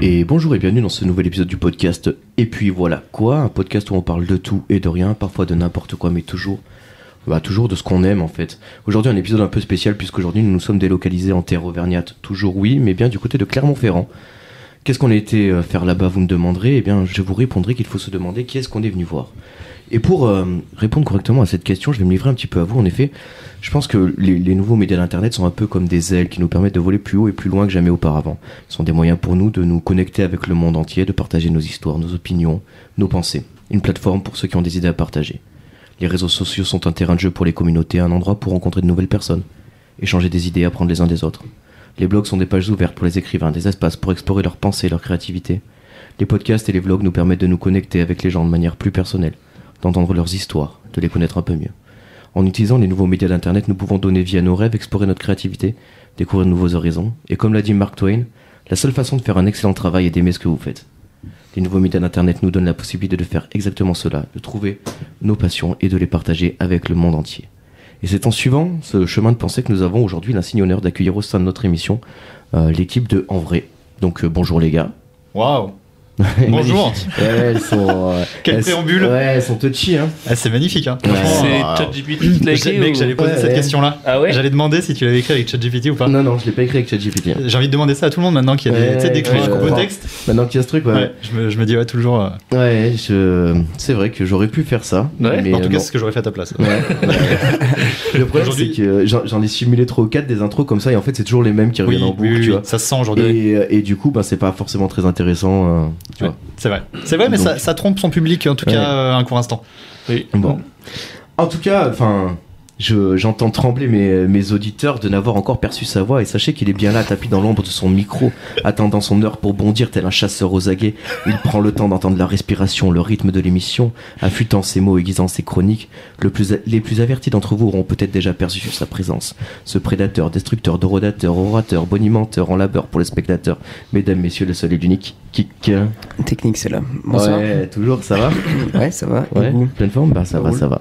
Et bonjour et bienvenue dans ce nouvel épisode du podcast. Et puis voilà quoi, un podcast où on parle de tout et de rien, parfois de n'importe quoi, mais toujours, bah, toujours de ce qu'on aime en fait. Aujourd'hui un épisode un peu spécial puisqu'aujourd'hui nous nous sommes délocalisés en terre auvergnate, toujours oui, mais bien du côté de Clermont-Ferrand. Qu'est-ce qu'on a été euh, faire là-bas, vous me demanderez Eh bien, je vous répondrai qu'il faut se demander qui est-ce qu'on est venu voir. Et pour euh, répondre correctement à cette question, je vais me livrer un petit peu à vous. En effet, je pense que les, les nouveaux médias d'Internet sont un peu comme des ailes qui nous permettent de voler plus haut et plus loin que jamais auparavant. Ce sont des moyens pour nous de nous connecter avec le monde entier, de partager nos histoires, nos opinions, nos pensées. Une plateforme pour ceux qui ont des idées à partager. Les réseaux sociaux sont un terrain de jeu pour les communautés, un endroit pour rencontrer de nouvelles personnes, échanger des idées, apprendre les uns des autres. Les blogs sont des pages ouvertes pour les écrivains, des espaces pour explorer leurs pensées, leur créativité. Les podcasts et les vlogs nous permettent de nous connecter avec les gens de manière plus personnelle, d'entendre leurs histoires, de les connaître un peu mieux. En utilisant les nouveaux médias d'Internet, nous pouvons donner vie à nos rêves, explorer notre créativité, découvrir de nouveaux horizons. Et comme l'a dit Mark Twain, la seule façon de faire un excellent travail est d'aimer ce que vous faites. Les nouveaux médias d'Internet nous donnent la possibilité de faire exactement cela, de trouver nos passions et de les partager avec le monde entier. Et c'est en suivant ce chemin de pensée que nous avons aujourd'hui l'insigne honneur d'accueillir au sein de notre émission euh, l'équipe de En Vrai. Donc euh, bonjour les gars. Waouh Bonjour Ouais, elles sont, euh, Quel elles- préambule. Ouais, elles sont touchy hein. Ah, C'est magnifique hein. C'est Franchement, ChatGPT qui te l'a j'ai- écrit Mec, ou- j'allais poser Ouais, cette ouais. question là. Ah ouais J'allais demander si tu l'avais écrit avec ChatGPT ou pas. Non, non, je l'ai pas écrit avec ChatGPT. hein. J'ai envie de demander ça à tout le monde maintenant qu'il y a des, Ouais, tu sais, dès que ouais, je je coupe au comprends. texte. Maintenant qu'il y a ce truc, ouais. ouais, je, me, je me dis ouais toujours. euh, Ouais, je... c'est vrai que j'aurais pu faire ça. Ouais, mais en tout euh, cas, non. c'est ce que j'aurais fait à ta place. Ouais. Le problème, c'est Aujourd'hui- que j'en j'en ai simulé trop ou 4 des intros comme ça, et en fait, c'est toujours les mêmes qui Oui, reviennent en oui, boucle, oui, tu vois. ça se sent aujourd'hui. Et, euh, et du coup, ben, c'est pas forcément très intéressant. euh, tu Ouais, vois. C'est vrai. C'est vrai, mais Donc- ça, ça trompe son public en tout Ouais. cas euh, un court instant. Bon. En tout cas, enfin, je- j'entends trembler mes, mes auditeurs de n'avoir encore perçu sa voix et sachez qu'il est bien là, tapis dans l'ombre de son micro, attendant son heure pour bondir tel un chasseur aux aguets. Il prend le temps d'entendre la respiration, le rythme de l'émission, affûtant ses mots, aiguisant ses chroniques. Le plus, les plus avertis d'entre vous auront peut-être déjà perçu sa présence. Ce prédateur, destructeur, dorodateur, orateur, bonimenteur, en labeur pour les spectateurs. Mesdames, messieurs, le seul et l'unique, Kik. Technique, cela. Bonsoir. Ouais, Ouais, toujours, ça va ça va. et Ouais, vous pleine forme, bah ça va, ça va.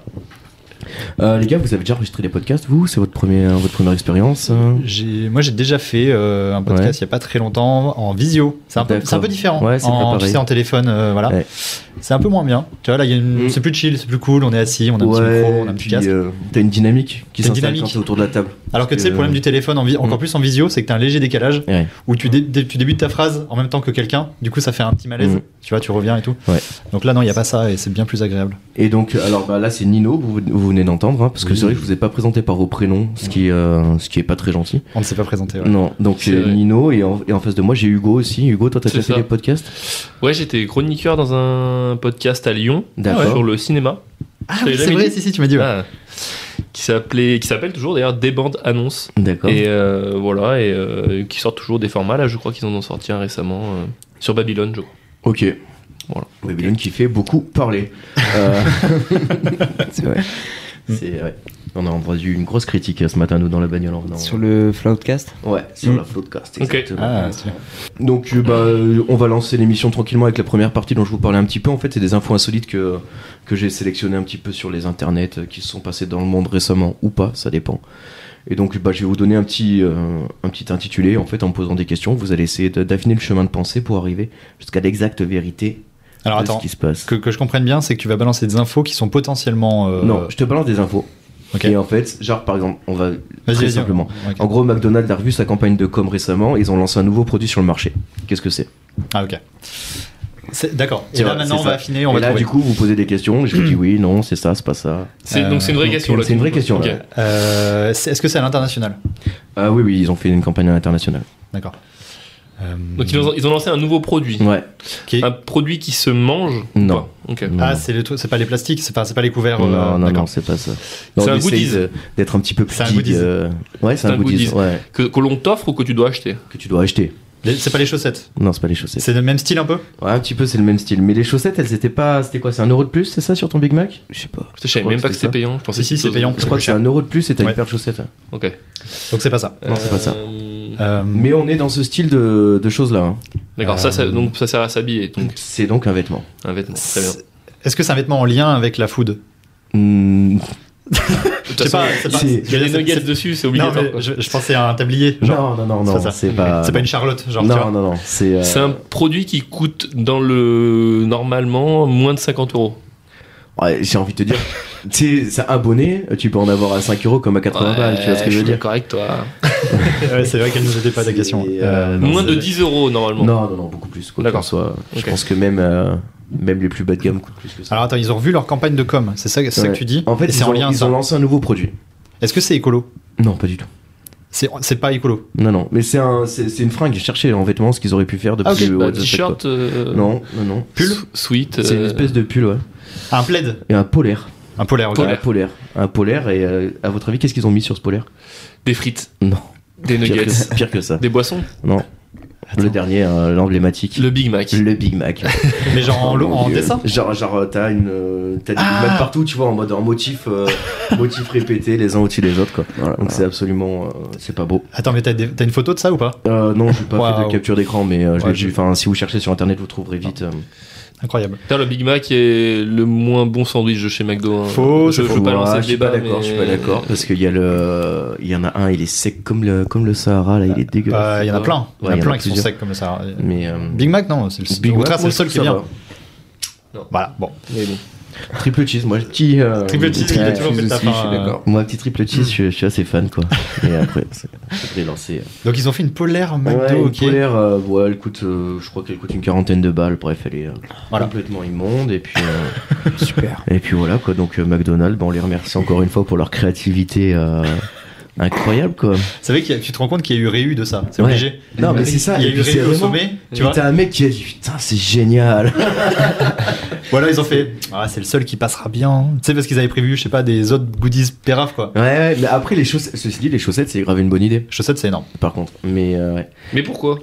Euh, les gars, vous avez déjà enregistré des podcasts, vous C'est votre, premier, votre première expérience euh J'ai- Moi, j'ai déjà fait euh, un podcast Ouais. il y a pas très longtemps en visio. C'est un peu, D'accord. c'est un peu différent. Ouais, c'est pas en, tu pareil. sais, en téléphone, euh, voilà. Ouais. C'est un peu moins bien. Tu vois, là, il y a une- Mm. c'est plus chill, c'est plus cool. On est assis, on a un petit micro, on a un petit puis, casque. euh, t'as une dynamique qui T'as une s'installe quand dynamique. t'es autour de la table. Alors que tu sais, le problème du téléphone, en vi- encore Mm. plus en visio, c'est que t'as un léger décalage Ouais. où tu, dé- dé- tu débutes ta phrase en même temps que quelqu'un. Du coup, ça fait un petit malaise. Mm. Tu vois, tu reviens et tout. Ouais. Donc là, non, il n'y a pas ça et c'est bien plus agréable. Et donc, alors bah, là, c'est Nino, vous, vous venez d'entendre, hein, parce que Oui. c'est vrai que je vous ai pas présenté par vos prénoms, ce qui, euh, ce qui est pas très gentil. On ne s'est pas présenté. ouais. Non, donc C'est c'est vrai. Nino, et en, et en face de moi, j'ai Hugo aussi. Hugo, toi, t'as C'est déjà fait ça. des podcasts Ouais, j'étais chroniqueur dans un podcast à Lyon D'accord. sur le cinéma Ah Je oui, t'avais c'est jamais vrai, dit. si, si, tu m'as dit. ouais. Ah. qui s'appelait, qui s'appelle toujours d'ailleurs Des bandes annonces. D'accord. Et euh, voilà, et euh, qui sortent toujours des formats. Là, je crois qu'ils en ont sorti un récemment euh, sur Babylone, je crois. Ok. Voilà. Babylone qui fait beaucoup parler. Euh, C'est vrai. c'est, ouais. On a entendu une grosse critique euh, ce matin, nous, dans la bagnole en venant. Sur le Floutcast Ouais, sur Mm. la floodcast. Ok. Exactement. Ah, c'est bien. Donc, euh, bah, euh, on va lancer l'émission tranquillement avec la première partie dont je vous parlais un petit peu. En fait, c'est des infos insolites que, que j'ai sélectionnées un petit peu sur les internets euh, qui se sont passées dans le monde récemment ou pas, ça dépend. Et donc, bah, je vais vous donner un petit, euh, un petit intitulé. En fait, en me posant des questions, vous allez essayer de- d'affiner le chemin de pensée pour arriver jusqu'à l'exacte vérité Alors de ce attends, qui se passe. que, que je comprenne bien, c'est que tu vas balancer des infos qui sont potentiellement. euh, Non, je te balance des infos. Ok. Et en fait, genre, par exemple, on va très Vas-y, vas-y. simplement. Ok. En gros, McDonald's a revu sa campagne de com récemment. Ils ont lancé un nouveau produit sur le marché. Qu'est-ce que c'est Ah, ok. C'est- D'accord. Et C'est là, vrai, maintenant, c'est on va ça. affiner, on et va là, trouver. du coup, vous posez des questions. Je vous dis oui, non, c'est ça, c'est pas ça. C'est- Euh, donc c'est une vraie donc, question. là, c'est une vraie tu- question, ok. ouais. Euh, c'est- Est-ce que c'est à l'international Ah oui, oui, ils ont fait une campagne à l'international. D'accord. Euh, Donc ils ont, ils ont lancé un nouveau produit, Ouais. qui est- un produit qui se mange. ou Non. pas Ok. Ah, c'est le truc- c'est pas les plastiques, c'est pas, c'est pas les couverts. non, euh, non, non, d'accord. c'est pas ça. C'est Non, un on essaye goodies. de- D'être un petit peu plus C'est un geek, goodies. euh, Ouais, c'est un, goodies. Ouais, Que, que l'on t'offre ou que tu dois acheter que tu dois acheter. Les- C'est pas les chaussettes. Non, c'est pas les chaussettes. C'est le même style un peu Ouais, un petit peu, c'est le même style. Mais les chaussettes, elles étaient pas. C'était quoi C'est un euro de plus, c'est ça, sur ton Big Mac Je sais pas. Je savais crois même que pas que c'était c'était ça. payant. Je pensais Si, que si, c'est c'était- payant. Je crois que c'est un euro de plus et t'as Ouais. une paire de chaussettes. hein. ouais. Ok. Donc c'est pas ça. Non, c'est pas ça. Euh, Euh, Mais on est dans ce style de, de choses-là. hein. D'accord, ça, ça- donc ça sert à s'habiller, donc C'est donc un vêtement. un vêtement. Très bien. c'est- Est-ce que c'est un vêtement en lien avec la food Hmm, Je sais pas, c'est pas- c'est- je Il y a veux des dire, nuggets c'est- dessus, c'est Non, obligatoire. mais je, je pensais à un tablier. Genre, Non, non, non, c'est non, ça. c'est pas. c'est pas une Charlotte, genre. tu vois. Non, non, non, c'est. euh, C'est un produit qui coûte dans le normalement moins de 50 euros. ouais, J'ai envie de te dire, tu sais, ça abonné, tu peux en avoir à 5 euros comme à 80 balles, tu vois ce que je veux dire Correct, toi. Ouais, c'est vrai qu'elle nous aidait pas à la question. C'est, euh, non, Moins c'est de vrai. 10 euros normalement. Non, non, non, beaucoup plus. quoi D'accord. qu'il en soit. Je Ok. pense que même, euh, même les plus bas de gamme coûtent plus que ça. Alors attends, ils ont revu leur campagne de com, c'est ça, c'est ça Ouais. que tu dis en fait, Et c'est ils, en ont, lien ils ça. ont lancé un nouveau produit. Est-ce que c'est écolo Non, pas du tout. c'est, c'est pas écolo. Non, non, mais c'est un, c'est c'est une fringue. J'ai cherché en vêtements ce qu'ils auraient pu faire de Ah, ok. plus. Bah, what the fuck, T-shirt, quoi. euh, Non, non, non. Pull s- sweat. C'est une euh, espèce de pull, ouais. Ah, un plaid Et un polaire. Un polaire, ok. Un polaire. Un polaire. Et euh, à votre avis, qu'est-ce qu'ils ont mis sur ce polaire Des frites, Non. des Pire nuggets, que, pire que ça. des boissons, Non. Le dernier, euh, l'emblématique. le Big Mac. Le Big Mac. Mais genre en, lo- Mon en Dieu. dessin Genre, genre euh, t'as une, euh, t'as des Big Mac Ah. partout, tu vois, en mode en motif, euh, motif répété, les uns au-dessus des autres, quoi. Voilà. Donc c'est absolument, euh, c'est pas beau. Attends, mais t'as, des- t'as une photo de ça ou pas Euh, non, j'ai pas fait Waouh. de capture d'écran, mais euh, je l'ai Ouais, vu. Enfin, si vous cherchez sur internet, vous trouverez vite. euh, Incroyable. Putain, le Big Mac est le moins bon sandwich de chez McDo. hein. Faux, c'est je veux Ouah, pas lancer le je suis pas débat. d'accord, je suis pas mais- d'accord, parce qu'il y a le, il y en a un, il est sec comme le, comme le Sahara, là, il est Euh, Bah, Il dégueulasse. y en a plein. Il Ouais, y en a plein qui sont plusieurs. secs comme ça. Mais euh, Big Mac, non, c'est le, Big au contraire, Mac, c'est le seul qui ça est bien. va. Voilà, bon. Mais bon. Triple cheese, moi, petit, euh, Triple cheese, il a ouais, toujours cheese fait de ta aussi, je suis part, euh, d'accord. Moi, petit triple Hmm. cheese, je, je suis assez fan, quoi. Et après, c'est- après lancé. Donc ils ont fait une polaire Ouais, McDo, une ok. polaire, euh, ouais, elle coûte, euh, je crois qu'elle coûte une quarantaine de balles. Bref, elle est euh, Voilà. complètement immonde. Et puis, euh, Super. et puis voilà quoi. Donc euh, McDonald's, ben, on les remercie encore une fois pour leur créativité euh, incroyable quoi. C'est vrai que tu te rends compte qu'il y a eu réu de ça, c'est Ouais. obligé. Non, mais c'est ça, Il y a et eu puis c'est réu au vraiment- sommet, tu Tu vois. t'as un mec qui a dit putain c'est génial. Voilà, ils ont fait. Ah, c'est le seul qui passera bien. Tu sais, parce qu'ils avaient prévu, je sais pas, des autres goodies péraf, quoi. ouais, ouais, mais après les chaussettes, ceci dit les chaussettes c'est grave une bonne idée. Chaussettes, c'est énorme. Par contre, mais euh, ouais. Mais pourquoi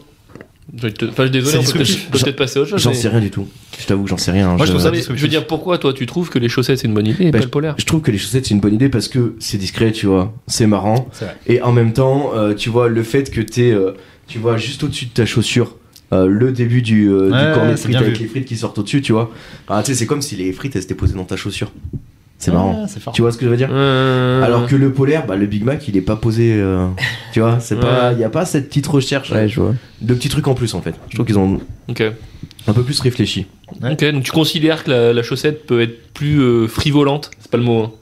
Je te- Enfin, C'est je suis désolé, on peut disruptif. peut-être peut peut-être passer à autre chose. j'en mais- sais rien du tout. Je t'avoue que j'en sais rien. hein, Moi, je trouve ça Non, mais je veux dire, pourquoi toi tu trouves que les chaussettes c'est une bonne idée et Bah, pas le polaire je trouve que les chaussettes c'est une bonne idée parce que c'est discret, tu vois, c'est marrant. C'est vrai. Et en même temps, euh, tu vois, le fait que t'es, euh, tu vois, juste au-dessus de ta chaussure, euh, le début du, euh, du Ouais, cornet de c'est frites bien avec vu. les frites qui sortent au-dessus, tu vois. Ah, tu sais, c'est comme si les frites elles s'étaient posées dans ta chaussure. C'est marrant. Ah, C'est fort. Tu vois ce que je veux dire Euh, Alors que le polaire, bah, le Big Mac, il est pas posé. euh, tu vois, c'est pas, il y a pas cette petite recherche Ouais, je vois. de petits trucs en plus en fait. Je trouve qu'ils ont Ok. un peu plus réfléchi. Ok, donc tu considères que la, la chaussette peut être plus euh, frivolante, c'est pas le mot, hein.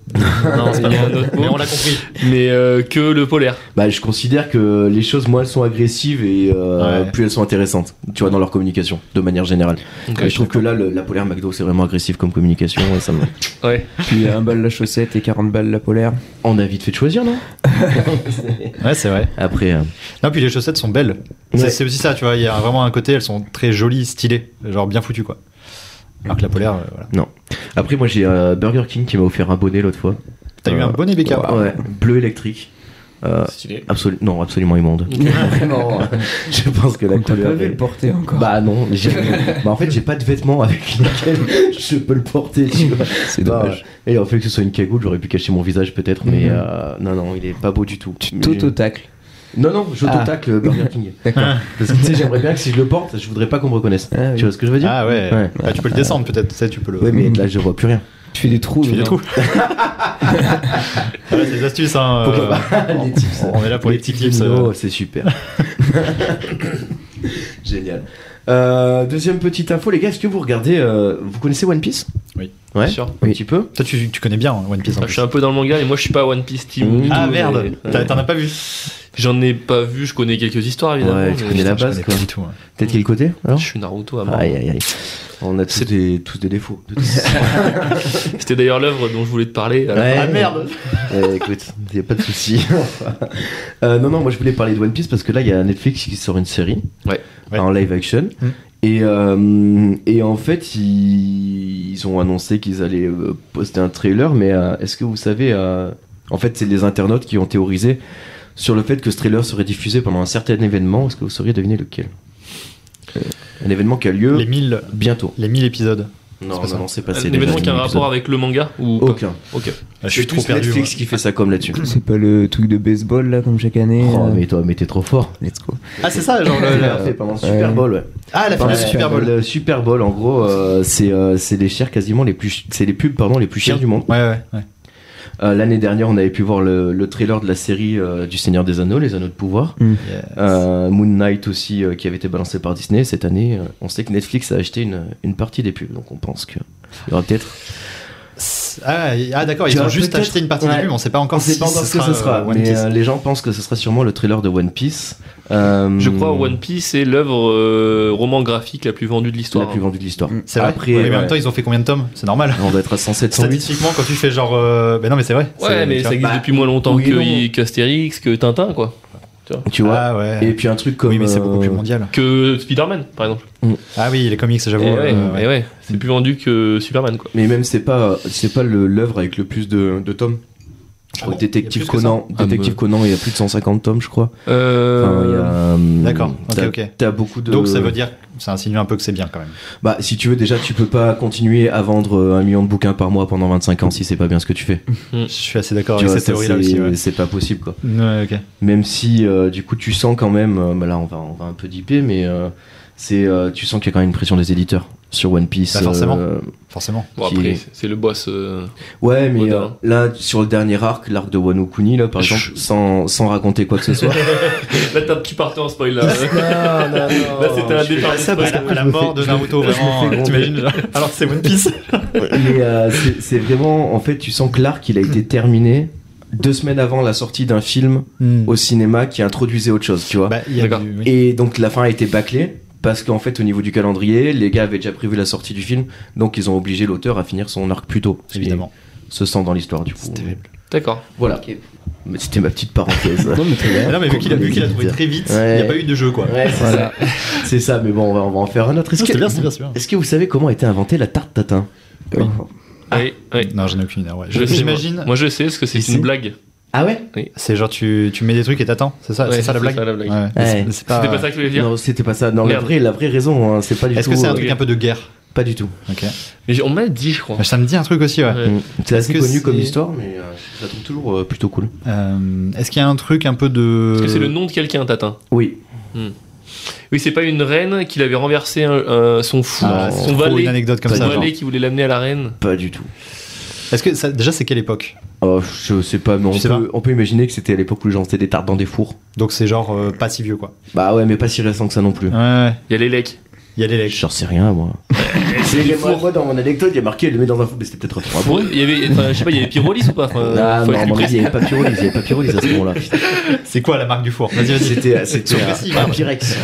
Non, c'est pas Il y a bon. un autre mot. Mais on l'a compris. mais euh, que le polaire. Bah, je considère que les choses, moins elles sont agressives et euh, Ouais. plus elles sont intéressantes. Tu vois, dans leur communication, de manière générale. Ok. Et je trouve que là, le- la polaire McDo, c'est vraiment agressif comme communication. et ça me- Ouais. Puis 1 balle la chaussette et 40 balles la polaire. On a vite fait de choisir, non Ouais, c'est vrai. Après, euh, Non, puis les chaussettes sont belles. Ouais. C'est- C'est aussi ça, tu vois. Il y a vraiment un côté, elles sont très jolies, stylées, genre bien foutues, quoi. Alors que la polaire, euh, voilà. après moi j'ai euh, Burger King qui m'a offert un bonnet l'autre fois. T'as eu Euh, un bonnet BK. Ouais, bleu électrique. Euh, Stylé. absolu- non, absolument immonde. Vraiment, euh, je pense que la On t'a Mm. pas couleur. vu est- le porter encore. Bah non, j'ai- bah en fait j'ai pas de vêtements avec lesquels je peux le porter. Tu vois. c'est Non, dommage. ouais. et en fait que ce soit une cagoule, j'aurais pu cacher mon visage peut-être, mais Mhm. euh, non non, il est pas beau du tout. Tu bah, Mais- t'auto-tacles. Non non, je Ah. tacle Burger King. D'accord. Parce que tu sais, j'aimerais bien que si je le porte, je voudrais pas qu'on me reconnaisse. Ah oui. Tu vois ce que je veux dire Ah ouais. Ouais. Bah, tu peux le descendre peut-être, tu sais, tu peux le. Ouais, mais là je vois plus rien. Tu fais des trous. Tu fais des dedans. trous. Voilà, c'est des astuces, hein. Pourquoi euh, pas on- Les tips. On est là pour les, petits clips. euh. Oh, c'est super. Génial. Euh, deuxième petite info, les gars, est-ce que vous regardez, euh, vous connaissez One Piece Oui. Ouais. Bien sûr. Un petit peu. Toi, tu, tu connais bien hein, One Piece en Ah, je suis plus. un peu dans le manga et moi je suis pas One Piece Team. Mmh. du Ah tout, merde, mais- T'as- t'en as pas vu J'en ai pas vu, je connais quelques histoires évidemment. Ouais, tu mais- connais la Putain, je base, connais quoi. pas du tout. hein. Peut-être quel côté alors Je suis Naruto à mort. Aïe aïe aïe. On a tous C'est- des, tous des défauts. C'était d'ailleurs l'œuvre dont je voulais te parler. alors. Ouais. Ah merde Eh, écoute, y a pas de souci. Euh, non, non, moi je voulais parler de One Piece parce que là, il y a Netflix qui sort une série Ouais. Ouais. en live action. Mm. Et, euh, et en fait, ils, ils ont annoncé qu'ils allaient euh, poster un trailer, mais euh, est-ce que vous savez, euh, en fait, c'est les internautes qui ont théorisé sur le fait que ce trailer serait diffusé pendant un certain événement. Est-ce que vous sauriez deviner lequel Euh, Un événement qui a lieu Les 1000 bientôt. les mille épisodes. Non, pas ça. non, non, c'est pas Un c'est événement déjà qui a un un rapport avec le manga ou épisode. Aucun. Ok. Ah, Je suis C'est trop plus perdu. Netflix moi. qui fait ça comme là-dessus. C'est pas le truc de baseball là comme chaque année. Oh, euh, mais toi, mais t'es trop fort. Let's go. Ah, c'est ça, genre. Ouais, le- il le- l'a fait pendant le Super ouais. Bowl, ouais. Ah, la Pendant finale du Super Bowl. Le Super Bowl, en gros, euh, c'est euh, c'est les chairs quasiment les plus, ch- c'est les pubs pardon les plus chères du monde. Ouais, ouais, ouais. Euh, L'année dernière, on avait pu voir le, le trailer de la série euh, du Seigneur des Anneaux, Les Anneaux de Pouvoir. Euh, Moon Knight aussi, euh, qui avait été balancé par Disney. Cette année, euh, on sait que Netflix a acheté une, une partie des pubs, donc on pense qu'il y aura peut-être. Ah, et- ah, d'accord, ils Tu ont as juste peut-être- acheté une partie Ouais. du pub, on sait pas encore sait si pas encore ce sera, euh, One mais Piece. euh, les gens pensent que ce sera sûrement le trailer de One Piece. Euh, Je crois One Piece est l'œuvre euh, roman graphique la plus vendue de la l'histoire. hein. plus vendue de l'histoire. Mm. C'est vrai. Après, Ouais, mais en ouais. même temps, ils ont fait combien de tomes C'est normal. On doit être à 100, 708. Statistiquement, quand tu fais genre. euh, Ben non, mais c'est vrai. Ouais, C'est- mais tu ça vois. existe depuis moins longtemps oui et que non. qu'Astérix, que Tintin, quoi. Tu vois Ah ouais. Et puis un truc comme. Oui, mais c'est beaucoup plus euh, mondial. Que Spider-Man, par exemple. Ah oui, les comics, j'avoue. Eh ouais, euh, ouais. eh ouais, c'est plus vendu que Superman, quoi. Mais même c'est pas c'est pas le- l'œuvre avec le plus de, de tomes. Je crois Ah bon que Détective Il y a plus que Conan, Ah, Détective mais- Conan, il y a plus de 150 tomes, je crois. Enfin, il y a, Euh, euh, D'accord, ok, t'as- ok. T'as beaucoup de. Donc ça veut dire. Ça insinue un peu que c'est bien quand même. Bah, si tu veux, déjà, tu peux pas continuer à vendre euh, un million de bouquins par mois pendant 25 ans si c'est pas bien ce que tu fais. Je suis assez d'accord Tu avec vois, Bah cette ça, théorie-là c'est- aussi. Ouais. C'est pas possible, quoi. Ouais, ok. Même si, euh, du coup, tu sens quand même. euh, bah là, on va, on va un peu dipper, mais euh, c'est, euh, tu sens qu'il y a quand même une pression des éditeurs sur One Piece. Bah, forcément. euh, Forcément. bon, qui- après, c'est- c'est le boss. euh, Ouais, mais Oda. euh, là, sur le dernier arc, l'arc de Wano Kuni, là, par Je- exemple, sans, sans raconter quoi que ce soit. Là, t'as un petit partout en spoil, là. non, non, non. Ah Là, c'était un départ. Bah, Ça, spoil. parce que la mort de Naruto, vraiment. euh, T'imagines genre, Alors que c'est One Piece. Mais euh, c'est- c'est vraiment, en fait, tu sens que l'arc, il a été terminé deux semaines avant la sortie d'un film au cinéma qui introduisait autre chose, tu vois. Hmm. Bah, il y a D'accord. du- oui. Et donc la fin a été bâclée parce qu'en fait au niveau du calendrier, les gars avaient déjà prévu la sortie du film, donc ils ont obligé l'auteur à finir son arc plus tôt. ce qui Évidemment. Se sent dans l'histoire du coup. D'accord. Voilà. Mais c'était ma petite parenthèse. Non, mais très bien. Mais Non, mais vu qu'il a, vu qu'il a trouvé très vite, il n'y Ouais. a pas eu de jeu quoi. Ouais, c'est Voilà. ça. C'est ça, mais bon, on va, on va en faire un autre. Est-ce Non, que, C'est bien, c'est bien, c'est bien. est-ce que vous savez comment a été inventée la tarte tatin Oui. Oui, oui. Non, j'en ai aucune idée. ouais. Je le sais, moi. J'imagine. Moi, je sais, parce que c'est Ici. une blague. Ah ouais C'est genre tu, tu mets des trucs et t'attends, c'est ça, Ouais, c'est ça la c'est blague. ça, la blague. Ouais. Ouais. Mais c'est- c'est pas- C'était pas ça que je voulais dire. Non, c'était pas ça. Non, la Merde. vraie, la vraie raison, hein, c'est pas du Est-ce tout. que c'est un euh, truc ok. un peu de guerre Pas du tout. Ok. Mais j'ai- on m'a dit, je crois. Euh, Ça me dit un truc aussi, ouais. Ouais. Mm. C'est assez que connu c'est- comme histoire, mais euh, je la trouve toujours euh, plutôt cool. Euh, Est-ce qu'il y a un truc un peu de. Parce que c'est le nom de quelqu'un, Tatin. Oui. Oui, c'est pas une reine qui l'avait renversé un- un- son fou, Ah, c'est son trop valet. une anecdote comme son ça. genre. valet qui voulait l'amener à la reine. Pas du tout. Est-ce que ça, déjà c'est quelle époque Oh, je sais pas, mais on Tu sais peut, on peut imaginer que c'était à l'époque où les gens faisaient des tartes dans des fours. Donc c'est genre euh, pas si vieux quoi. Bah ouais, mais pas si récent que ça non plus. Ouais, ouais. Il y a les lecs. Il y a les legs. Ah. J'en sais rien, moi. C'est les fours. Moi, dans mon anecdote, il y a marqué, le met dans un four, mais c'était peut-être un four à Pour eux, brûler. il y avait, enfin, je sais pas, il y avait Pyrolyse ou pas Enfin, Ah, faut non, être à plus mon avis, précis. il n'y avait pas pyrolyse, il n'y avait pas pyrolyse à ce moment-là. C'est quoi la marque du four Vas-y, vas-y. C'était, c'était un, précis, hein. un merde. pyrex.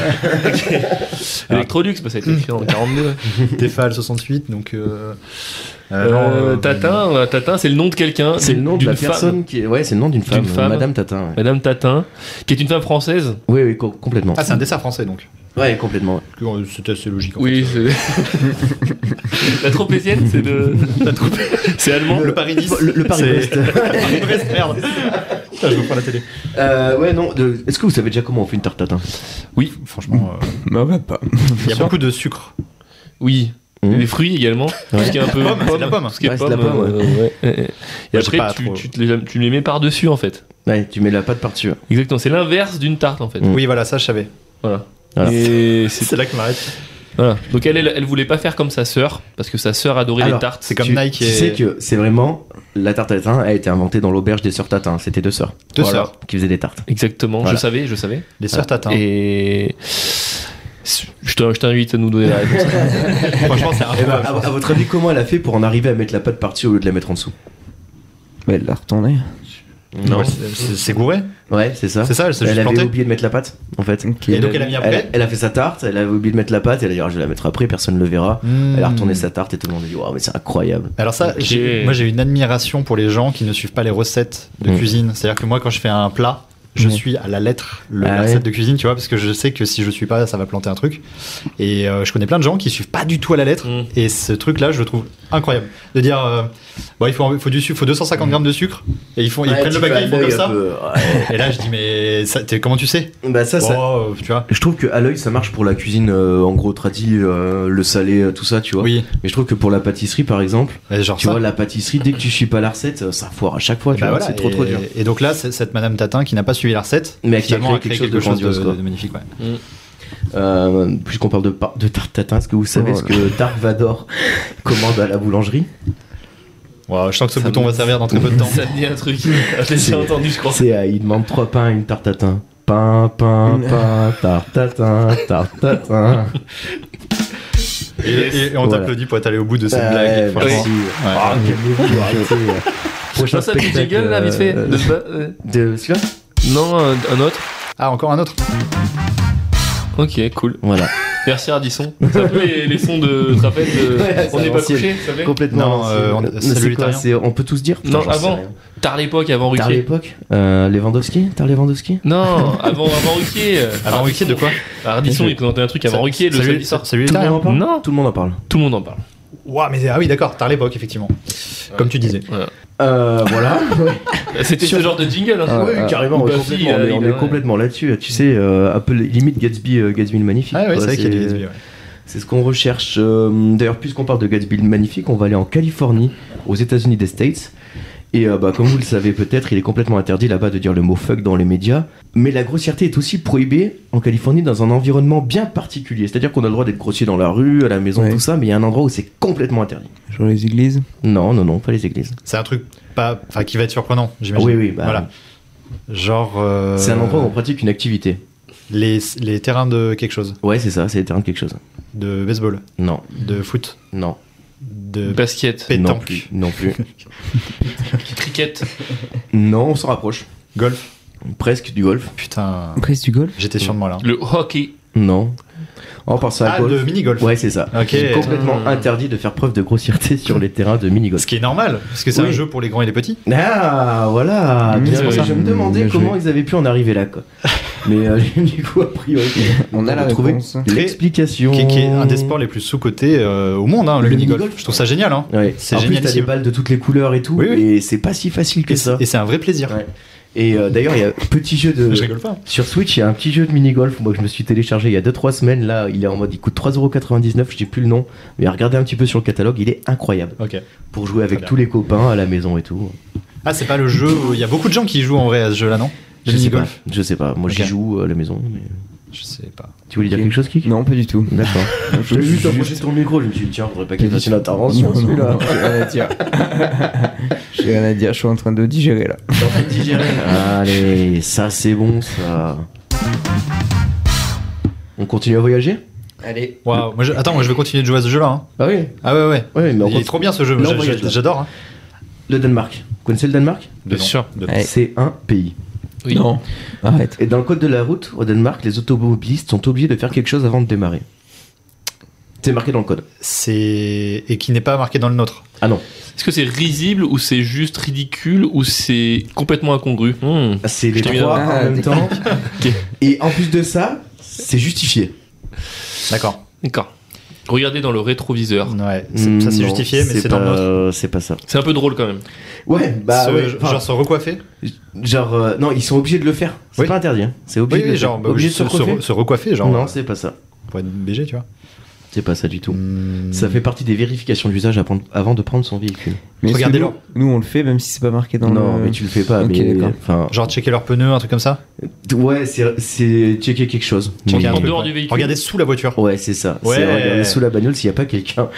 Electrolux, bah, ça a été écrit en 42. Tefal 68, donc. Euh, Euh, Ah euh, Tatin, euh, Tatin, c'est le nom de quelqu'un. C'est le nom de la d'une femme. personne qui est, ouais, c'est le nom d'une femme, femme. Madame Tatin. ouais. Madame Tatin, qui est une femme française. Oui, oui, co- complètement. Ah, c'est un dessert français donc. Ouais, complètement. Euh, C'était assez logique. en Oui, c'est. la tropézienne, c'est de. C'est allemand. fait. Le Paris-Nice. Le, le Paris-Brest. Paris-Brest, merde. Putain, je me prends la télé. Euh, ouais, non. de- Est-ce que vous savez déjà comment on fait une tarte tatin Franchement, euh, Mais on va pas. il y a beaucoup de sucre. Oui. Mmh. Les fruits également. Tout ce qui est un peu. Pomme, c'est de la pomme. Tout ce qui est Ouais, c'est de pomme. la pomme, euh, ouais. Et Moi, j'ai après, pas tu, trop. tu te les, tu les mets par-dessus en fait. Ouais, tu mets la pâte par-dessus. Exactement. C'est l'inverse d'une tarte en fait. Mmh. Oui, voilà, ça je savais. Voilà. Voilà. Et c'est- C'est là que m'arrête. voilà. Donc elle, elle, elle voulait pas faire comme sa sœur parce que sa sœur adorait Alors, les tartes. C'est comme tu, Nike tu et. sais que c'est vraiment la tarte tatin a été inventée dans l'auberge des sœurs tatin. C'était deux sœurs Deux Voilà. sœurs. qui faisaient des tartes. Exactement. Voilà. Je savais, je savais. Les sœurs Tatin. Et je t'in- je t'invite à nous donner la réponse. Franchement, Ah, c'est un Eh ben, à, à votre avis, comment elle a fait pour en arriver à mettre la pâte par-dessus au lieu de la mettre en dessous Bah, elle l'a retourné. Non. Ouais, c'est- c'est c'est gouré. Ouais, c'est ça. C'est ça, elle s'est elle juste avait plantée. oublié de mettre la pâte, en fait. Ok. Et donc elle a mis Elle, après. elle a fait sa tarte, elle avait oublié de mettre la pâte, elle a dit Ah, je vais la mettre après, personne ne le verra. Hmm. Elle a retourné sa tarte et tout le monde a dit Waouh, mais c'est incroyable. Alors ça, Ok. j'ai- moi j'ai une admiration pour les gens qui ne suivent pas les recettes de Mm. cuisine. C'est-à-dire que moi quand je fais un plat, je Mm. suis à la lettre le, Ah la ouais. recette de cuisine, tu vois, parce que je sais que si je suis pas, ça va planter un truc. Et euh, je connais plein de gens qui suivent pas du tout à la lettre. Mm. Et ce truc-là, je le trouve incroyable. De dire, euh, bon, il faut, il faut du sucre, faut 250 grammes de sucre, et ils font, ils Ouais, prennent le tu bagage, fais ils un font comme œil un ça. peu, ouais. Et là, je dis, mais ça, t'es- comment tu sais Bah, ça, ça. Oh, euh, Tu vois Je trouve que à l'œil ça marche pour la cuisine euh, en gros tradi, euh, le salé, euh, tout ça, tu vois. Oui. Mais je trouve que pour la pâtisserie par exemple, Et genre tu ça. vois la pâtisserie dès que tu suis pas la recette, euh, ça foire à chaque fois, tu Bah vois, voilà, c'est trop et, trop dur. Et donc là, c'est- cette Madame Tatin qui n'a pas suivi la recette, Mais qui a finalement, créé quelque chose de grandiose, quoi. magnifique. ouais. Euh, Puisqu'on parle de, Oh par- de tarte tatin, est-ce que vous savez Oh ce que Dark Vador commande à la boulangerie Ouais, je sens que ce Ça bouton me- va servir dans très peu de temps. Ça me dit un truc. Je l'ai déjà entendu, je crois. C'est, euh, il demande trois pains et une tarte tatin. Pain, pain, pain, tarte tatin, tarte tatin. Et, et- et on Voilà. t'applaudit pour être allé au bout de cette Ah, ouais, blague. franchement. merci. Ouais. Ah, quel niveau, arrêtez. Je Prochain lance un petit spectacle, jingle là, vite fait. euh, de ce ba- euh, De celui-là Non, un, un autre. Ah, encore un autre. Ok, cool. Voilà. Merci Ardisson. C'est un peu les, les sons de. Tu te rappelles de. Ouais, on c'est n'est pas l'ancienne. couché, ça fait Complètement. Non, euh, on- c'est salut les quoi, Tariens. c'est- On peut tous dire Non, Putain, j'en sais avant. rien. Tard l'époque avant Tard Ruquier. l'époque euh, Lewandowski Tard Lewandowski Non, avant, avant Ruquier. euh, Avant Ruquier, Ah, de quoi Ardisson, il présentait un truc avant Ça- Ruquier le salut- samedi soir. Salut les Tout le monde en Italiens. parle Non. Tout le monde en parle. Tout le monde en parle. Ouah, mais ah oui, d'accord, t'as l'époque, effectivement. Comme tu disais. Euh, voilà. C'était ce Sur- genre de jingle. hein. Euh, euh, ouais, complètement, Ou Buffy, on euh, est, on il est a- complètement là-dessus. Tu sais, euh, un peu limite Gatsby, euh, Gatsby le magnifique. Ah, ouais, quoi, c'est vrai qu'il y a des SBI, ouais. C'est ce qu'on recherche. euh, D'ailleurs, puisqu'on parle de Gatsby le Magnifique, on va aller en Californie, aux États-Unis des States. Et euh, bah, comme vous le savez peut-être, il est complètement interdit là-bas de dire le mot fuck dans les médias. Mais la grossièreté est aussi prohibée en Californie dans un environnement bien particulier. C'est-à-dire qu'on a le droit d'être grossier dans la rue, à la maison, Ouais. tout ça, mais il y a un endroit où c'est complètement interdit. Genre les églises. Non, non, non, pas les églises. C'est un truc pas, enfin, qui va être surprenant, j'imagine. oui, oui, bah, Voilà. Genre. euh, c'est un endroit où on pratique une activité. les, les terrains de quelque chose, Ouais, c'est ça, c'est le terrain de quelque chose. de baseball, Non, de foot, non, de Basket, non pétanque, plus, non plus. cricket. non, on s'en rapproche. golf. Presque du golf. Putain, Presse du golf. j'étais sûr de moi là. Le hockey. Non. On pense à Ah, golf. de mini-golf. Ouais, c'est ça. Ok. C'est complètement Ah. Putain. interdit de faire preuve de grossièreté sur les terrains de Bah, Ce mini-golf. qui est normal, parce que c'est un Oui. jeu pour les grands et les petits. Ah, voilà. Mmh, bien oui. joué. Je me demandais Bien joué. comment ils avaient pu en arriver là, quoi. Mais euh, du coup, a priori, On a la trouvé réponse. l'explication. Qui, est- qui est un des sports les plus sous-cotés euh, au monde, hein, le, Le mini-golf. mini-golf. Je trouve ça génial. Hein. Ouais. C'est en plus, t'as des génialissime. balles de toutes les couleurs et tout, Oui, oui. et c'est pas si facile que Et c'est ça. et c'est un vrai plaisir. Ouais. Et euh, d'ailleurs, il y a un petit jeu de. Je rigole pas. Sur Switch, il y a un petit jeu de mini-golf. Moi, que je me suis téléchargé il y a 2-3 semaines. Là, il est en mode, il coûte 3,99€. Je sais plus le nom. Mais regardez un petit peu sur le catalogue, il est incroyable. Ok. Pour jouer avec Très bien. tous les copains à la maison et tout. Ah, c'est pas le jeu où il y a beaucoup de gens qui jouent en vrai à ce jeu-là, non Le Je sais pas. mini-golf. Je sais pas. Moi, Ok. j'y joue euh, à la maison. mais- Je sais pas. Tu voulais dire Ok. quelque chose, Kik Non, pas du tout. D'accord. Je- je- je- ton micro. Je me suis dit, tiens, faudrait pas je- fasse une intervention, Non, non, celui-là. non, J'ai rien à dire. J'ai rien à dire. Je suis en train de digérer là. T'es en train de digérer. Allez, ça, c'est bon, ça. On continue à voyager Allez. Waouh. Moi, je- Attends, moi, je vais continuer de jouer à ce jeu-là. hein. Ah oui Ah ouais, ouais. Ouais, mais on Il est continue. trop bien ce jeu. Là, on Je- voyage, je- là. J'adore. hein. Le Danemark. Vous connaissez le Danemark De Bien nom. sûr. De- Ouais. C'est un pays. Oui. Non. Arrête. Et dans le code de la route, au Danemark, les automobilistes sont obligés de faire quelque chose avant de démarrer. C'est marqué dans le code. C'est. Et qui n'est pas marqué dans le nôtre. Ah non, Est-ce que c'est risible ou c'est juste ridicule ou c'est complètement incongru Hmm. c'est les Je t'ai mis trois là. en Ah, même temps. Et en plus de ça, c'est justifié. D'accord. D'accord. Regardez dans le rétroviseur. Ouais. c'est- Ça, c'est Hmm, Non, justifié, mais c'est dans le pas- nôtre. C'est pas ça. C'est un peu drôle quand même. Ouais, bah Ce- ouais, enfin, Genre genre, se recoiffer. euh, non, ils sont obligés de le faire. C'est Oui. pas interdit. hein. C'est Oui, obligé. de oui, le genre faire. bah, obligé de se, se se, recoiffer. se recoiffer, genre. euh. non, c'est pas ça. Pour être BG, tu vois. C'est pas ça du tout. Hmm. Ça fait partie des vérifications d'usage à prendre- avant de prendre son véhicule. Mais est-ce que Regardez-le. Nous, nous, on le fait même si c'est pas marqué dans non, le. mais tu le fais pas. Ok, mais d'accord. enfin, Genre checker leurs pneus, un truc comme ça. ouais, c'est- c'est checker quelque chose. Checker Mais- Regarder- en dehors du véhicule. Regardez sous la voiture. Ouais, c'est ça. Ouais. C'est regarder sous la bagnole s'il n'y a pas quelqu'un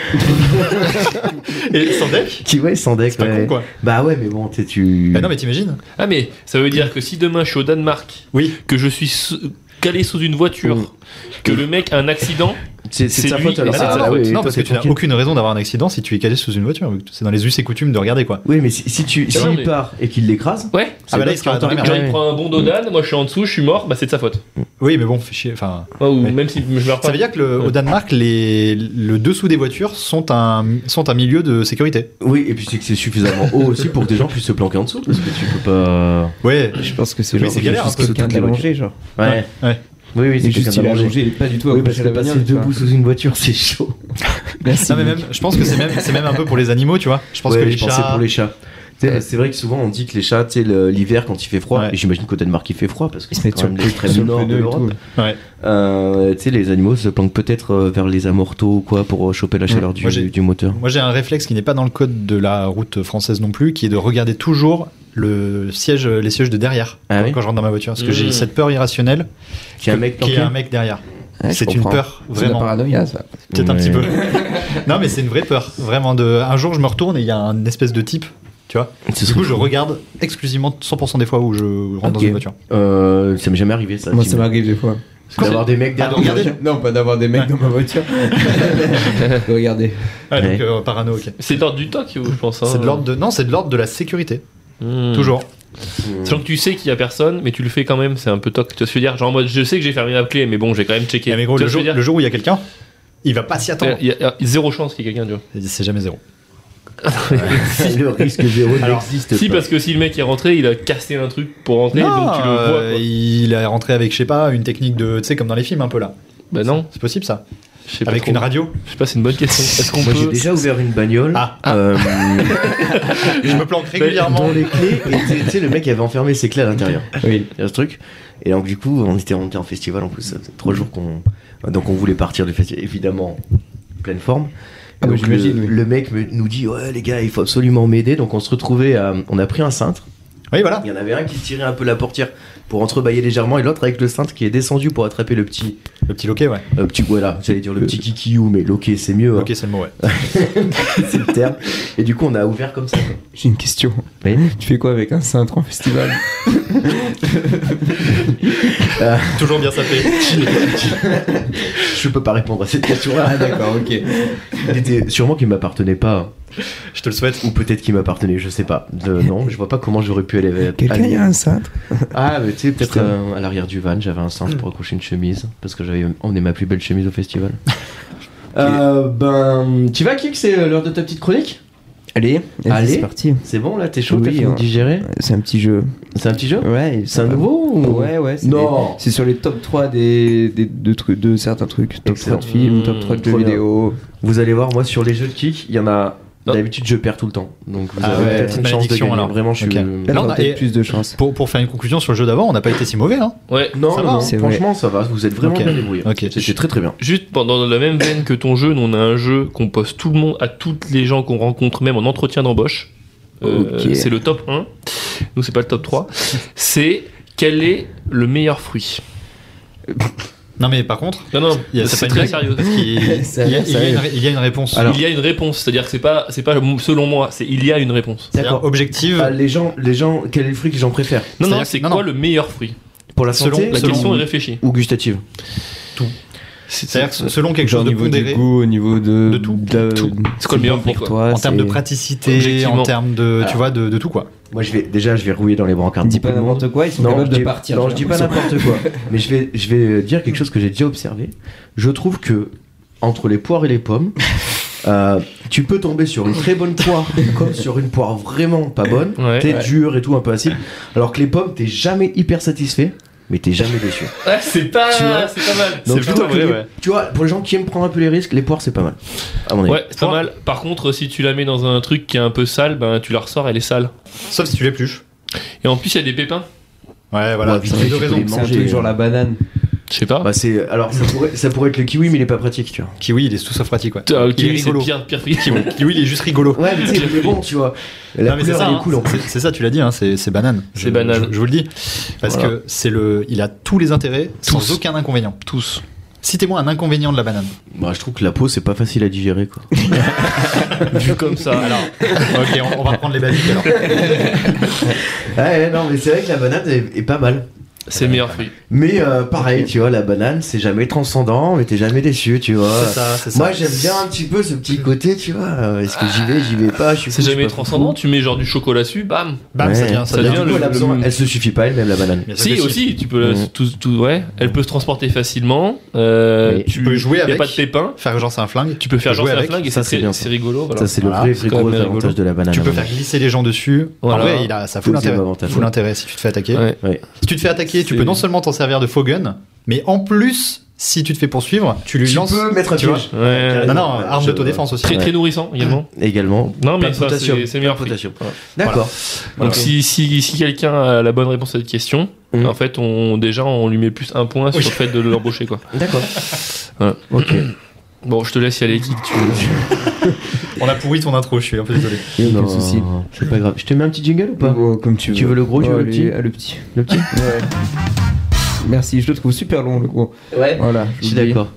Et sans deck qui ouais, sans deck. C'est pas ouais. con quoi. Bah ouais, mais bon, t'es- tu. Bah non, mais t'imagines Ah mais ça veut dire que si demain je suis au Danemark, Oui. Oh. que je suis sous- calé sous une voiture, Mm. que le mec a un accident, c'est c'est de c'est sa lui faute qui- alors. Ah, c'est de Ah sa faute. oui, non, toi, parce que t'es tu n'as tranquille. aucune raison d'avoir un accident si tu es calé sous une voiture. vu que C'est dans les us et coutumes de regarder quoi. Oui, mais si, si tu Ah non, s'il mais- part et qu'il l'écrase, ah ouais. c'est bah là, pas il sera qu'il dans la entend- merde. Genre il prend un bon dodan, moi je suis en dessous, je suis mort, bah c'est de sa faute. Oui, mais bon, fais chier. Enfin, Ouais, ou Ouais. même si je meurs pas. ça veut dire que le- au Danemark, les, le dessous des voitures sont un, sont un milieu de sécurité. Oui, et puis c'est que c'est suffisamment haut aussi pour que des gens puissent se planquer en dessous, parce que tu peux pas. Ouais. Je pense que c'est Oui, genre. c'est galère, juste un peu, quelqu'un toute de la l'allonger, genre. Ouais. ouais. Oui, oui, Et c'est juste quelqu'un il a d'allongé. allongé, il est pas du tout Oui, parce accroché à que la passer bagnole, tu vois. debout sous une voiture, c'est chaud. Merci. Non, mais même, je pense que c'est même, c'est même un peu pour les animaux, tu vois. Je pense Ouais, que les je pensais chats. pour les chats. Tu sais, C'est vrai que souvent on dit que les chats, tu sais, le- l'hiver quand il fait froid, Ouais. et j'imagine qu'au Danemark il fait froid parce que Ils se c'est mettent quand sur même le l'extrême sur nord le de pneu et l'Europe. tout. Ouais. Euh, tu sais, les animaux se planquent peut-être euh, vers les amortaux ou quoi pour euh, choper la chaleur du, Moi, j'ai- du moteur. Moi, j'ai un réflexe qui n'est pas dans le code de la route française non plus, qui est de regarder toujours le siège, les sièges de derrière Ah quand, oui quand je rentre dans ma voiture, parce que Mmh. j'ai cette peur irrationnelle Qu'il y a un mec qu'il y planqué a un mec derrière. Ouais, je c'est une comprends. peur, C'est de la vraiment. paranoïa, ça. Peut-être un Mais- petit peu. non, mais c'est une vraie peur, vraiment. De... Un jour, je me retourne et il y a un espèce de type, tu vois. C'est Du coup, ça. je regarde exclusivement 100% des fois où je rentre dans Ok. une voiture. Euh, ça m'est jamais arrivé ça. Moi, tu ça me- m'arrive des fois. C'est D'avoir des mecs Ah, derrière. regardez. Non, pas d'avoir des mecs dans ma voiture. Regardez. Ah, Ouais. donc euh, parano, ok. C'est de l'ordre du toc, je pense. hein. C'est de l'ordre de... Non, c'est de l'ordre de la sécurité, Hmm. toujours. Sachant que tu sais qu'il y a personne, mais tu le fais quand même, c'est un peu toc. Tu vois ce que je veux dire Genre en mode, je sais que j'ai fermé ma clé, mais bon, j'ai quand même checké. Mais gros, Tu le vois jour, ce que je veux le dire jour où il y a quelqu'un, il va pas s'y attendre. Il y a- il y a zéro chance qu'il y ait quelqu'un, tu vois. C'est jamais zéro. euh, le risque zéro Alors, n'existe Si, pas. parce que si le mec est rentré, il a cassé un truc pour rentrer, Non, donc tu le vois. euh, quoi. il est rentré avec, je sais pas, une technique de. Tu sais, comme dans les films, un peu là. Bah non, C'est possible ça je sais pas. Avec trop. une radio Je sais pas, c'est une bonne question. Est-ce qu'on Moi j'ai peut. déjà ouvert une bagnole. Ah. euh, Je me planque régulièrement. dont les clés étaient- tu sais le mec avait enfermé ses clés à l'intérieur. Oui. Il y a ce truc. Et donc du coup on était on était en festival en plus. Ça faisait trois jours qu'on donc on voulait partir du festival évidemment en pleine forme. Ah, Donc, bah, j'imagine, le, oui. le mec me- nous dit ouais les gars il faut absolument m'aider donc on se retrouvait à, on a pris un cintre Oui, voilà. Il y en avait un qui tirait un peu la portière pour entrebâiller légèrement et l'autre avec le cintre qui est descendu pour attraper le petit Le petit loquet, ouais. euh, petit voilà j'allais dire le petit kikiou mais loqué c'est mieux hein, Ok, c'est le mot, ouais. c'est le terme et du coup on a ouvert comme ça quoi. J'ai une question. Oui. Tu fais quoi avec un cintre en festival Toujours bien sapé. je peux pas répondre à cette question là d'accord, ok. il était sûrement qu'il m'appartenait pas hein. Je te le souhaite. ou peut-être qu'il m'appartenait je sais pas Euh, non je vois pas comment j'aurais pu aller Quelqu'un aller- a un cintre ah mais tu sais peut-être Putain. euh, à l'arrière du van j'avais un cintre pour accrocher une chemise parce que j'avais emmené ma plus belle chemise au festival Euh, ben tu vas Kik c'est l'heure de ta petite chronique Allez, vas-y, Allez. c'est parti. c'est bon là t'es chaud Oui, t'as fini hein. de digérer C'est un petit jeu. C'est un petit jeu Ouais, C'est un sympa. nouveau ou- Ouais, ouais. c'est Non. des- C'est sur les top 3 des, des, de, trucs, de certains trucs. Top Excellent. 3 de films, Mmh, top 3 de trop jeux bien. vidéo. Vous allez voir, moi sur les jeux de kick, il y en a. Non. D'habitude, je perds tout le temps. Donc vous Ah avez ouais, peut-être une chance de malédiction, gagner. alors. Vraiment, je suis. Ok. Là, Non, t'as non, et- peut-être plus de chance. Pour, pour faire une conclusion sur le jeu d'avant, on n'a pas été si mauvais, hein Ouais. Non, Ça va, non, hein. C'est franchement, ça va. Vous êtes vraiment Ok. bien débrouillés. Ok. C'était très très bien. Juste pendant la même veine que ton jeu, nous on a un jeu qu'on pose tout le monde, à toutes les gens qu'on rencontre, même en entretien d'embauche. Euh, Ok. C'est le top 1. Nous, c'est pas le top 3. C'est quel est le meilleur fruit Non, mais par contre, Non, non, il y a- c'est c'est pas très une blague. sérieux. parce qu'il- il y a- Ça il y a arrive, ça arrive. une- il y a une réponse. Alors- il y a une réponse, c'est-à-dire que c'est pas, c'est pas selon moi, c'est il y a une réponse. C'est-à-dire D'accord. objective. Ah, les gens, les gens, quel est le fruit que j'en préfère Non, non, C'est-à-dire c'est que- non, quoi non. le meilleur fruit Pour la Selon- santé La Selon- question est réfléchie. ou gustative C'est-à-dire que selon quelque Genre au chose de niveau du pondéré, goût, au niveau de. De tout. de- Tout. C'est quoi le bon meilleur prix, pour quoi toi en termes de c'est- praticité, en Objectivement. termes de, tu Alors. vois, de, de tout quoi. Moi, je vais déjà, je vais rouiller dans les brancards. Dis Beaucoup pas de monde. n'importe quoi, ils sont Non, capables je de dis- partir. non, j'ai je dis pas l'impression. n'importe quoi. Mais je vais, je vais dire quelque chose que j'ai déjà observé. Je trouve que entre les poires et les pommes, euh, tu peux tomber sur une très bonne poire comme sur une poire vraiment pas bonne. Ouais. t'es dur et tout, un peu acide. Alors que les pommes, t'es jamais hyper satisfait. Mais t'es jamais déçu. Ouais, c'est pas, Tu vois c'est pas mal. Donc, C'est je trouve que les- Tu vois, pour les gens qui aiment prendre un peu les risques, les poires c'est pas mal. À mon avis. Ouais, c'est pas mal. Par contre, si tu la mets dans un truc qui est un peu sale, ben tu la ressors, elle est sale. Sauf si tu l'épluches. Et en plus, il y a des pépins. Ouais, voilà. Ouais, tu vite, as deux tu peux raisons. les C'est un Manger, truc euh, genre la banane. Je sais pas. Bah, c'est alors ça pourrait, ça pourrait être le kiwi mais il est pas pratique tu vois. Kiwi, il est tout sauf pratique, ouais. Putain, il le est kiwi, c'est rigolo. pire, pire fruit. Kiwi, il est juste rigolo. Ouais mais tu sais il est bon tu vois. La Non, mais c'est couleur ça, elle hein. est cool en plus. C'est- C'est ça, tu l'as dit, hein, c'est c'est banane. C'est Je- banane. Je, je vous le dis. Parce Voilà. que c'est le, il a tous les intérêts, Tous. sans aucun inconvénient. Tous. Citez-moi un inconvénient de la banane. Bah je trouve que la peau c'est pas facile à digérer quoi. Vu comme ça. Alors, ok, on, on va prendre les basiques alors. Bah, Ouais non mais c'est vrai que la banane est, est pas mal. c'est le meilleur fruit. Mais euh, pareil tu vois la banane c'est jamais transcendant mais t'es jamais déçu tu vois. C'est ça, c'est ça. Moi j'aime bien un petit peu ce petit côté tu vois. euh, Est-ce que j'y vais j'y vais pas je suis C'est fou, je suis jamais pas fou. transcendant. Tu mets genre du chocolat dessus, bam. Bam, ça Ouais. vient, ça Ça vient. devient Du coup, le- l'absent, le- Elle se suffit pas elle-même la banane. Bien sûr Si que aussi, tu peux la- Mhm. tout, tout- ouais. Elle peut se transporter facilement. Euh, Oui. Tu peux jouer y a avec. pas de pépins. Faire genre c'est un flingue. Tu peux faire genre jouer c'est la avec. flingue et Ça, ça c'est bien, ça. c'est c'est rigolo. voilà. Ça c'est le Voilà, vrai c'est vrai quand gros même rigolo. avantage de la banane. Tu à peux mon faire avis. glisser les gens dessus. En Voilà. vrai, il a, ça fout Deuxième l'intérêt. avantage. Full intérêt si tu te fais attaquer. Ouais. Ouais. Si tu te fais attaquer, tu C'est- peux non seulement t'en servir de faux gun, mais en plus, si tu te fais poursuivre, tu lui Tu lances. peux mettre un tu vois. piège. Ouais. Non, non, Ouais, arme je- de ton défense aussi. Très Ouais. très nourrissant également. Également. Non Pas mais de ça potassium. c'est c'est le meilleur Pas de fruit. potassium. Voilà. D'accord. Donc Ok. si, si, si quelqu'un a la bonne réponse à cette question, Mhm. en fait, on, déjà, on lui met plus un point sur Oui. le fait de l'embaucher. quoi. D'accord. Voilà. Ok. Bon, je te laisse y aller, Kik. Tu veux. On a pourri ton intro, je suis un peu désolé. Non, souci. C'est pas grave. Je te mets un petit jingle ou pas Bon, euh, Comme tu veux. Tu veux le gros, tu Oh, veux le allez, petit ah, Le petit. Le petit Ouais. Merci, je le trouve super long le gros. Ouais, Voilà. je suis d'accord. Bah,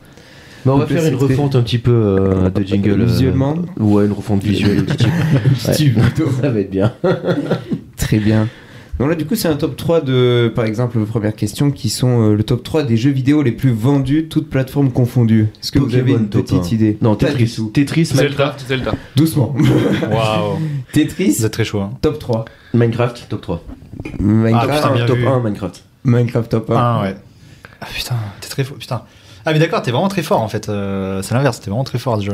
Mais on va faire une Complexité. refonte un petit peu euh, de jingle. euh, Visuellement. Ouais, une refonte visuelle. auditive. Steve plutôt. Ça va être bien. Très bien. Donc là, du coup, c'est un top 3 de, par exemple, première question, qui sont euh, le top 3 des jeux vidéo les plus vendus, toutes plateformes confondues. Est-ce que vous avez Pokémon, une top petite un. idée Non, Pas Tetris. du tout. Tetris, Minecraft. Zelda, Zelda. Doucement. Waouh. Tetris, Vous êtes très chaud. hein. top 3. Minecraft, top 3. Minecraft, putain, bien Ah, top vu. 1, Minecraft. Minecraft top 1. Ah ouais. Ah putain, t'es très fort. Putain. Ah mais d'accord, t'es vraiment très fort en fait. Euh, c'est l'inverse, t'es vraiment très fort ce jeu.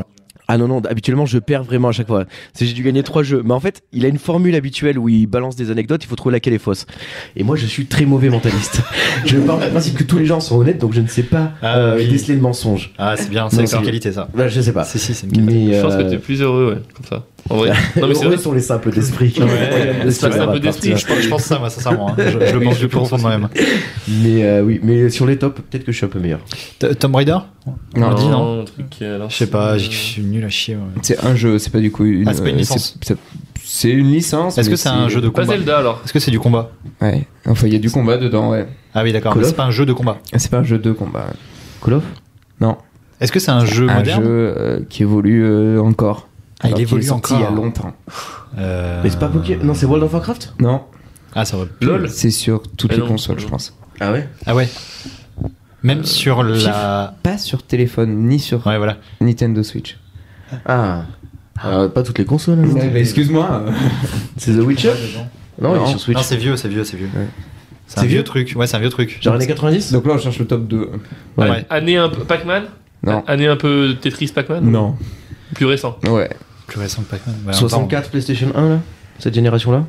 Ah non, non, habituellement je perds vraiment à chaque fois. C'est j'ai dû gagner trois jeux. Mais en fait, il a une formule habituelle où il balance des anecdotes, il faut trouver laquelle est fausse. Et moi, je suis très mauvais mentaliste. je parle du principe que tous les gens sont honnêtes, donc je ne sais pas Ah, euh, oui. déceler le mensonge. Ah c'est bien, Non, c'est c'est une bien. qualité ça. Bah, je sais pas. Si si, c'est une qualité. Mais Je pense que euh, t'es plus heureux, ouais, comme ça. En vrai. Non, mais c'est heureux vrai. sont les simples d'esprit. Ouais, c'est Ça, ça vrai, c'est un va peu partir. d'esprit. Je pense, je pense ça, moi, sincèrement. hein. Je, je le Oui, pense je du plus pense profond de aussi. moi-même. Mais euh, oui, mais sur les tops, peut-être que je suis un peu meilleur. T- Tomb Raider Non, dis non. un truc, alors, Je sais pas, je euh, suis nul à chier. ouais. C'est un jeu, c'est pas du coup une. Ah, c'est pas une euh, licence. c'est- C'est une licence. Est-ce mais que c'est un jeu de euh, Pas combat Zelda alors. Est-ce que c'est du combat Ouais. Enfin, il y a du combat dedans, ouais. Ah oui, d'accord. Call mais of C'est pas un jeu de combat. C'est pas un jeu de combat. ouais. Call of Non. Est-ce que c'est un jeu un moderne jeu euh, qui évolue euh, encore. Ah, il Alors qu'il évolue est sorti encore. Il y a longtemps. Euh, Mais c'est pas Poké. Non, c'est World of Warcraft Non. Ah, ça va. LOL. C'est sur toutes Mais les non, consoles, non. je pense. Ah ouais Ah ouais. Même sur la. Pas sur téléphone, ni sur Ouais, voilà. Nintendo Switch. Ah. Alors, pas toutes les consoles. hein, non Excuse-moi. C'est The Witcher Non, il est sur Switch. Non, c'est vieux, c'est vieux, c'est vieux. Ouais. C'est un C'est vieux vieux truc. Ouais, c'est un vieux truc. Genre années 90 Donc là, on cherche le top 2. Ouais. Ouais. Année un peu Pac-Man Non. Année un peu Tetris Pac-Man Non. Plus récent. Ouais. Plus récent que Pac-Man. Ouais, en 64 PlayStation 1 là Cette génération là temps.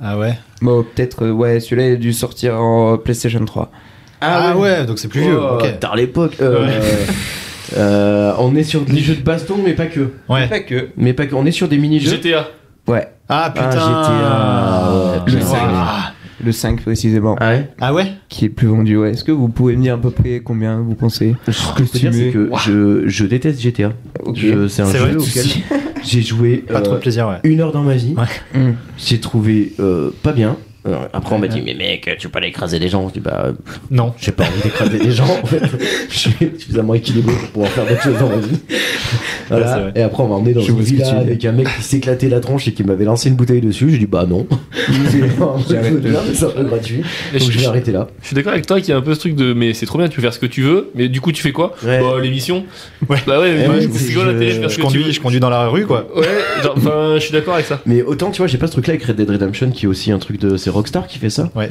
Ah ouais. Bon, peut-être, euh, ouais, celui-là, il a dû sortir en PlayStation 3. Ah, ouais. donc c'est plus vieux. Oh, ok. tard l'époque. euh, euh, on est sur des jeux de baston, mais pas que. Ouais. Pas que. Mais pas que. On est sur des mini-jeux. GTA. Ouais. Ah putain. Ah, GTA, ouais, Le bien. cinq. Le 5 précisément, Ah ouais Ah ouais. qui est le plus vendu, ouais. Est-ce que vous pouvez me dire à peu près combien vous pensez Ce que je peux tu dire, c'est mets- que je, je déteste GTA. Ok. Je- C'est un C'est jeu vrai, tu auquel sais. j'ai joué Pas euh, trop de plaisir, ouais. une heure dans ma vie. Ouais. Mm. J'ai trouvé euh, pas bien. Alors, après, on m'a dit, mais mec, tu veux pas aller écraser les gens Je dis, bah, Non. j'ai pas envie d'écraser les gens. en fait. Je suis suffisamment équilibré pour pouvoir faire d'autres choses dans ma vie. Ouais, c'est Voilà. vrai. et après, on m'a emmené dans Je une vois ce que villa tu veux dire. avec un mec qui s'éclatait la tronche et qui m'avait lancé une bouteille dessus. J'ai dit, bah non. C'est un peu J'arrête de- bizarre, mais c'est un peu gratuit. Et Donc, je vais je- arrêter là. Je suis d'accord avec toi qu'il y a un peu ce truc de mais c'est trop bien, tu peux faire ce que tu veux, mais du coup tu fais quoi Ouais. Bah l'émission. Ouais. Eh Bah ouais, mais ouais, je c'est- suis à la télé, je fais Je ce que tu veux. conduis, je conduis dans la rue, quoi. Ouais, genre, enfin je suis d'accord avec ça. Mais autant, tu vois, j'ai pas ce truc là avec Red Dead Redemption qui est aussi un truc de. C'est Rockstar qui fait ça. Ouais.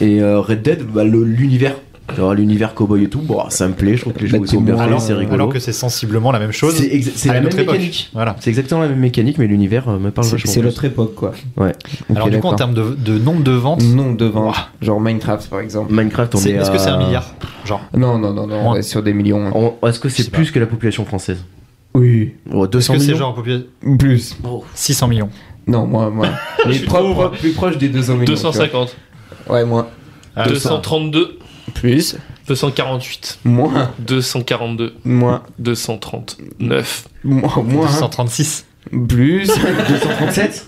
Et euh, Red Dead, bah, le- l'univers. genre L'univers cowboy et tout, bon, ça me plaît, je trouve que les Bah, jeux t'es sont bien moins- faits, Alors, c'est rigolo. alors que c'est sensiblement la même chose. C'est exa- c'est à la une même autre époque. mécanique. Voilà. C'est exactement la même mécanique, mais l'univers euh, me parle C'est vachement. c'est plus. l'autre époque, quoi. Ouais. Ok, Alors du coup, en d'accord. termes de, de nombre de ventes, Nombre de ventes, genre Minecraft par exemple. Minecraft, on c'est- est. est-ce que c'est un à- milliard Genre. Non, non, non, non, Moins. ouais, sur des millions. hein. On- Est-ce que Je c'est sais plus que la population française Oui. Oh, Est-ce 200 que c'est millions genre popula- Plus. Oh. 600 millions Non, moins, moins. Les suis pro- trop, pro- moi. plus proches des 200 millions. tu vois. 250, Ouais, moins. Ah, 232, Plus. 248, Moins. 242, Moins. 239. Moins. Moins. 236. Plus. 237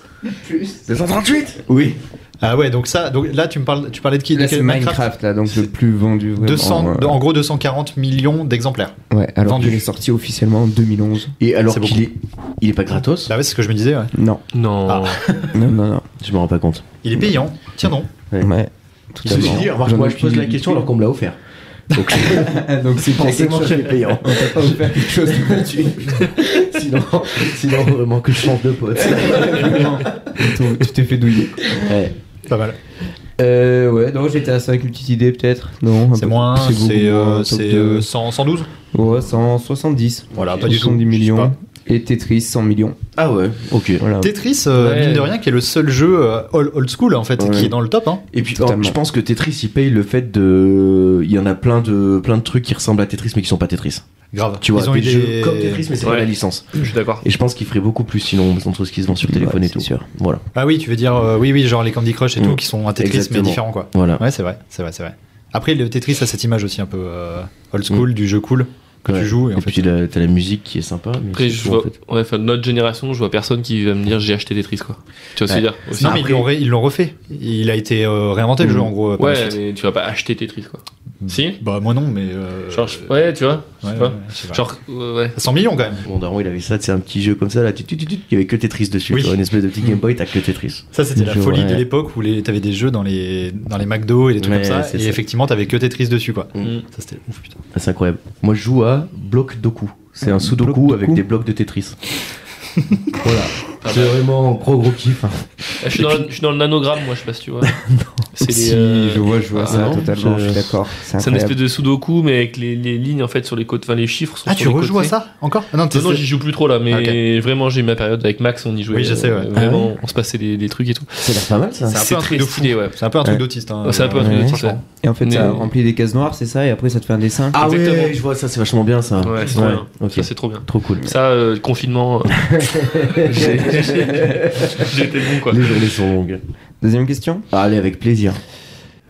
plus. 238 Oui. Ah ouais, donc ça, donc là tu me parles, tu parlais de qui Là, de quel c'est Minecraft, là, donc le plus vendu. Vraiment, 200, ouais. de- en gros 240 millions d'exemplaires. Ouais, alors vendu. qu'il est sorti officiellement en 2011. Et alors C'est qu'il est. Il est pas gratos Bah ouais, c'est ce que je me disais. ouais. Non. Non. Ah. Non, non, non. Je me rends pas compte. Il est payant. Tiens non. Ouais. Tout à Ceci fait. dit, remarque, J'en ai moi je pose aucune la idée. question alors qu'on me l'a offert. Donc Donc c'est forcément forcément que je suis payant. On t'a pas offert quelque chose de gratuit. sinon, sinon, vraiment que je change de pote. Vraiment. Tu tu t'es fait douiller. Ouais. Pas mal. Euh, ouais, donc j'étais à ça avec une petite idée peut-être. Non, un C'est peu- moins, beaucoup c'est euh, moins, hein, top c'est, deux. euh, 100 112. Ouais, 170. Voilà, pas du tout. 70 Je sais millions. pas. Et Tetris, 100 millions. Ah ouais, ok. Voilà. Tetris, euh, Ouais. mine de rien, qui est le seul jeu euh, old, old school en fait, Ouais. qui est dans le top. Hein. Et puis Totalement. oh, je pense que Tetris il paye le fait de. Il y en a plein de, plein de trucs qui ressemblent à Tetris mais qui sont pas Tetris. Grave. Tu vois, Ils ont eu des jeux des- comme Tetris mais c'est Ouais. pas la licence. Je suis d'accord. Et je pense qu'il ferait beaucoup plus sinon entre ce qui se vend sur le Ouais, téléphone et c'est tout. sûr. Voilà. Ah oui, tu veux dire, euh, oui, oui, genre les Candy Crush et Mm. tout, qui sont un Tetris Exactement. mais différents quoi. Voilà. Ouais, c'est vrai, c'est vrai, c'est vrai. Après, le Tetris a cette image aussi un peu euh, old school, du jeu cool, que Mm. Ouais. tu joues. Et, en fait, puis la- t'as la musique qui est sympa. Mais Après, c'est je tout, vois, en fait. ouais, enfin, de notre génération, je vois personne qui va me dire j'ai acheté Tetris quoi. Tu vois ce que je veux dire aussi. Non, mais ils l'ont ré- ils l'ont refait. Il a été euh, réinventé Mm. le jeu en gros. par la Ouais, suite. mais tu vas pas acheter Tetris quoi. Si Bah moi non, mais. euh, Genre, je- ouais, tu vois, je sais ouais, pas. ouais, je sais pas. Genre, euh, ouais. 100 millions quand même. Mon daron, il avait ça, c'est un petit jeu comme ça, là, tu, tu, tu, tu, il y avait que Tetris dessus. Oui. tu vois, Une espèce de petit Game Boy, t'as que Tetris. Ça, c'était la Je- folie ouais. de l'époque où les- t'avais des jeux dans les, dans les McDo et des trucs Ouais, comme ça. c'est Et ça. effectivement, t'avais que Tetris dessus, quoi. Mm. Ça, c'était ouf, putain. Ah, C'est incroyable. Moi, je joue à Bloc Doku. C'est un Bloc Sudoku Doku avec des blocs de Tetris. voilà. Pas C'est mal. vraiment un gros gros kiff. hein. Je suis, dans le, je suis dans le nanogramme, moi, je sais pas si tu vois. C'est Si, des, euh, je vois, je vois ah ça non, totalement, je- je, suis d'accord. C'est c'est une incroyable. espèce de sudoku, mais avec les, les lignes en fait sur les côtes, enfin les chiffres sont Ah, sur tu les rejoues à côtés. ça encore Ah Non, t'es- Non, non, j'y joue plus trop là, mais Ah, vraiment, j'ai eu ma période avec Max, on y jouait. Oui, je sais, ouais. euh, Vraiment, on se passait des, des trucs et tout. C'est l'air pas mal ça. C'est un peu un truc de fou. stylé, ouais. C'est un peu un truc Ouais. d'autiste. hein. Ouais, c'est un peu un truc ouais, d'autiste, ouais. Et en fait, ça Mais- remplit des cases noires, c'est ça, et après ça te fait un dessin. Ah ouais, Exactement. je vois ça, c'est vachement bien ça. Ouais, c'est trop bien. ok. Ça, c'est trop bien. Trop cool. Ça, euh, le confinement, euh, j'ai j'ai été bon, quoi. Les journées sont longues. Deuxième question. Allez, avec plaisir.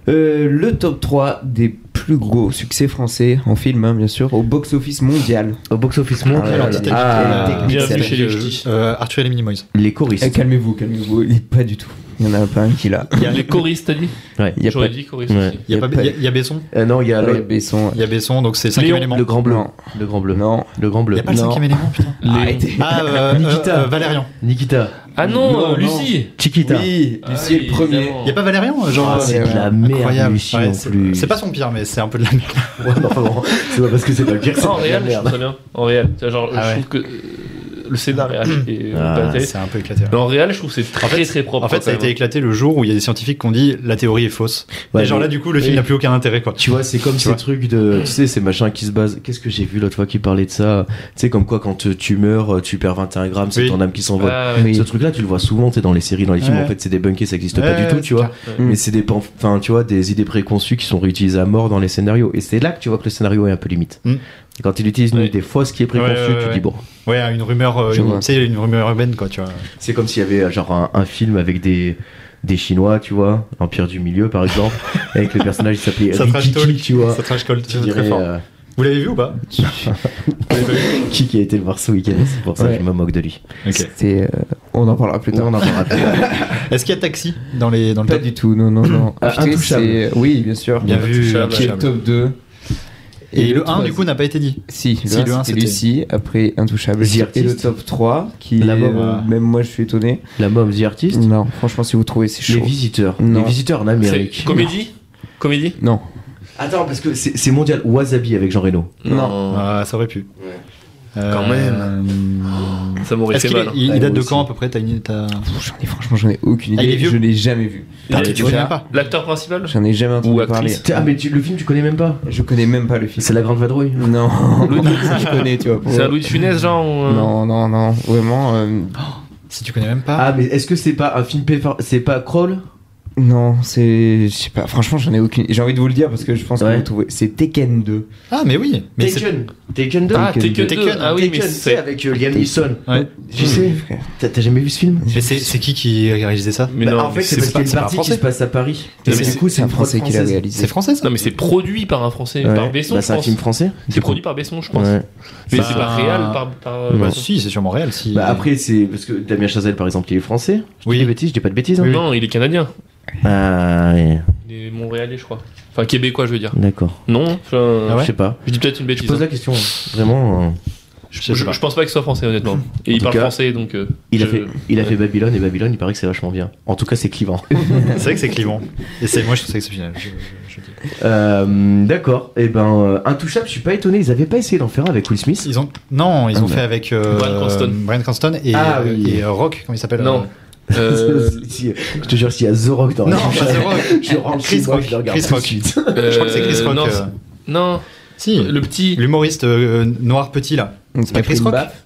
Euh, le top 3 des plus gros succès français en film, hein, bien sûr, au box-office mondial. Au box-office monde, Ah là là. Titanic, Ah, euh, Bienvenue Titanic, chez les euh, ch'tis. euh, Arthur et les Minimoys. les choristes. Eh, calmez-vous, calmez-vous, il est pas du tout. Il y en a pas un qui l'a. Les choristes, t'as dit Ouais. Il y a J'aurais pas dit choristes Ouais. aussi. Il y, a Y a pas- pas- y a- y a Besson. Euh, non, il y a de le, Besson. Il y a Besson, donc c'est 5 élément. le grand bleu. Non. Le grand bleu. Non. Le grand Il bleu. n'y a pas le Non. cinquième élément, putain. Arrêtez. Ah, euh, Nikita. euh, euh, Valérian. Nikita. Ah non, Non, euh, Lucie Chiquita. Oui, ah Lucie est le premier. Il n'y a pas Valérian, genre. Ah, c'est euh, de la merde, incroyable. Lucie, Ouais, en c'est- plus. C'est pas son pire, mais c'est un peu de la merde. Ouais, mais enfin bon, c'est pas parce que c'est pas le pire, c'est Non, Ah, en pas de la réel, je trouve merde. ça bien. En réel. Tu vois, Genre, Ah je ouais. trouve que euh, le scénar est acheté. Ah, pas la télé. C'est un peu éclaté. ouais. Mais en réel, je trouve que c'est très très propre. En fait, ça a quand été même. éclaté le jour où il y a des scientifiques qui ont dit la théorie est fausse. Ouais, et genre mais- là, du coup, le film oui. n'a plus aucun intérêt, quoi. Tu vois, c'est comme Tu ces vois. trucs de. Tu sais, ces machins qui se basent. Qu'est-ce que j'ai vu l'autre fois qui parlait de ça Tu sais, comme quoi, quand euh, tu meurs, euh, tu perds 21 grammes, c'est Oui. ton âme qui s'envole. Ah, ouais. Oui. Ce truc-là, tu le vois souvent, t'es dans les séries, dans les films. Ouais. En fait, c'est débunké, ça existe pas Ouais, du tout, ouais, tu c'est vois. clair. Mais c'est des, pan- enfin, tu vois, des idées préconçues qui sont réutilisées à mort dans les scénarios. Et c'est là que tu vois que le scénario est un peu limite. Mm. Et quand il utilise une Ouais. idée fausse qui est préconçue, Ouais, ouais, ouais, tu te dis ouais. bon. Ouais, une rumeur, euh, Je une- vois. tu sais, une rumeur urbaine, quoi, tu vois. C'est comme s'il y avait euh, genre un, un film avec des des Chinois, tu vois, l'Empire du Milieu par exemple, avec le personnage qui s'appelait Ça trash Rikiki, talk, tu vois. Ça trash call, Tu très dirais, fort. euh, Vous l'avez vu ou pas Vous l'avez pas vu qui qui a été le voir ce week-end, c'est pour ça Ouais. que je me moque de lui. Ok. C'était, euh, on en parlera plus tard. Non, non, non, attends. Est-ce qu'il y a Taxi dans, les, dans le Pas top du tout, non, non, non. Ah, Putain, intouchable. c'est- euh, Oui, bien sûr. Bien vu. Intouchable. Qui est le Intouchable. top 2. Et le 1, troisième- du coup, n'a pas été dit. Si, le Si, le 1 un, c'était c'était- Lucie, après Intouchable. The Et le Artist. top 3, qui La est- mort, euh, euh. même moi je suis étonné. La Mom the Artist, Non, franchement si vous trouvez c'est les Mm. chaud. visiteurs, Non. les visiteurs en C'est Amérique. comédie Comédie Non. Attends parce que c'est c'est mondial Wasabi avec Jean Reno. Non. Ah, ça aurait pu. Euh, Quand même. Ça m'aurait Est-ce fait qu'il est- mal. hein. il, il Ouais, date moi de quand aussi. à peu près T'as une. t'as- Pff, J'en ai franchement j'en ai aucune Ah, il est idée. vieux Je l'ai jamais vu. Ah, Et- tu connais pas L'acteur principal J'en ai jamais entendu Ou parler. actrice. T'es- Ah mais tu- le film tu connais même pas. Je connais même pas le film. C'est La Grande Vadrouille. Non. Louis de- je connais tu vois. pour- C'est un Louis de Funès, genre ou, euh, Non non non vraiment euh, Si tu connais même pas. Ah mais est-ce que c'est pas un film Pepper- c'est pas Crawl non c'est je sais pas franchement j'en ai aucune. J'ai envie de vous le dire parce que je pense que Ouais. vous trouvez. C'est Tekken 2. Ah, mais oui. Mais c'est- Taken. Taken 2. Ah, Taken 2. Taken, Ah oui, mais Taken, c'est c'est. avec euh, Liam Neeson. ouais. Tu sais, frère. t'as t'as jamais vu ce film Mais c'est c'est qui qui a réalisé ça Mais Bah, non, en fait, mais c'est c'est parce qu'il pas- y a c'est une pas partie qui français. se passe à Paris. Mais Et c'est- du coup, C'est c'est un une prod français qui l'a française. réalisé. C'est français ça non, mais c'est produit par un français, par Ouais. Besson, Bah, je c'est un pense. film français. C'est produit par Besson, je pense. Ouais. Mais Bah, c'est pas réel par. par euh, Non. Bah, Besson. si, c'est sûrement réel. Si... Bah après, c'est parce que Damien Chazelle, par exemple, il est français. Je dis oui. des bêtises, je dis pas de bêtises. hein. Non, il est canadien. Ah ouais, Il est montréalais, je crois. Enfin, québécois, je veux dire. d'accord. Non enfin, Ah ouais Je sais pas. Je dis peut-être une Je bêtise. pose hein. la question. Vraiment, euh, Je, sais pas. je pense pas qu'il soit français, honnêtement. Et il tout parle cas, français, donc. euh, il a je- fait, il a fait Babylone et Babylone, il paraît que c'est vachement bien. En tout cas, c'est clivant. C'est vrai que c'est clivant. Et c'est moi je trouve ça exceptionnel. Je, je- je dis. Euh, d'accord. Et ben, euh, intouchable. Je suis pas étonné. Ils avaient pas essayé d'en faire un avec Will Smith. Ils ont non, ils Ah, ont mais- fait avec euh, Bryan Cranston. Bryan Cranston et, Ah, oui. et, euh, Rock, comment il s'appelle Non. Euh, Si- je te jure, s'il y a The Rock dans euh, Non, la- pas The Rock. je rentre Chris chez moi, Rock. je le regarde Chris tout de Rock. suite. Je crois que c'est Chris euh, Rock. Non, euh, non, Si, le petit. l'humoriste euh, noir petit là. Donc, pas il a Chris pris une Rock baffe.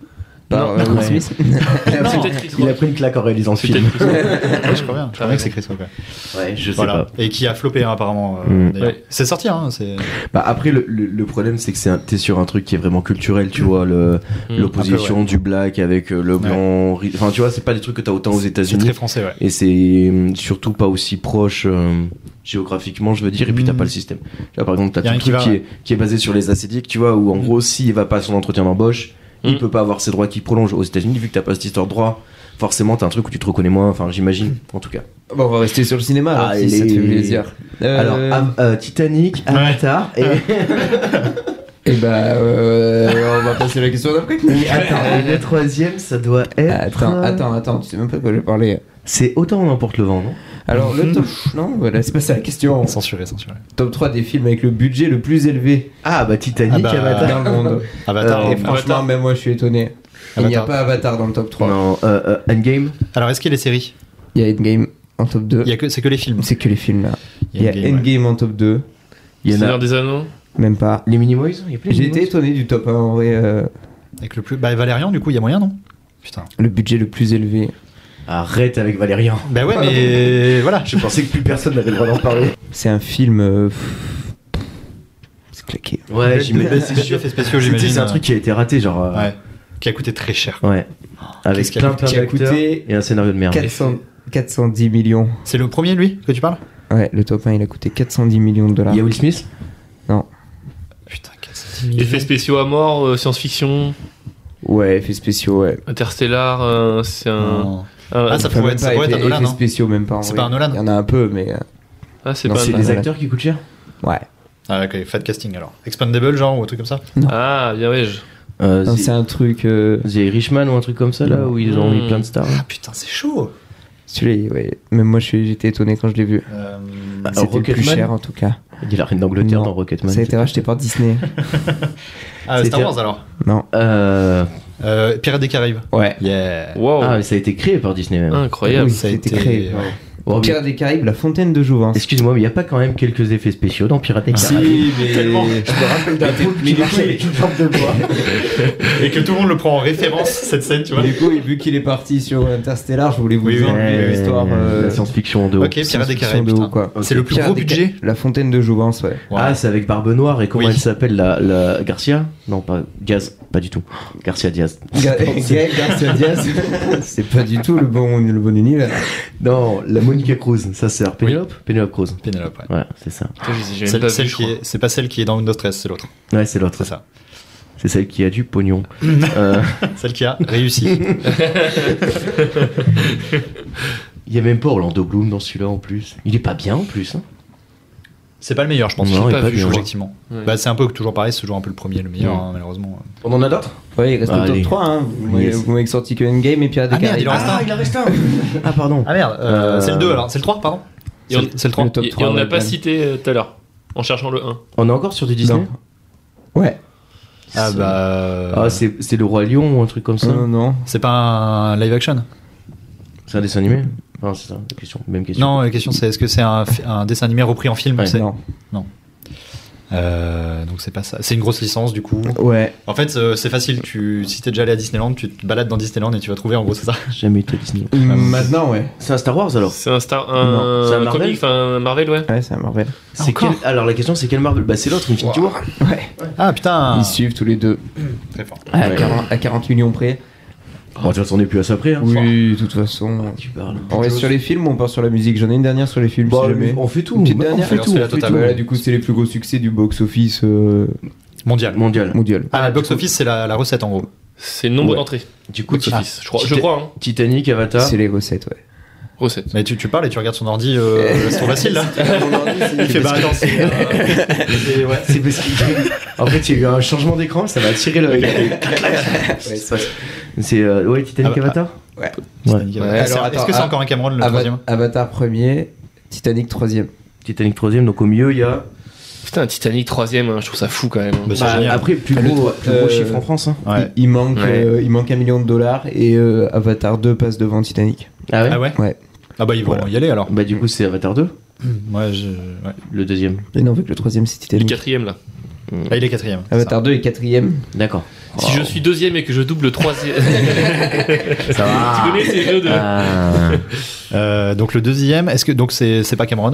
par Non. euh, Will Ouais. Smith. C'est Non. peut-être Chris Il a Rock. pris une claque en réalisant ce C'est film. peut-être Ah, Chris Rock. Ah, Ouais, je crois bien. Je crois bien que c'est Chris Rock. ouais. Ouais, je sais Voilà. Et qui a floppé hein, apparemment. euh, Mm. d'ailleurs. Ouais. C'est sorti. Hein, c'est... pas. Bah, après, le, le- le problème, c'est que c'est un- t'es sur un truc qui est vraiment culturel, tu vois, le- Mm. l'opposition du black avec euh, le blanc. ri- Enfin, tu vois, c'est pas des trucs que t'as autant aux c'est États-Unis. très français. Ouais. Et c'est euh, surtout pas aussi proche euh, géographiquement, je veux dire, et puis t'as Mm. pas le système. Tu vois, par exemple, t'as Y tout a le un truc qui qui, va, ouais. est, qui est basé sur les acédiques, tu vois, où en Mm. gros, s'il va pas à son entretien d'embauche, il Mm. peut pas avoir ses droits qui prolongent. Aux États-Unis, vu que t'as pas cette histoire de droit, forcément, t'as un truc où tu te reconnais moins, enfin, j'imagine, en tout cas. Bon, on va rester sur le cinéma, alors, Ah, si ça te les- fait plaisir. Euh, Alors, Av- euh, Ah. Titanic, Avatar, et. eh bah, euh, on va passer à la question d'après. Mais attends, et le troisième, ça doit être. Attends, euh, attends, attends, tu sais même pas de quoi je vais parler. C'est autant on emporte le vent, non Alors, le top. Non, voilà, c'est pas ça la question. Censuré, censuré. Top 3 des films avec le budget le plus élevé Ah bah Titanic, Ah bah, Avatar. dans le monde. Avatar. Et euh, franchement, Avatar. même moi, je suis étonné. Il n'y a pas Avatar dans le top 3. Non, euh, euh, Endgame. Alors est-ce qu'il y a les séries Il y a Endgame en top 2. Il y a que c'est que les films. C'est que les films là. Il y a ouais. Endgame en top 2, Il y en Seigneur a. des Anneaux. même pas. Les Minimoys Il y a plus de J'ai été Minimoys étonné du top 1 en vrai. euh, Avec le plus. Bah Valérian du coup il y a moyen non Putain. le budget le plus élevé. Arrête avec Valérian. Bah ouais mais voilà. Je pensais que plus personne n'avait le droit d'en parler. C'est un film. euh, pff, C'est claqué. Ouais, Belles- j'imagine. belles effets spéciaux C'est tu sais, j'imagine. c'est un truc qui a été raté, genre. euh, Ouais. Qui a coûté très cher. Ouais. Avec Qu'est-ce qu'il y a- plein, plein qui a d'acteurs coûté et un scénario de merde. 400 410 millions. C'est le premier lui que tu parles Ouais, le top 1 il a coûté 410 millions de dollars. Il y a Will Smith Putain 410 millions. Effets spéciaux à mort, euh, science-fiction, Ouais, effets spéciaux, ouais. Interstellar, euh, c'est un. Hum. Non. un- Ah, ça Enfin, pourrait même être- pas ça pourrait être effets- un Nolan, effets hein. spéciaux, même pas en C'est vrai. pas un Nolan. Il y en a un peu, mais. euh, ah, c'est Non, pas c'est C'est un- des ouais. acteurs qui coûtent cher Ouais. Ah ouais, ok, fat casting alors. Expandable genre ou un truc comme ça Ah, bien ouais. je- euh, Non, C'est The un truc. euh, The Richman ou un truc comme ça, là, où ils ont Mm. mis plein de stars. Ah putain c'est chaud. Celui-là, ouais. Même moi, je suis- j'étais étonné quand je l'ai vu. Euh, Ah, C'était le plus Rocketman cher en tout cas. Il y a la reine d'Angleterre Non. dans Rocketman. Ça a été racheté par Disney. Ah Star c'était- Wars alors. Non. Euh, Euh, Pirates des Caraïbes. Ouais. Yeah. Wow. Ah, mais ça a été créé par Disney Ah, même. Incroyable. Oui, ça a c'était été- créé. ouais. Oh, mais- Pirates des Caraïbes, la fontaine de Jouvence. Excuse-moi, mais il n'y a pas quand même quelques effets spéciaux dans Pirates des Caraïbes Si, mais Tellement. je me rappelle d'un truc, mais du coup, une forme de bois. Et que tout le monde le prend en référence cette scène, tu vois. du coup, et vu qu'il est parti sur Interstellar, je voulais vous Oui, dire oui, oui, oui, une histoire. euh, Ah, La science-fiction de haut. Ok, Pirates des science-fiction Caraïbes. de putain. haut, quoi. C'est le plus Pirates gros des budget. Ca- La fontaine de Jouvence, ouais. Ah, c'est avec Barbe Noire et comment Oui. elle s'appelle la, la Garcia Non, pas Gaz, pas du tout. Garcia Diaz. Ga- Gaël Garcia Diaz, c'est pas du tout le bon, le bon univers. Non, la Monica Cruz, sa sœur. Pénélope Pénélope Cruz. Pénélope, ouais. Ouais, c'est ça. Putain, j'ai- j'ai même C'est pas celle vu, je qui crois. est- c'est pas celle qui est dans Windows 13, c'est l'autre. Ouais, c'est l'autre. C'est ça. C'est celle qui a du pognon. Euh, Celle qui a réussi. Il y a même pas Orlando Bloom dans celui-là en plus. Il est pas bien en plus. hein. C'est pas le meilleur, je pense. Non, J'ai il est pas vu, bien. objectivement. Ouais. Bah, c'est un peu toujours pareil, c'est toujours un peu le premier, le meilleur, hein, malheureusement. On en a d'autres Ouais, il reste le Allez. top 3, hein. Vous m'avez- Yes. vous m'avez sorti que Endgame et Pirates Ah des merde, il Caraïbes. en reste un. il en reste un Ah, pardon. Ah merde, euh, Euh, c'est le 2 alors, c'est le 3, pardon Et on- C'est c'est le 3. le top Et- et 3, on n'a ouais, pas Dan. cité euh, tout à l'heure, en cherchant le 1. On est encore sur du Disney Non. Ouais. Ah bah. Ah, c'est c'est le Roi Lion ou un truc comme ça Non, non. C'est pas un live action C'est un dessin animé Enfin, c'est ça, la question. Même question. Non, la question c'est est-ce que c'est un, fi- un dessin animé repris en film Ouais. c'est- Non. Euh, Donc c'est pas ça. C'est une grosse licence du coup. Ouais. En fait, euh, c'est facile. Tu, si t'es déjà allé à Disneyland, tu te balades dans Disneyland et tu vas trouver en gros, c'est ça. Jamais été Disney. Ah, Maintenant, ouais. C'est un Star Wars alors C'est un Star, Non. C'est un un, Marvel comic, enfin un Marvel, ouais. Ouais, c'est un Marvel. C'est Encore quel- Alors la question c'est quel Marvel Bah c'est l'autre Infinity Wow. War. Ouais. Ah putain Ils suivent tous les deux. Très fort. À, 40, à 40 millions près. Bon, de toute façon on est plus à ça près. Hein. Oui, de toute façon. Tu parles. On reste sur les films ou on part sur la musique J'en ai une dernière sur les films. si Bah, jamais. Bah, on fait tout. Une petite dernière. on fait Alors, tout. c'est la on fait totale. tout. Bah là, du coup, c'est les plus gros succès du box-office euh, Mondial. Mondial. mondial. Ah, la box office, c'est la, la recette en gros. C'est le nombre Ouais. d'entrées. Du coup, Ti- Office, je crois, je Titan- crois hein. Titanic, Avatar. C'est les recettes, ouais. Recette. Mais tu, tu parles et tu regardes son ordi, euh, c'est trop facile là. Il fait bah attends, c'est. euh, c'est- ouais. C'est parce que- en fait, il y a eu un changement d'écran, ça va attirer le. c'est pas- c'est euh, ouais Titanic, Ah bah, Avatar. Titanic, ouais. Ouais, Est-ce alors, est-ce que attends, c'est ah, encore un Cameron le Ava- troisième Avatar premier, Titanic troisième. Titanic troisième, donc au milieu il y a. Putain, Titanic 3 hein, je trouve ça fou quand même. hein. Bah, c'est génial. après plus Ah, le gros, trois- plus gros euh, chiffre en France. Hein. Ouais. Il, il manque, Ouais. euh, il manque un million de dollars et euh, Avatar 2 passe devant Titanic. Ah ouais. Ah ouais Ouais. Ah bah ils vont Voilà. y aller alors. Bah du coup c'est Avatar 2, Moi je. ouais. le deuxième. Et non, vu que le troisième c'est Le Titanic. quatrième là. Là, il est quatrième. c'est Avatar 2 est quatrième. D'accord. Si je suis deuxième et que je double troisième. Ça tu va. connais ces jeux de. Ah. ça. Euh, donc le deuxième, est-ce que donc c'est c'est pas Cameron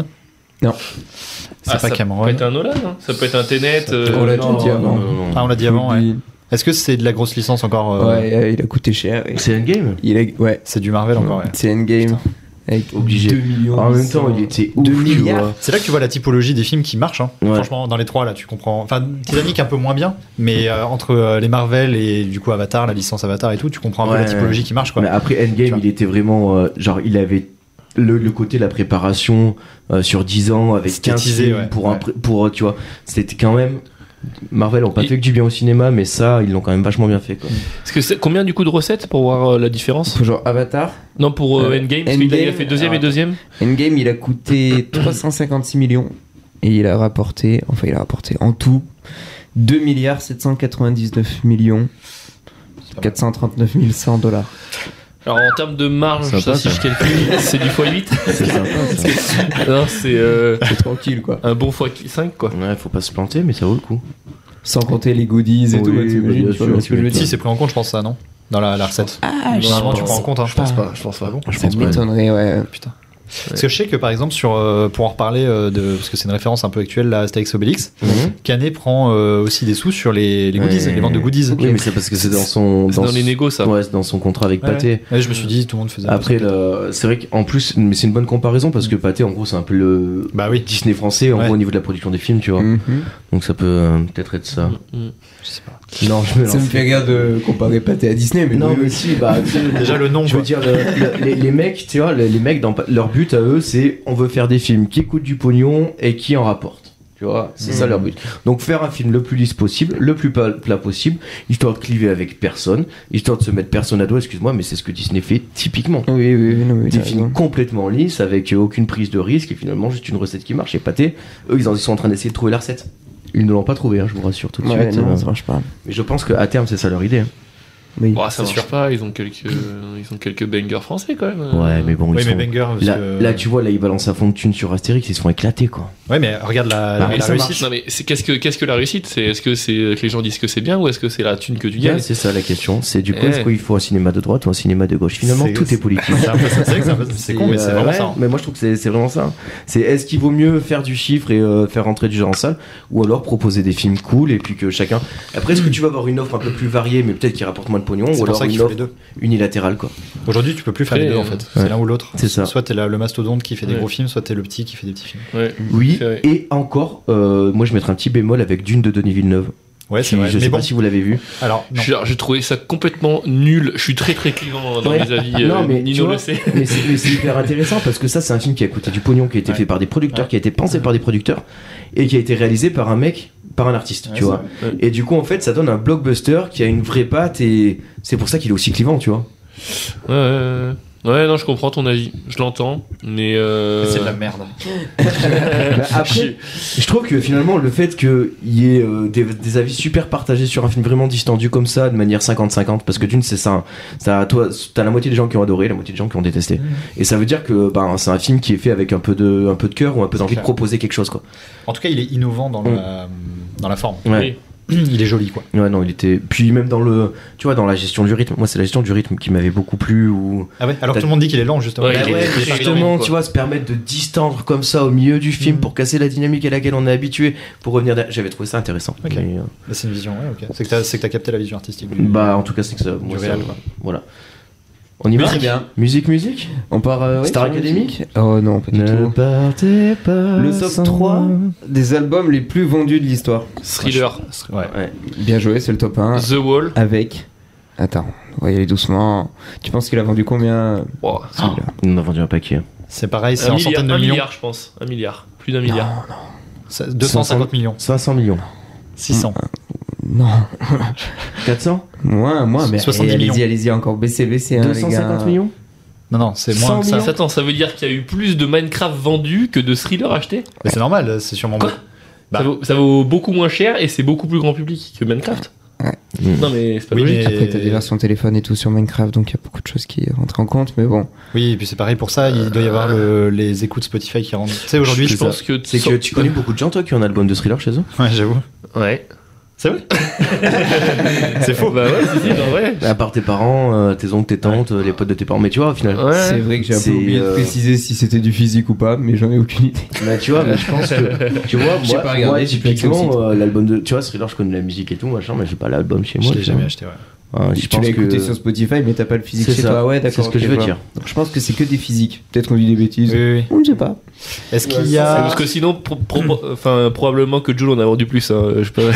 Non. C'est Ah, pas ça Cameron. peut être un Nolan, hein. ça peut être un Tenet. euh, On l'a déjà Non, dit avant. non, non, non. Ah, on l'a dit avant. ouais. Oublie. Est-ce que c'est de la grosse licence encore euh, Ouais, euh, il a coûté cher. et- C'est Endgame Il a... Ouais, C'est du Marvel encore. ouais. c'est Endgame. Avec Obligé. 2 millions. En même temps, il était ouf, 2 tu milliards. vois. C'est là que tu vois la typologie des films qui marchent. hein. Ouais. Franchement, dans les trois là, tu comprends. Enfin, Titanic un peu moins bien, mais euh, entre euh, les Marvel et du coup Avatar, la licence Avatar et tout, tu comprends un Ouais, peu la typologie qui marche quoi. Mais après Tu Endgame, vois. il était vraiment euh, genre il avait le, le côté la préparation euh, sur 10 ans avec 15 Esthétisé, films ouais, pour un ouais. pré- pour euh, tu vois, c'était quand même Marvel ont pas Il- fait que du bien au cinéma, mais ça ils l'ont quand même vachement bien fait quoi. Parce que c'est- combien du coup de recettes pour voir euh, la différence Faut Genre Avatar, Non, pour euh, Euh, Endgame, parce qu'il a- il a Endgame, fait deuxième et alors, deuxième. Endgame, il a coûté 356 millions. Et il a rapporté, enfin, il a rapporté en tout 2 milliards 799 millions. pas mal. 439 100 dollars. Alors en termes de marge, Sympa, ça, si ça. je calcule, c'est du x8. C'est sympa ça. Non, c'est euh, C'est tranquille, quoi. un bon x5 quoi. Ouais, faut pas se planter, mais ça vaut le coup. Sans compter les goodies et Oui, tout. bah, t'imagines, bien tu vois, sûr, parce que tu je le m'étonnes. Si dis, c'est pris en compte, je pense ça non Dans la, la recette. Ah, je Normalement, pense tu prends en compte. hein. Je pense pas. je pense pas. Je ça pense pas. m'étonnerait, ouais. Putain. Parce que je sais que par exemple sur euh, pour en reparler euh, de parce que c'est une référence un peu actuelle là Astérix Obélix, Mhm. Canet prend euh, aussi des sous sur les, les goodies, Ouais. les ventes de goodies. Oui, mais c'est parce que c'est dans son C'est dans les son- négos ça. Ouais, c'est dans son contrat avec Ouais. Pathé. Ouais, je me suis dit tout le monde faisait. Après, le- c'est vrai qu'en plus, mais c'est une bonne comparaison parce que Pathé, en gros, c'est un peu le Bah oui. Disney français, en Ouais. gros, au niveau de la production des films, tu vois. Mhm. Donc ça peut euh, peut-être être ça. Mm, mm. Je sais pas. Non, je me Ça me fait rire de comparer Pathé à Disney, mais Non, oui, mais oui. si, bah, tu sais, Déjà le nom. Je veux Quoi. dire, le- le- les, les mecs, tu vois, les, les mecs, dans, leur but à eux, c'est on veut faire des films qui coûtent du pognon et qui en rapportent. Tu vois, c'est Mm. ça leur but. Donc faire un film le plus lisse possible, le plus pla- plat possible, histoire de cliver avec personne, histoire de se mettre personne à dos, excuse-moi, mais c'est ce que Disney fait typiquement. Oui, oui, oui, non, mais Des t'as films raison. complètement lisses, avec euh, aucune prise de risque, et finalement juste une recette qui marche, et pâté. Eux, ils, en, ils sont en train d'essayer de trouver la recette. Ils ne l'ont pas trouvée, hein, je vous rassure tout de Ouais, suite. non, Euh, ça marche pas. mais je pense qu'à terme, c'est ça leur idée. hein. Oui. Bah, ça C'est marche sûr. pas, ils ont quelques, euh, ils ont quelques bangers français quand même. euh. Ouais, mais bon, Oui, ils mais sont... Banger. parce là, que- là, tu vois, là, ils balancent à fond de thunes sur Astérix, ils se font éclater, quoi. Ouais, mais regarde la, la- Ah, mais la ça réussite. Non mais c'est- qu'est-ce que qu'est-ce que la réussite C'est est-ce que c'est euh, que les gens disent que c'est bien ou est-ce que c'est la thune que tu gagnes Ouais, c'est ça la question. C'est du coup, Eh. est-ce qu'il faut un cinéma de droite ou un cinéma de gauche Finalement, C'est- tout est politique. C'est un peu ça, c'est vrai que c'est un peu- c'est con, mais euh, c'est vraiment ouais, ça. hein. Mais moi, je trouve que c'est- c'est vraiment ça. C'est est-ce qu'il vaut mieux faire du chiffre et euh, faire rentrer du genre en salle ou alors proposer des films cool et puis que chacun. Après, est-ce que tu vas avoir une offre un peu plus variée mais peut-être qui rapporte moins de pognon C'est ou pour alors ça qu'il une faut les offre deux. unilatérale, quoi Aujourd'hui, tu peux plus faire les Après, deux en euh, fait. C'est l'un ou l'autre. C'est ça. Soit t'es la- le mastodonte qui fait des Ouais. gros films, soit t'es le petit qui fait des petits films. Ouais. Oui, C'est vrai. et encore, euh, moi je mettrais un petit bémol avec Dune de Denis Villeneuve. Ouais, qui- c'est vrai. je Mais sais bon, pas si vous l'avez vu. alors non. Je- alors, J'ai trouvé ça complètement nul. Je suis très très clivant dans Ouais. mes avis. Non, euh, mais tu Nino vois, le sait. Mais c'est mais c'est hyper intéressant parce que ça, c'est un film qui a coûté du pognon, qui a été Ouais. fait par des producteurs, Ouais. qui a été pensé par des producteurs et qui a été réalisé par un mec, par un artiste, Ouais, tu c'est vois. vrai. Et du coup, en fait, ça donne un blockbuster qui a une vraie patte et c'est pour ça qu'il est aussi clivant, tu vois. Ouais, ouais, ouais. Ouais, non, je comprends ton avis. Je l'entends, mais euh, C'est de la merde. Bah, après, je trouve que finalement, le fait qu'il y ait euh, des, des avis super partagés sur un film vraiment distendu comme ça, de manière 50-50, parce que d'une, c'est ça, ça toi, t'as la moitié des gens qui ont adoré, la moitié des gens qui ont détesté. Et ça veut dire que ben, c'est un film qui est fait avec un peu de, un peu de cœur ou un peu d'envie de clair. proposer quelque chose, quoi. En tout cas, il est innovant dans Mm. la dans la forme. oui. Il est joli quoi. Ouais, non, il était. Puis même dans le. Tu vois, dans la gestion du rythme. Moi, c'est la gestion du rythme qui m'avait beaucoup plu. Ou... Ah ouais. Alors que T'as- tout le monde dit qu'il est lent justement. Ouais, Bah il est- ouais, il est mais pas justement, énorme, tu vois, se permettre de distendre comme ça au milieu du film Mm. pour casser la dynamique à laquelle on est habitué pour revenir. derrière. J'avais trouvé ça intéressant. Ok. Mais, euh, Bah, C'est une vision. Ouais, ok. C'est que t'as c'est que t'as capté la vision artistique. Mm. du- Bah, en tout cas, c'est que ça. moi, ça- réel, quoi. Voilà. On y va Musique. bien. Musique, musique On part. euh, ouais, Star sur la Academy musique Oh non, pas du tout. partez pas. Le top 3 des albums les plus vendus de l'histoire. Thriller, Ouais. Bien joué, c'est le top 1. The Wall. Avec. Attends, on va y aller doucement. Tu penses qu'il a vendu combien Oh, celui-là On a vendu un paquet. C'est pareil, Ah, c'est un en milliard, centaines de un millions. Ah, milliard, je pense. Un milliard, plus d'un milliard. Ça- 250 millions. 500 millions. 600. Non, 400 moins, moins, mais 70 allez, millions. allez-y, allez-y, encore baissez, baissez. hein, les 250 gars. millions Non non, c'est moins 100 que Ça, ça. ça, attends, ça veut dire qu'il y a eu plus de Minecraft vendus que de thrillers achetés Mais c'est normal, c'est sûrement Quoi bon. Bah. ça, vaut, ça vaut beaucoup moins cher et c'est beaucoup plus grand public que Minecraft. Ouais. Hmm. Mm. Non mais c'est pas Oui, logique. mais- Après, t'as des versions téléphone et tout sur Minecraft, donc il y a beaucoup de choses qui rentrent en compte, mais bon. Oui, et puis c'est pareil pour ça, il doit y avoir le- les écoutes Spotify qui rentrent. Tu sais, aujourd'hui, je je pense que C'est que tu connais beaucoup de gens, toi, qui ont un album de thriller chez eux Ouais, j'avoue. Ouais. C'est vrai C'est faux. Bah ouais, si, si, en vrai. À part tes parents, euh, tes oncles, tes tantes, euh, les potes de tes parents, mais tu vois, au final. C'est Ouais. vrai que j'ai un C'est, peu oublié de euh, préciser si c'était du physique ou pas, mais j'en ai aucune idée. Bah, tu vois, mais je pense que. Tu vois, J'ai moi, pas regardé, moi, j'ai plus accès au typiquement, euh, l'album de. Tu vois, Thriller, je connais la musique et tout, machin, mais j'ai pas l'album chez moi. Je l'ai tu jamais vois. acheté, ouais. Ah, je tu pense l'as écouté que- sur Spotify, mais t'as pas le physique C'est chez ça. toi. Ouais, d'accord. C'est ce que ok, je veux vois. dire. Donc, je pense que c'est que des physiques. Peut-être qu'on dit des bêtises. On ne sait pas. Est-ce qu'il y C'est a. Parce que sinon, pro- pro- enfin, probablement que Jules en a vendu plus. hein, Je peux... Euh,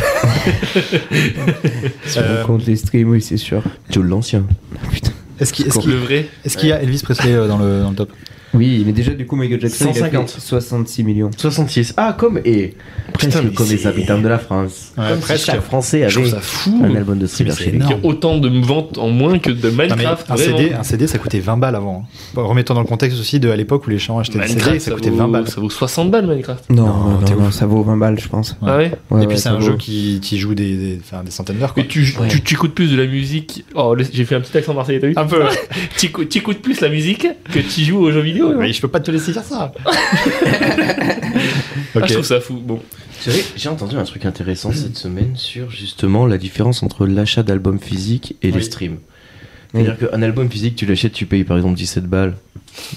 Si Euh, on compte les streams, oui, c'est sûr. Joe l'ancien. Putain. Est-ce qu'il est-ce Le qu'il- vrai. est-ce qu'il y a Elvis Presley euh, dans le, dans le top Oui, mais déjà, du coup, Michael Jackson, il a fait 150. 66 millions. 66. Ah, comme. Et. Presque mais comme les c'est- habitants de la France. Ouais, Comme si presque. chaque Français Je trouve avait Ah, ça fou. un album de thriller c'est chez lui. énorme. Qu'il y ait autant de ventes en moins que de Non, mais Minecraft. un, vraiment. CD, un CD, ça coûtait 20 balles avant. hein. Bon, Remettons dans le contexte aussi de à l'époque où les gens achetaient des CD, Minecraft, ça ça, coûtait vaut, 20 balles. ça vaut 60 balles Minecraft. Non, Non, non, t'es non, ça vaut 20 balles, je pense. Ouais. Ah ouais Ouais, Et puis ouais, c'est ça un vaut. jeu qui, qui joue des, des, enfin, des centaines d'heures. quoi. Mais tu, Ouais. tu, tu écoutes plus de la musique. Oh, le- j'ai fait un petit accent marseillais, t'as vu Un peu. Tu écou- tu écoutes plus la musique que tu joues aux jeux vidéo. hein. Mais je peux pas te laisser dire ça. Ah, ok. je trouve ça fou. Bon, C'est vrai, j'ai entendu un truc intéressant cette semaine sur justement la différence entre l'achat d'albums physiques et les Oui. streams. C'est-à-dire qu'un album physique, tu l'achètes, tu payes par exemple 17 balles.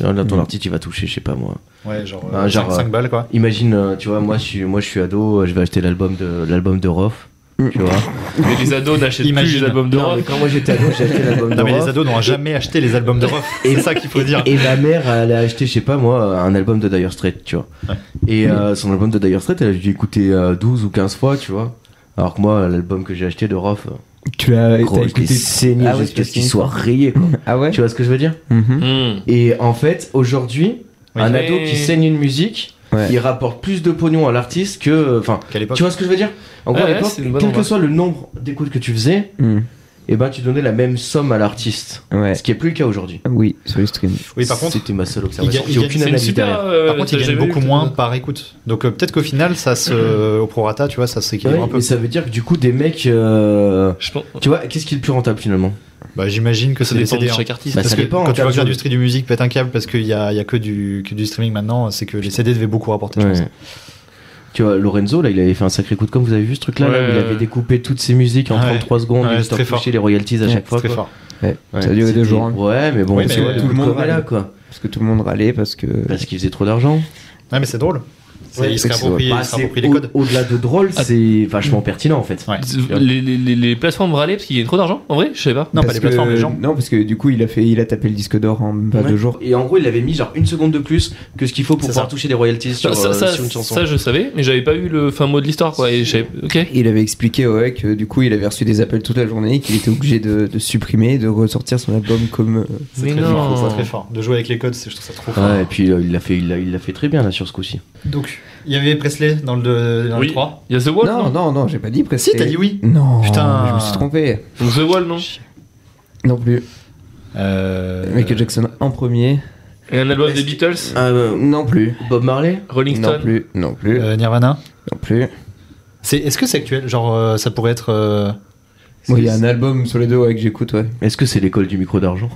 Là, ton Mm. artiste, il va toucher, je sais pas moi. Ouais, genre, Bah, genre, 5, balles quoi. Imagine, euh, tu vois, moi je suis, moi, je suis ado, euh, je vais acheter l'album de, l'album de Rof. Tu vois mais les ados n'achètent plus Imagine. les albums de Non, mais rock. quand moi j'étais ado, j'ai acheté l'album de Non, mais les Rof. ados n'ont jamais acheté les albums de Rof. Et- C'est ça qu'il faut dire. Et ma mère, elle a acheté, je sais pas moi, un album de Dire Straits, tu vois. Ouais. Et euh, son album de Dire Straits, elle a dû écouter euh, 12 ou 15 fois, tu vois. Alors que moi, l'album que j'ai acheté de Rof, euh, Tu l'as gros, t'as je l'ai écouté. saigné Ah ouais, jusqu'à tu l'as ce qu'il saigné, soit rayé, quoi. Ah ouais Tu vois ce que je veux dire Mm-hmm. Mhm. Hmm. Et en fait, aujourd'hui, Oui. un Mais- ado qui saigne une musique, Ouais. il rapporte plus de pognon à l'artiste que. Enfin, Qu'à l'époque. tu vois ce que je veux dire En gros, Ouais, à l'époque, c'est une bonne quel que remarque. soit le nombre d'écoutes que tu faisais, Mhm. eh ben, tu donnais la même somme à l'artiste. Ouais. Ce qui est plus le cas aujourd'hui. Oui, sur les streams. Oui, par contre, C'était ma seule observation. il J'ai gagne- aucune C'est une analyse super. derrière. euh, par contre, ils t'as gagnent jamais beaucoup vu, moins t'as- par écoute. Donc euh, peut-être qu'au final, ça se, au prorata, tu vois, ça s'équilibre Ouais, un peu. mais ça veut dire que du coup, des mecs. euh, Je pense. Tu vois, qu'est-ce qui est le plus rentable finalement Bah, j'imagine que Ça c'est des dépend de CD. hein. chaque artiste. Bah, Parce ça que dépend, en quand tu termes vois que de- l'industrie du musique pète un câble parce qu'il y a, il y a que, du, que du streaming maintenant, c'est que les CD devaient beaucoup rapporter. je pense. Ouais. Tu vois, Lorenzo, là, il avait fait un sacré coup de com'. Vous avez vu ce truc-là là, Ouais, où Il ouais, avait ouais. découpé toutes ses musiques en Ouais. 33 secondes, Ouais, juste c'est en très fort. toucher les royalties à Ouais, chaque C'est fois. très quoi. fort. Ouais. Ouais, ça a duré deux c'était- jours. hein. Ouais, mais bon, Oui, tu mais vois, tout tout le le monde monde est là, râle. quoi. Parce que tout le monde râlait, parce que. Parce qu'il faisait trop d'argent. Ouais, mais c'est drôle. C'est- Ouais, il se c'est- réapproprie Bah, il se c'est réapproprie les au- codes. Au-delà de drôle, Ah. c'est vachement pertinent en fait. Ouais. Les, les- les- les plateformes râlaient parce qu'il y a trop d'argent en vrai Je sais pas. Non, pas parce les plateformes, que- les gens. Non, parce que du coup, il a, fait, il a tapé le disque d'or en même pas Ouais. Bah, deux jours. Et en gros, il avait mis genre une seconde de plus que ce qu'il faut pour C'est pouvoir ça. toucher des royalties sur, ça, euh, ça- sur une chanson. ça, je savais, mais j'avais pas eu le fin mot de l'histoire quoi. Et j'avais- ok. Il avait expliqué ouais, que du coup, il avait reçu des appels toute la journée, qu'il était obligé de, de supprimer, de ressortir son album comme. euh, C'est Mais très non. fort. C'est très fort. De jouer avec les codes, c'est- je trouve ça trop fort. Ouais, et puis euh, il l'a fait, il l'a- il l'a fait très bien là sur ce coup-ci. Donc, il y avait Presley dans le, deux- dans Oui. le 3. Il y a The Wall. Non, Non, non, non, j'ai pas dit précis. Oh, Si, t'as dit oui. Non, Putain. je me suis trompé. Donc The Wall, non. Non plus. Euh... Michael Jackson en premier. Et un album des Beatles. non plus. Ah, bah, Bob Marley Rolling Non Stone. plus. Non plus. euh, Nirvana. Non plus. C'est, est-ce que c'est actuel Genre, euh, ça pourrait être. euh, Bon, il y a un album sur les deux ouais, que j'écoute, ouais. Est-ce que c'est l'école du micro d'argent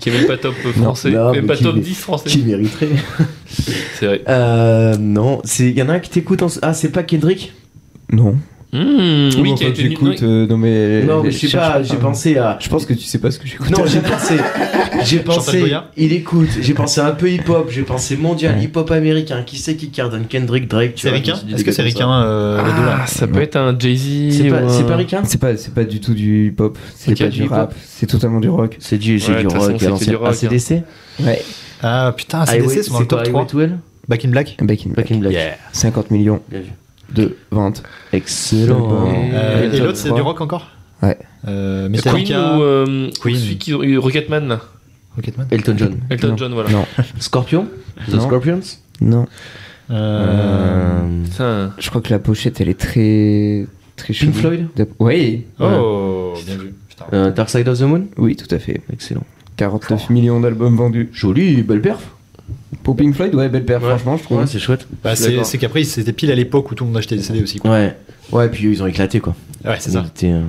qui est même pas top français, non, même mais pas qui- top 10 français. Qui mériterait C'est vrai. euh, Non, c'est il y en a un qui t'écoute. En... Ah, c'est pas Kendrick Non. Mmh, oui, qui a été j'écoute. nul. euh, non, mais. Non, mais je je sais cherche pas. J'ai pensé à. Je pense que tu sais pas ce que j'écoute. Non, j'ai pensé. J'ai pensé. Goya Il écoute. J'ai pensé un peu hip-hop. J'ai pensé mondial, hip-hop américain. Qui c'est qui cardonne Kendrick Drake tu C'est vois, je Ricain me suis dit Est-ce des que c'est gars comme ça. Ricain euh, les deux, là Ah, ça peut être un Jay-Z. C'est ou pas, un- c'est pas Ricain C'est pas, c'est pas du tout du hip-hop, c'est Ok, pas du du rap, c'est totalement du rock. C'est du, c'est Ouais, du de toute rock, façon, c'est à que l'ancienne. du rock, ACDC Ouais. Ah putain, Highway- CDC sont dans c'est le top quoi, 3. Highway to Hell Back in Black Back in Black. Back in Black. 50 millions Bien vu. de ventes. Excellent. Album. Euh, Le et top l'autre, c'est 3. du rock encore Ouais. Euh, Queen Metallica. ou euh, Queen. celui qui euh, Rocketman là. Rocketman Elton John. Elton Non. John, voilà. Non, Scorpion The Non. Scorpions non. Euh, Putain. Je crois que la pochette elle est très. très Pink chelou. Floyd De- Oui, Oh, bien vu. Putain. Euh, Dark Side of the Moon oui, tout à fait. Excellent. 49 Oh. millions d'albums vendus. Joli, belle perf. Pour Pink Floyd, ouais, belle paire, Ouais. franchement, je trouve. Ouais, c'est chouette. Bah, c'est D'accord. c'est qu'après, c'était pile à l'époque où tout le monde achetait des CD aussi. Quoi. Ouais. Ouais, puis eux, ils ont éclaté quoi. Ouais, c'est ça. Ils étaient, euh,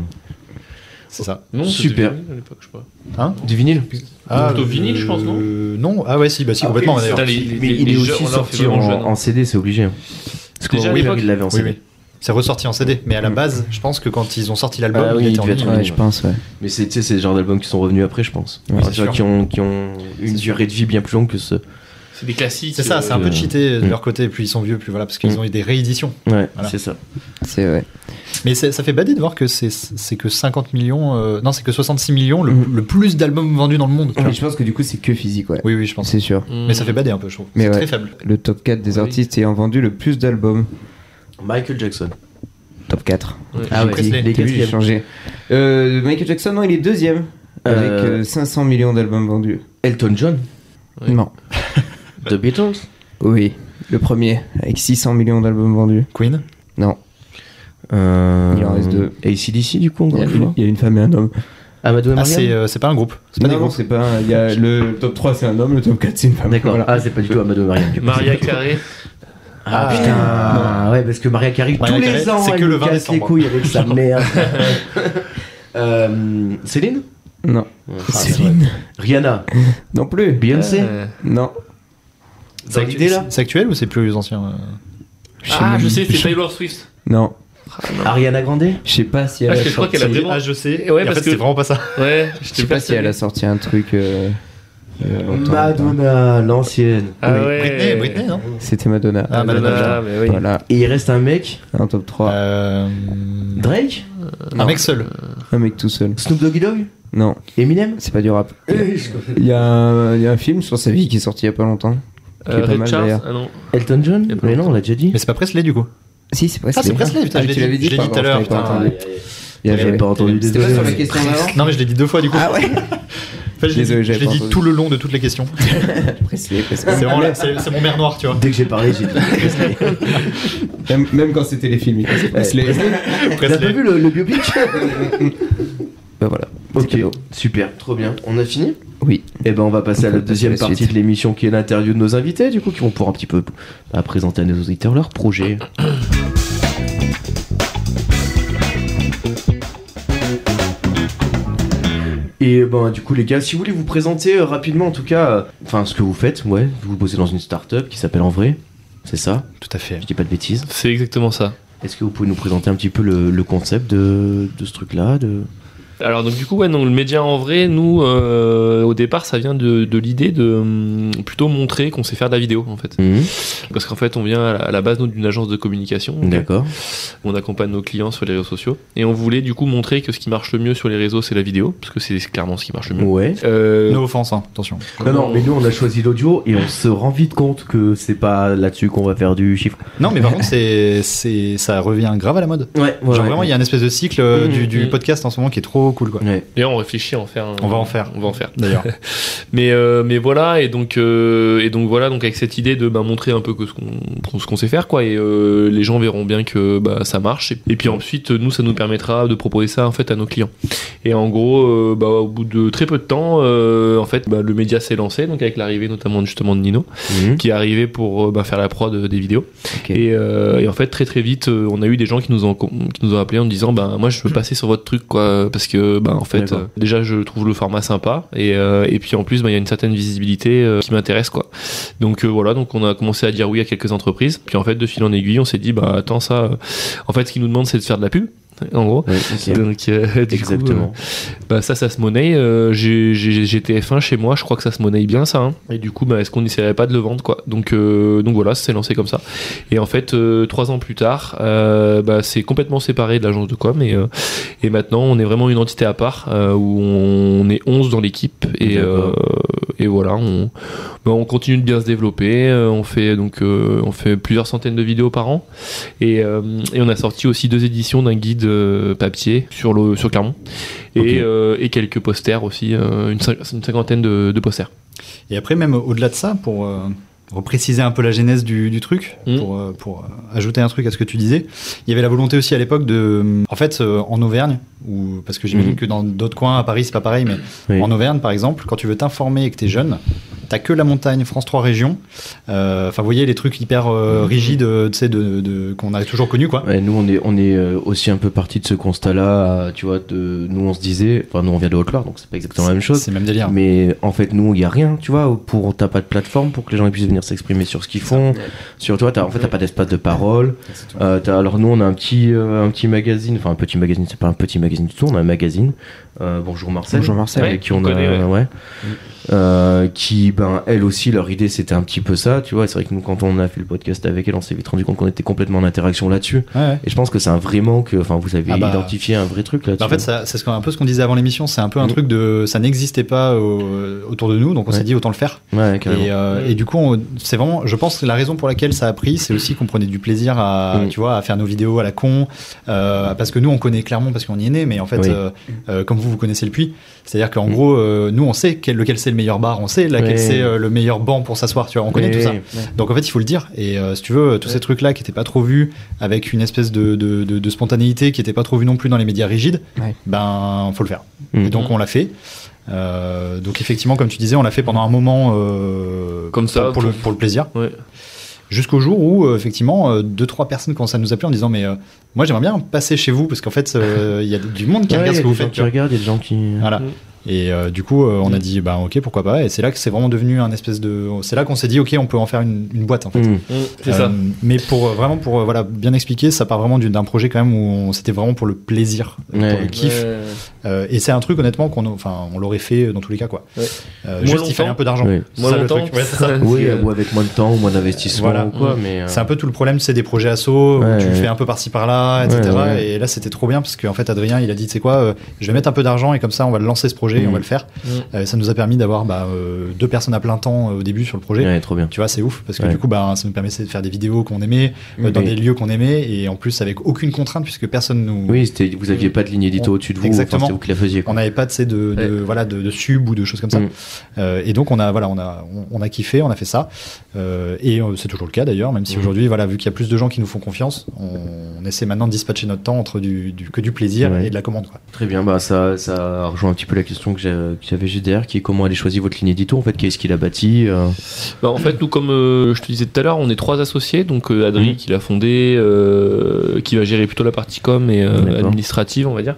C'est ça. Non, c'était Super. vinyle à l'époque, je sais pas. Hein Du vinyle Plutôt vinyle, je pense, non euh, Non, ah ouais, si, bah si, complètement. Après, d'ailleurs. il est Putain, sorti- les- les- Mais les il est jeux- aussi on l'a fait sorti en, vraiment jeune, hein. en CD, c'est obligé. Parce que Déjà, Warhammer, à l'époque- il l'avait en Oui, CD. oui. C'est ressorti en CD, mais à la Mm. base, je pense que quand ils ont sorti l'album, Ah oui, il il était en devait être vinyle. Ouais, Ouais, je je pense, ouais. Mais c'est tu sais, c'est le genre d'albums qui sont revenus après, je pense. Oui, Enfin, c'est tu vois, sûr. qui, ont, qui ont une C'est sûr. durée de vie bien plus longue que ce. C'est des classiques. C'est ça, c'est euh, un peu euh, cheaté de mm. leur côté, plus ils sont vieux, plus voilà, parce qu'ils Mm. ont eu des rééditions. Ouais, Voilà. c'est ça. C'est vrai. Mais c'est- ça fait bader de voir que c'est- c'est que 50 millions, euh, non, c'est que 66 millions, le, Mm. Ah le plus d'albums vendus dans le monde. tu vois. Mais je pense que du coup, c'est que physique, ouais. Oui, oui, je pense. C'est sûr. hmm. Mais ça fait bader un peu, je trouve. Mais C'est ouais. très faible. Le top 4 des Oui. artistes ayant vendu le plus d'albums. Michael Jackson. Top 4. Ouais. Ah ouais, Presley. les T'as vu, j'ai quatrièmes. changé. Euh, Michael Jackson, non, il est deuxième. Avec Euh, euh, 500 millions d'albums vendus. Elton John, Ouais. Non. The Beatles. Oui, le premier, avec 600 millions d'albums vendus. Queen Non, Euh, Il en reste deux. ACDC, du coup, il encore y, a une une, fois. il y a une femme et un homme. Amadou et Ah, c'est Mariam. euh, c'est pas un groupe. C'est pas Non, des non, groupes. c'est pas un- il y a le top 3 c'est un homme, le top 4 c'est une euh, femme. D'accord. Voilà. Ah, c'est pas du tout Amadou et Mariam. du coup. Maria Carré. Ah, Ah, putain. Ouais, parce que Maria Carey, Mariah tous les Carey, ans, c'est elle que le nous 20 casse les décembre. couilles avec sa merde. Euh, Céline Non. Ah, Céline. Rihanna. Non plus. Beyoncé. Euh, Dans Non. c'est- l'idée, là C'est actuel ou c'est plus ancien euh Ah, même- je sais, c'est Taylor Swift. Non, Ariana Grande je sais pas si elle Ah, a je crois sorti. qu'elle a vraiment- Ah, je sais. Et ouais, Et en parce fait, que- c'est vraiment pas ça. Ouais, Je sais pas si elle a sorti un truc. euh, euh, en temps- Madonna, l'ancienne. Ah Oui. ouais. Britney, Britney, non C'était Madonna. Ah, Madonna, Madonna. mais oui. Voilà, Et il reste un mec, un top 3. Euh, Drake, Un Non. mec seul. Un mec tout seul. Snoop Doggy Dogg, Non, Eminem. c'est pas du rap. Euh, je- Il y, a un, il y a un film sur sa vie qui est sorti il y a pas longtemps. Qui Euh, est pas Ray mal Charles. d'ailleurs. Ah non. Elton John Il y a pas Mais non, longtemps. on l'a déjà dit. Mais c'est pas Presley du coup. Si, c'est Presley. Ah, c'est Presley, Eh putain, Ah, je tu l'ai l'avais dit- dit, je l'ai dit pardon, tout à l'heure, je t'avais pas putain. entendu. Bien J'avais joué. pas entendu, C'était pas désolé. sur la question d'avant Non, mais je l'ai dit deux fois du coup. Ah ouais Enfin, je l'ai Désolé, dit- je j'avais l'ai pas dit entendu. tout le long de toutes les questions. Presley, Presley. C'est vraiment là- c'est- c'est mon mère noir, tu vois. Dès que j'ai parlé, j'ai dit. Même, même quand c'était les films, il passait Presley. T'as pas Presley. vu le, le biopic Bah voilà. C'est Ok, cadeau. super, trop bien. On a fini Oui. Et ben on va passer On à peut la passer deuxième à la partie suite. de l'émission qui est l'interview de nos invités, du coup, qui vont pouvoir un petit peu bah, présenter à nos auditeurs leur projet. Et ben du coup les gars, si vous voulez vous présenter euh, rapidement en tout cas, euh, enfin ce que vous faites, ouais, vous bossez dans une start-up qui s'appelle En Vrai, c'est ça Tout à fait. Je dis pas de bêtises. C'est exactement ça. Est-ce que vous pouvez nous présenter un petit peu le, le concept de, de ce truc-là de... Alors donc du coup ouais non, le média en vrai nous euh, au départ ça vient de, de l'idée de hum, plutôt montrer qu'on sait faire de la vidéo en fait Mhm, parce qu'en fait on vient à la, à la base nous, d'une agence de communication D'accord. on accompagne nos clients sur les réseaux sociaux et on voulait du coup montrer que ce qui marche le mieux sur les réseaux c'est la vidéo parce que c'est clairement ce qui marche le mieux Ouais. Euh, No offense, hein, attention. Non, non, mais nous on a choisi l'audio et on se rend vite compte que c'est pas là-dessus qu'on va faire du chiffre. Non, mais par contre, c'est, c'est, ça revient grave à la mode. Ouais, Genre vraiment, il y a un espèce de cycle euh, Mmh, du, du mmh. podcast en ce moment qui est trop cool, quoi. Ouais. D'ailleurs, on réfléchit à en faire. un- On va en faire. On va en faire. D'ailleurs. Mais euh, mais voilà et donc euh, et donc voilà donc avec cette idée de bah, montrer un peu que ce qu'on qu'on- ce qu'on sait faire quoi et euh, les gens verront bien que bah, ça marche et, et puis ensuite nous ça nous permettra de proposer ça en fait à nos clients. Et en gros euh, bah, au bout de très peu de temps euh, en fait bah, le média s'est lancé donc avec l'arrivée notamment justement de Nino Mhm. qui est arrivé pour euh, bah, faire la prod euh, des vidéos. Ok. Et, euh, et en fait, très très vite, euh, on a eu des gens qui nous ont qui nous ont appelé en disant, bah moi je veux passer sur votre truc quoi, parce que bah en fait, Hmm. D'accord. euh, déjà je trouve le format sympa et euh, et puis en plus bah il y a une certaine visibilité euh, qui m'intéresse quoi. Donc euh, voilà, donc on a commencé à dire oui à quelques entreprises. Puis en fait, de fil en aiguille, on s'est dit bah attends ça, euh, en fait ce qu'ils nous demandent c'est de faire de la pub en gros. Ouais, ok. Donc, euh, du coup, Exactement. bah ça, ça se monnaie. euh, j'ai- j'ai j'ai TF1 chez moi, je crois que ça se monnaie bien ça. hein. Et du coup, bah, est-ce qu'on n'essayerait pas de le vendre quoi donc, euh, donc voilà, ça s'est lancé comme ça. Et en fait, euh, trois ans plus tard, euh, bah, c'est complètement séparé de l'agence de com. Et, euh, et maintenant, on est vraiment une entité à part euh, où on est 11 dans l'équipe. Et, D'accord. euh, et voilà, on, bah, on continue de bien se développer. euh, on, fait, donc, euh, on fait plusieurs centaines de vidéos par an. Et, euh, et on a sorti aussi deux éditions d'un guide euh, papier sur, le, sur Clermont. Et, Ok. euh, et quelques posters aussi, euh, une, cin- une cinquantaine de, de posters. Et après, même au-delà de ça, pour euh, repréciser un peu la genèse du, du truc, Mmh. pour, euh, pour euh, ajouter un truc à ce que tu disais, il y avait la volonté aussi à l'époque de. En fait, euh, en Auvergne, ou parce que j'imagine Mmh. que dans d'autres coins, à Paris, c'est pas pareil, mais Oui. en Auvergne, par exemple, quand tu veux t'informer et que t'es jeune, t'as que la montagne, France 3 régions. Euh, Enfin, vous voyez les trucs hyper euh, rigides, euh, tu sais, de, de- qu'on a toujours connu, quoi. Ouais, nous, on est, on est euh, aussi un peu parti de ce constat-là, euh, tu vois. De, nous, on se disait, enfin, nous, on vient de Haute-Loire, donc c'est pas exactement la même chose. C'est le même délire. Mais en fait, nous, il n'y a rien, tu vois. Pour, t'as pas de plateforme pour que les gens puissent venir s'exprimer sur ce qu'ils font. Sur toi, t'as, en fait, t'as pas d'espace de parole. Euh, t'as- alors, nous, on a un petit, euh, un petit magazine, enfin, un petit magazine, c'est pas un petit magazine du tout, on a un magazine. euh, Bonjour Marcel. Bonjour Marcel. Avec Ouais, qui on, on a- connaît, ouais. ouais. Mm. Euh, qui, ben, elle aussi, leur idée, c'était un petit peu ça, tu vois. C'est vrai que nous, quand on a fait le podcast avec elle, on s'est vite rendu compte qu'on était complètement en interaction là-dessus. Ouais, ouais. Et je pense que c'est un vrai manque, enfin, vous avez Ah bah. identifié un vrai truc là-dessus. Bah, en fait, ça- c'est ce qu'on- un peu ce qu'on disait avant l'émission. C'est un peu un Mm. truc de. Ça n'existait pas au- autour de nous, donc on Ouais. s'est dit autant le faire. Ouais, carrément. Et, euh, et du coup, on- c'est vraiment, je pense que la raison pour laquelle ça a pris, c'est aussi qu'on prenait du plaisir à, Mm. tu vois, à faire nos vidéos à la con, euh, parce que nous, on connaît clairement parce qu'on y est né, mais en fait, Oui. euh, euh, comme vous, vous connaissez le puits, c'est-à-dire qu'en Mm. gros, euh, nous, on sait quel, lequel c'est le meilleur bar, on sait laquelle Ouais. c'est euh, le meilleur banc pour s'asseoir, tu vois, on connaît tout ça. Donc en fait, il faut le dire. Et euh, si tu veux, tous ces trucs-là qui n'étaient pas trop vus, avec une espèce de, de, de- de spontanéité qui n'était pas trop vue non plus dans les médias rigides, Ouais. ben faut le faire. Mm. Et donc Mhm. on l'a fait. Euh, donc effectivement, comme tu disais, on l'a fait pendant un moment euh, Comme ça, pour, pour le, pour le plaisir, Ouais. jusqu'au jour où euh, effectivement euh, deux trois personnes commencent à nous appeler en disant mais euh, moi j'aimerais bien passer chez vous parce qu'en fait euh, il y a du monde qui Ouais, il y regarde ce a que vous des gens faites. tu qui vois. regardent, il y a des gens qui. Voilà. Mm. Et euh, du coup, euh, on a dit, bah ok, pourquoi pas. Et c'est là que c'est vraiment devenu un espèce de. C'est là qu'on s'est dit, ok, on peut en faire une, une boîte en fait. Mm. Mm, C'est ça. Euh, Mais pour euh, vraiment pour euh, voilà bien expliquer, ça part vraiment du- d'un projet quand même où on- c'était vraiment pour le plaisir, Ouais. pour le kiff. Ouais. Euh, et c'est un truc honnêtement qu'on enfin on l'aurait fait dans tous les cas quoi. Ouais. Euh, Moins juste il longtemps. fallait un peu d'argent. Oui. C'est Moi, ça, le longtemps. euh, truc. Ouais, c'est ça. Oui, Parce que- ou avec moins de temps, ou moins d'investissement, Voilà. ou quoi, Mm. mais. euh, C'est un peu tout le problème, c'est des projets asso où Ouais, tu le ouais. fais un peu par-ci par-là, etc. Ouais, ouais. Et là, c'était trop bien parce qu'en fait, Adrien, il a dit, tu sais quoi, euh, je vais mettre un peu d'argent et comme ça, on va lancer ce projet et Mhm. on va le faire. Mm. Euh, ça nous a permis d'avoir bah, euh, deux personnes à plein temps euh, au début sur le projet. Ouais, trop bien. Tu vois, c'est ouf parce que Ouais. du coup, bah, ça nous permettait de faire des vidéos qu'on aimait, euh, dans Oui. des lieux qu'on aimait et en plus avec aucune contrainte puisque personne nous. Oui, c'était, vous aviez pas de ligne édito On- au-dessus de vous, enfin, Mm. Exactement. c'était vous qui la faisiez. On Quoi. n'avait pas de, ces- de, de, voilà, de, de sub ou de choses comme ça. Mm. Euh, et donc, on a, voilà, on, a, on, on a kiffé, on a fait ça. Euh, et euh, c'est toujours le cas d'ailleurs, Mm. même si aujourd'hui, voilà, vu qu'il y a plus de gens qui nous font confiance, on, on essaie maintenant de dispatcher notre temps entre du, du- que du plaisir Ouais. et de la commande. quoi. Très bien, bah, ça, ça rejoint un petit peu la question que j'ai- que j'avais juste derrière, qui est comment allez choisir votre ligne édito, en fait, qu'est-ce qu'il a bâti euh, Bah, en fait, nous, comme euh, je te disais tout à l'heure, on est trois associés. Donc, euh, Adri, Mhm. qui l'a fondé, euh, qui va gérer plutôt la partie com et euh, D'accord. administrative, on va dire.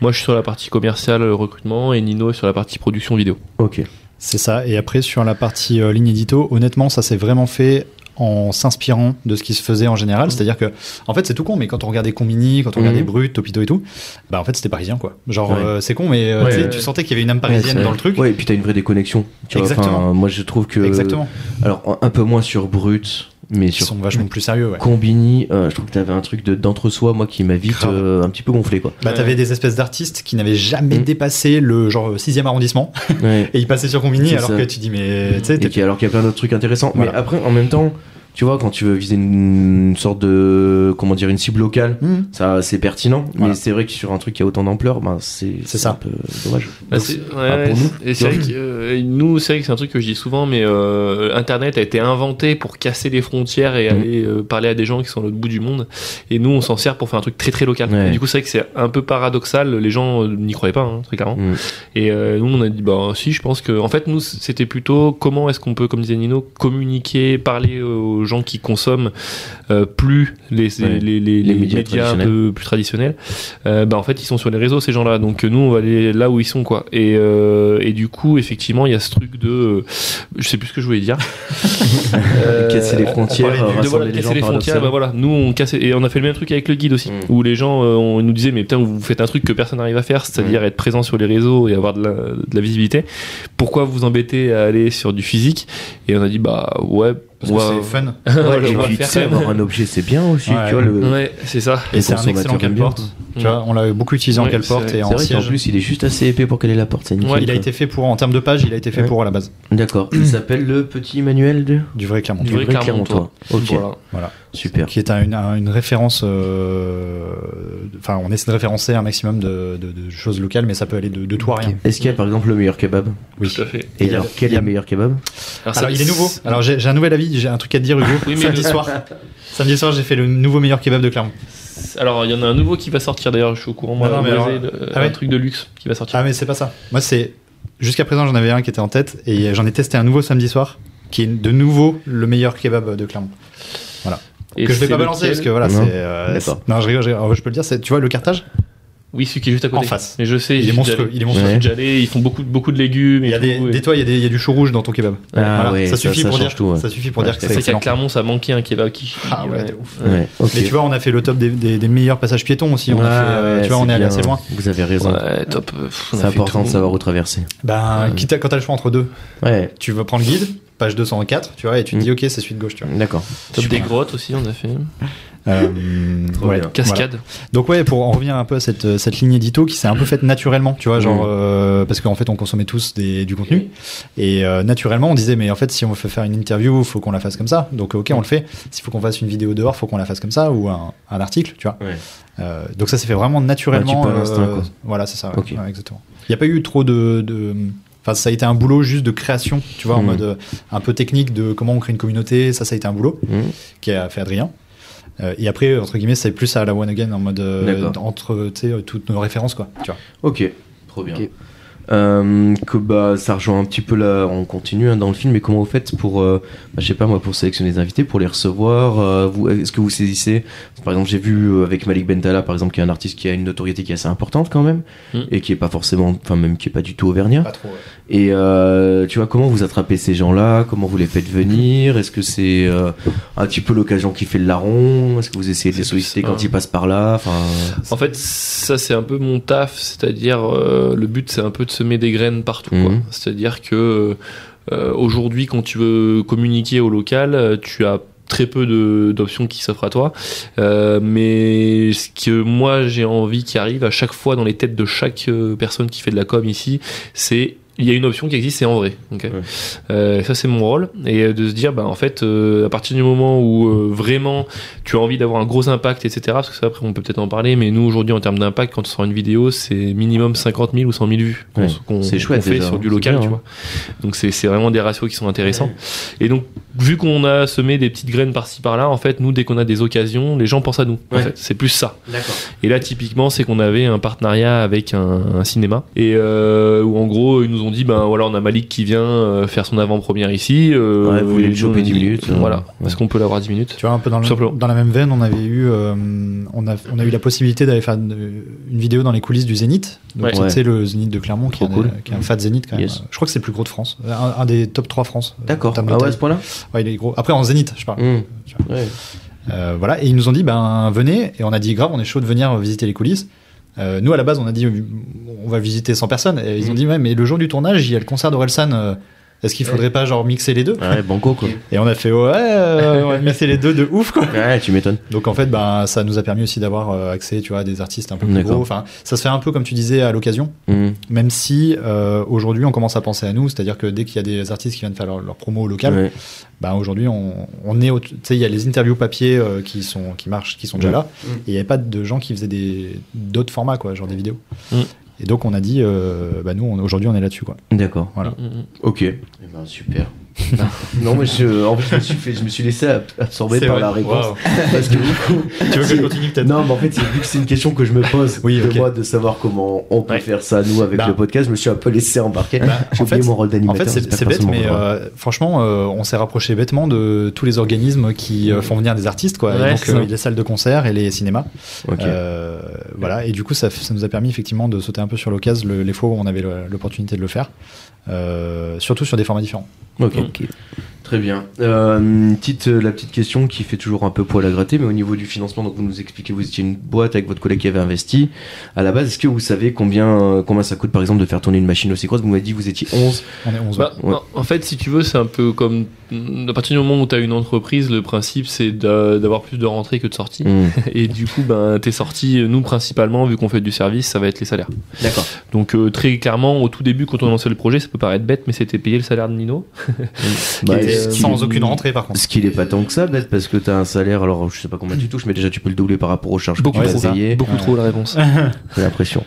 Moi, je suis sur la partie commerciale, euh, recrutement, et Nino est sur la partie production vidéo. Ok. C'est ça. Et après, sur la partie euh, ligne édito, honnêtement, ça s'est vraiment fait en s'inspirant de ce qui se faisait en Mm. général. C'est-à-dire que, en fait, c'est tout con, mais quand on regardait Combini, quand on Mhm. regardait Brut, Topito et tout, bah en fait, c'était parisien, quoi. Genre, Ouais. euh, c'est con, mais euh, tu Ouais, sais, ouais, tu ouais. sentais qu'il y avait une âme parisienne Ouais, dans le truc. Ouais, et puis t'as une vraie déconnexion. Tu vois, Exactement. enfin, moi, je trouve que. euh, Exactement. Alors, un peu moins sur Brut, mais Ils sur sont vachement plus sérieux, ouais. Combini, euh, je trouve que t'avais un truc de, d'entre-soi, moi, qui m'a vite Grave. euh, un petit peu gonflé, quoi. Bah, Ouais. t'avais des espèces d'artistes qui n'avaient jamais Mm. dépassé le genre 6ème arrondissement Ouais. et ils passaient sur Combini C'est alors ça. que tu dis mais tu sais Et t'es- qui- alors qu'il y a plein d'autres trucs intéressants. Mais Voilà. après, en même temps, tu vois, quand tu veux viser une, une sorte de. Comment dire, une cible locale, Hmm. ça c'est pertinent. Voilà. Mais c'est vrai que sur un truc qui a autant d'ampleur, ben, c'est C'est un ça. peu dommage. Bah, Donc, c'est- ah, ouais, pour ouais, nous, tu et c'est vois. vrai que euh, nous, c'est vrai que c'est un truc que je dis souvent, mais euh, Internet a été inventé pour casser les frontières et Mhm. aller euh, parler à des gens qui sont à l'autre bout du monde. Et nous, on s'en sert pour faire un truc très très local. Ouais. Et du coup, c'est vrai que c'est un peu paradoxal. Les gens euh, n'y croyaient pas, hein, très clairement. Mm. Et euh, nous, on a dit, bah si, je pense que, en fait, nous, c'était plutôt comment est-ce qu'on peut, comme disait Nino, communiquer, parler aux gens qui consomment euh, plus les, Ouais. les, les, les médias médias, un peu plus traditionnels. Euh, bah, en fait, ils sont sur les réseaux, ces gens-là. Donc, euh, nous, on va aller là où ils sont, quoi. Et, euh, et du coup, effectivement, il y a ce truc de. euh, je sais plus ce que je voulais dire. Euh, casser les frontières, parlait du- de, rassembler de, voilà, les casser gens les par frontières, bah voilà, nous on cassait, et on a fait le même truc avec le guide aussi, Mm. où les gens euh, on, ils nous disaient mais putain vous faites un truc que personne n'arrive à faire, c'est-à-dire être présent sur les réseaux et avoir de la, de la visibilité. Pourquoi vous vous embêtez à aller sur du physique Et on a dit bah ouais, parce que on va- c'est fun on va Ouais, et le puis, tu faire sais, quand même. avoir un objet, c'est bien aussi. Ouais. Tu vois, le, Ouais, c'est ça. et c'est un consommateur excellent aime bien, cale-porte quoi. tu vois on l'a beaucoup utilisé en Ouais, cale-porte c'est et Mm. C'est en vrai qu'en siège plus, il est juste assez épais pour qu'elle ait la porte, c'est nickel. Ouais, il a quoi. été fait pour en termes de page il a été fait Ouais. pour à la base D'accord. Il s'appelle le petit manuel de. du vrai Clermont Du vrai Clermontois. Ok, Mm. Voilà. super. qui est un- une, un- une référence euh, enfin on essaie de référencer un maximum de, de- de choses locales mais ça peut aller de, de tout à rien Est-ce qu'il y a par exemple le meilleur kebab oui Tout à fait. Et Il y a- alors, quel il est y a- le meilleur kebab alors ça- il est nouveau alors j'ai j'ai un nouvel avis j'ai un truc à te dire Hugo Oui, mais samedi le- soir samedi soir j'ai fait le nouveau meilleur kebab de Clermont Alors il y en a un nouveau qui va sortir d'ailleurs, je suis au courant. Non, non, mais Moisé, alors- le- Ah euh, un ouais. truc de luxe qui va sortir. Ah mais c'est pas ça. Moi c'est Jusqu'à présent, j'en avais un qui était en tête et j'en ai testé un nouveau samedi soir qui est de nouveau le meilleur kebab de Clermont. Et que je vais c'est pas balancer parce lequel que voilà, Non. c'est. euh, D'accord. c'est- non, je rigole, je, rigole. je peux le dire, c'est- tu vois, le cartage, Oui, celui qui est juste à côté. En face. Mais je sais, il j'y est suis monstrueux. déjà allé. Il est monstrueux. Ouais. J'y suis déjà allé, ils font beaucoup, beaucoup de légumes. Il y a et des, tout, et- des- toi, il y a des- il y a du chou rouge dans ton kebab. Ah Voilà, ouais, ça suffit pour change dire tout. ouais. Ça suffit pour Ouais, dire que c'est c'est C'est vrai qu'à excellent. Clermont, ça manquait un kebab qui. Ah ouais, de ouf. Ouais, ok. Ah Mais tu vois, on a fait le top des, des- des meilleurs passages piétons aussi. On a fait, euh, Ouais, tu vois, on est c'est allé bien. assez loin. Vous avez raison. Ouais, top. euh, Pff, on C'est a fait important tout. de savoir où traverser. Ah Ben, quitte à, quand t'as le choix entre deux, Ouais, tu veux prendre le guide, page 204, tu vois, et tu te Mm. dis, ok, c'est suite gauche, tu vois. d'accord. Top des Super. grottes aussi, on a fait. Euh, Trop ouais, bien. voilà. Cascade. Donc ouais, pour en revenir un peu à cette, euh, cette ligne édito qui s'est un peu faite naturellement, tu vois, Mmh. genre euh, parce qu'en fait on consommait tous des, du contenu et euh, naturellement on disait mais en fait si on veut faire une interview, faut qu'on la fasse comme ça. Donc ok, Mmh. on le fait. S'il faut qu'on fasse une vidéo dehors, faut qu'on la fasse comme ça ou un, un article, tu vois. Ouais. Euh, donc ça s'est fait vraiment naturellement. euh, Un petit peu à l'instinct, quoi. voilà, c'est ça. ouais. Ok. Ouais, exactement. Il n'y a pas eu trop de. de- Enfin, ça a été un boulot juste de création, tu vois, en Mm. mode euh, un peu technique de comment on crée une communauté. Ça, ça a été un boulot Mmh. qui a fait Adrien. Euh, et après, entre guillemets, c'est plus à la One Again en mode euh, D'accord. entre tu sais, euh, toutes nos références, quoi. Tu vois. Ok, trop bien. Ok. Euh, que bah ça rejoint un petit peu là, on continue hein, dans le film, mais comment vous faites pour, euh, bah, je sais pas moi, pour sélectionner les invités, pour les recevoir euh, vous, Est-ce que vous saisissez Par exemple, j'ai vu euh, avec Malik Bentala, par exemple, qui est un artiste qui a une notoriété qui est assez importante quand même, Mm. et qui est pas forcément, enfin même qui est pas du tout auvergnat. Pas trop. Et euh, tu vois, comment vous attrapez ces gens-là Comment vous les faites venir Est-ce que c'est euh, un petit peu l'occasion qui fait le larron Est-ce que vous essayez de les C'est solliciter plus quand ça. ils passent par là Enfin, En fait, ça c'est un peu mon taf, c'est-à-dire euh, le but c'est un peu de semer des graines partout. quoi. Mhm. C'est-à-dire que euh, aujourd'hui, quand tu veux communiquer au local, euh, tu as très peu de- d'options qui s'offrent à toi. Euh, mais ce que moi j'ai envie qui arrive à chaque fois dans les têtes de chaque euh, personne qui fait de la com ici, c'est il y a une option qui existe, c'est en vrai. ok Ouais. Euh, ça c'est mon rôle et euh, de se dire, bah en fait, euh, à partir du moment où euh, vraiment tu as envie d'avoir un gros impact, etc. Parce que ça, après, on peut peut-être en parler, mais nous, aujourd'hui, en termes d'impact, quand on sort une vidéo, c'est minimum 50 000 ou 100 000 vues qu'on Ouais. qu'on- C'est chouette qu'on fait déjà, sur du hein. local, C'est tu bien, hein. vois. Donc, c'est c'est vraiment des ratios qui sont intéressants. Et donc, vu qu'on a semé des petites graines par-ci par-là, en fait, nous, dès qu'on a des occasions, les gens pensent à nous. en Ouais. fait. C'est plus ça. d'accord. Et là, typiquement, c'est qu'on avait un partenariat avec un, un cinéma et euh, où en gros, ils nous ont dit, ben voilà, on a Malik qui vient euh, faire son avant-première ici. euh, Ouais, vous voulez le et nous, on choper a 10 dit, minutes, euh, Voilà, ouais. est-ce qu'on peut l'avoir 10 minutes Tu vois, un peu dans, le- Tout simplement. dans la même veine, on avait eu, euh, on, a, on a eu la possibilité d'aller faire une, une vidéo dans les coulisses du Zénith. Donc, Ouais. tu sais, le Zénith de Clermont, qui est, Trop un- cool. qui est un fat Zénith quand même. Yes. Je crois que c'est le plus gros de France. Euh, Un, un des top 3 France. euh, en D'accord. termes de Ah ouais, taille. à ce point-là Ouais, il est gros. Après, en Zénith, je parle. Mmh. Tu vois. Ouais. Euh, voilà, et ils nous ont dit, ben venez, et on a dit, grave, on est chaud de venir visiter les coulisses. Euh, nous, à la base, on a dit, on va visiter 100 personnes, et ils ont Mhm. dit, ouais, mais le jour du tournage, il y a le concert d'Orelsan, euh, est-ce qu'il faudrait pas, genre, mixer les deux Ouais, banco quoi. Et on a fait, ouais, euh, on va mixer les deux de ouf, quoi. Ouais, tu m'étonnes. Donc, en fait, ben, ça nous a permis aussi d'avoir euh, accès, tu vois, à des artistes un peu plus D'accord. gros. Enfin, ça se fait un peu, comme tu disais, à l'occasion, Mm. même si, euh, aujourd'hui, on commence à penser à nous, c'est-à-dire que dès qu'il y a des artistes qui viennent faire leur, leur promo local, Ouais. bah aujourd'hui on, on est au- tu sais il y a les interviews papier euh, qui sont qui marchent qui sont déjà Mm. là et il n'y avait pas de gens qui faisaient des d'autres formats quoi genre des vidéos Mm. et donc on a dit euh, bah nous on- aujourd'hui on est là-dessus quoi D'accord. Voilà. Mm, mm, mm. Ok. Eh ben, super. non, mais je, en plus, je me suis, fait, je me suis laissé ab- absorber C'est par vrai. la réponse. Wow. Parce que, tu veux que je continue peut-être non, mais en fait, c'est- vu que c'est une question que je me pose, Oui, de ok. moi, de savoir comment on peut Ouais. faire ça, nous, avec Bah. le podcast, je me suis un peu laissé embarquer. J'ai en oublié fait, mon rôle en d'animateur. fait c'est j'espère c'est que bête personne mais m'en voudra. euh, franchement euh, on s'est rapproché bêtement de tous les organismes qui euh, font venir des artistes quoi Et Ouais, donc c'est ça. euh, les salles de concert et les cinémas Ok. Euh, voilà, et du coup, ça, f- ça nous a permis effectivement de sauter un peu sur l'occasion le- les fois où on avait le- l'opportunité de le faire, Euh, surtout sur des formats différents. Ok. Ok. Très bien. Euh, petite, euh, la petite question qui fait toujours un peu poil à gratter, mais au niveau du financement, donc vous nous expliquez, vous étiez une boîte avec votre collègue qui avait investi. À la base, est-ce que vous savez combien, euh, combien ça coûte, par exemple, de faire tourner une machine aussi grosse Vous m'avez dit vous étiez 11. On est 11 Bah, Ouais. en- En fait, si tu veux, c'est un peu comme. À partir du moment où tu as une entreprise, le principe, c'est d'a- d'avoir plus de rentrées que de sorties. Hmm. Et du coup, ben, tes sorties, nous, principalement, vu qu'on fait du service, ça va être les salaires. D'accord. Donc, euh, très clairement, au tout début, quand on lançait le projet, ça peut paraître bête, mais c'était payer le salaire de Nino. Bah, Qui était euh, ce qui- sans aucune rentrée par contre. Ce qu'il est pas tant que ça, peut-être parce que t'as un salaire, alors je sais pas combien tu touches, mais déjà tu peux le doubler par rapport aux charges Beaucoup que tu trop, vas payer. Beaucoup Ouais. trop la réponse. J'ai l'impression.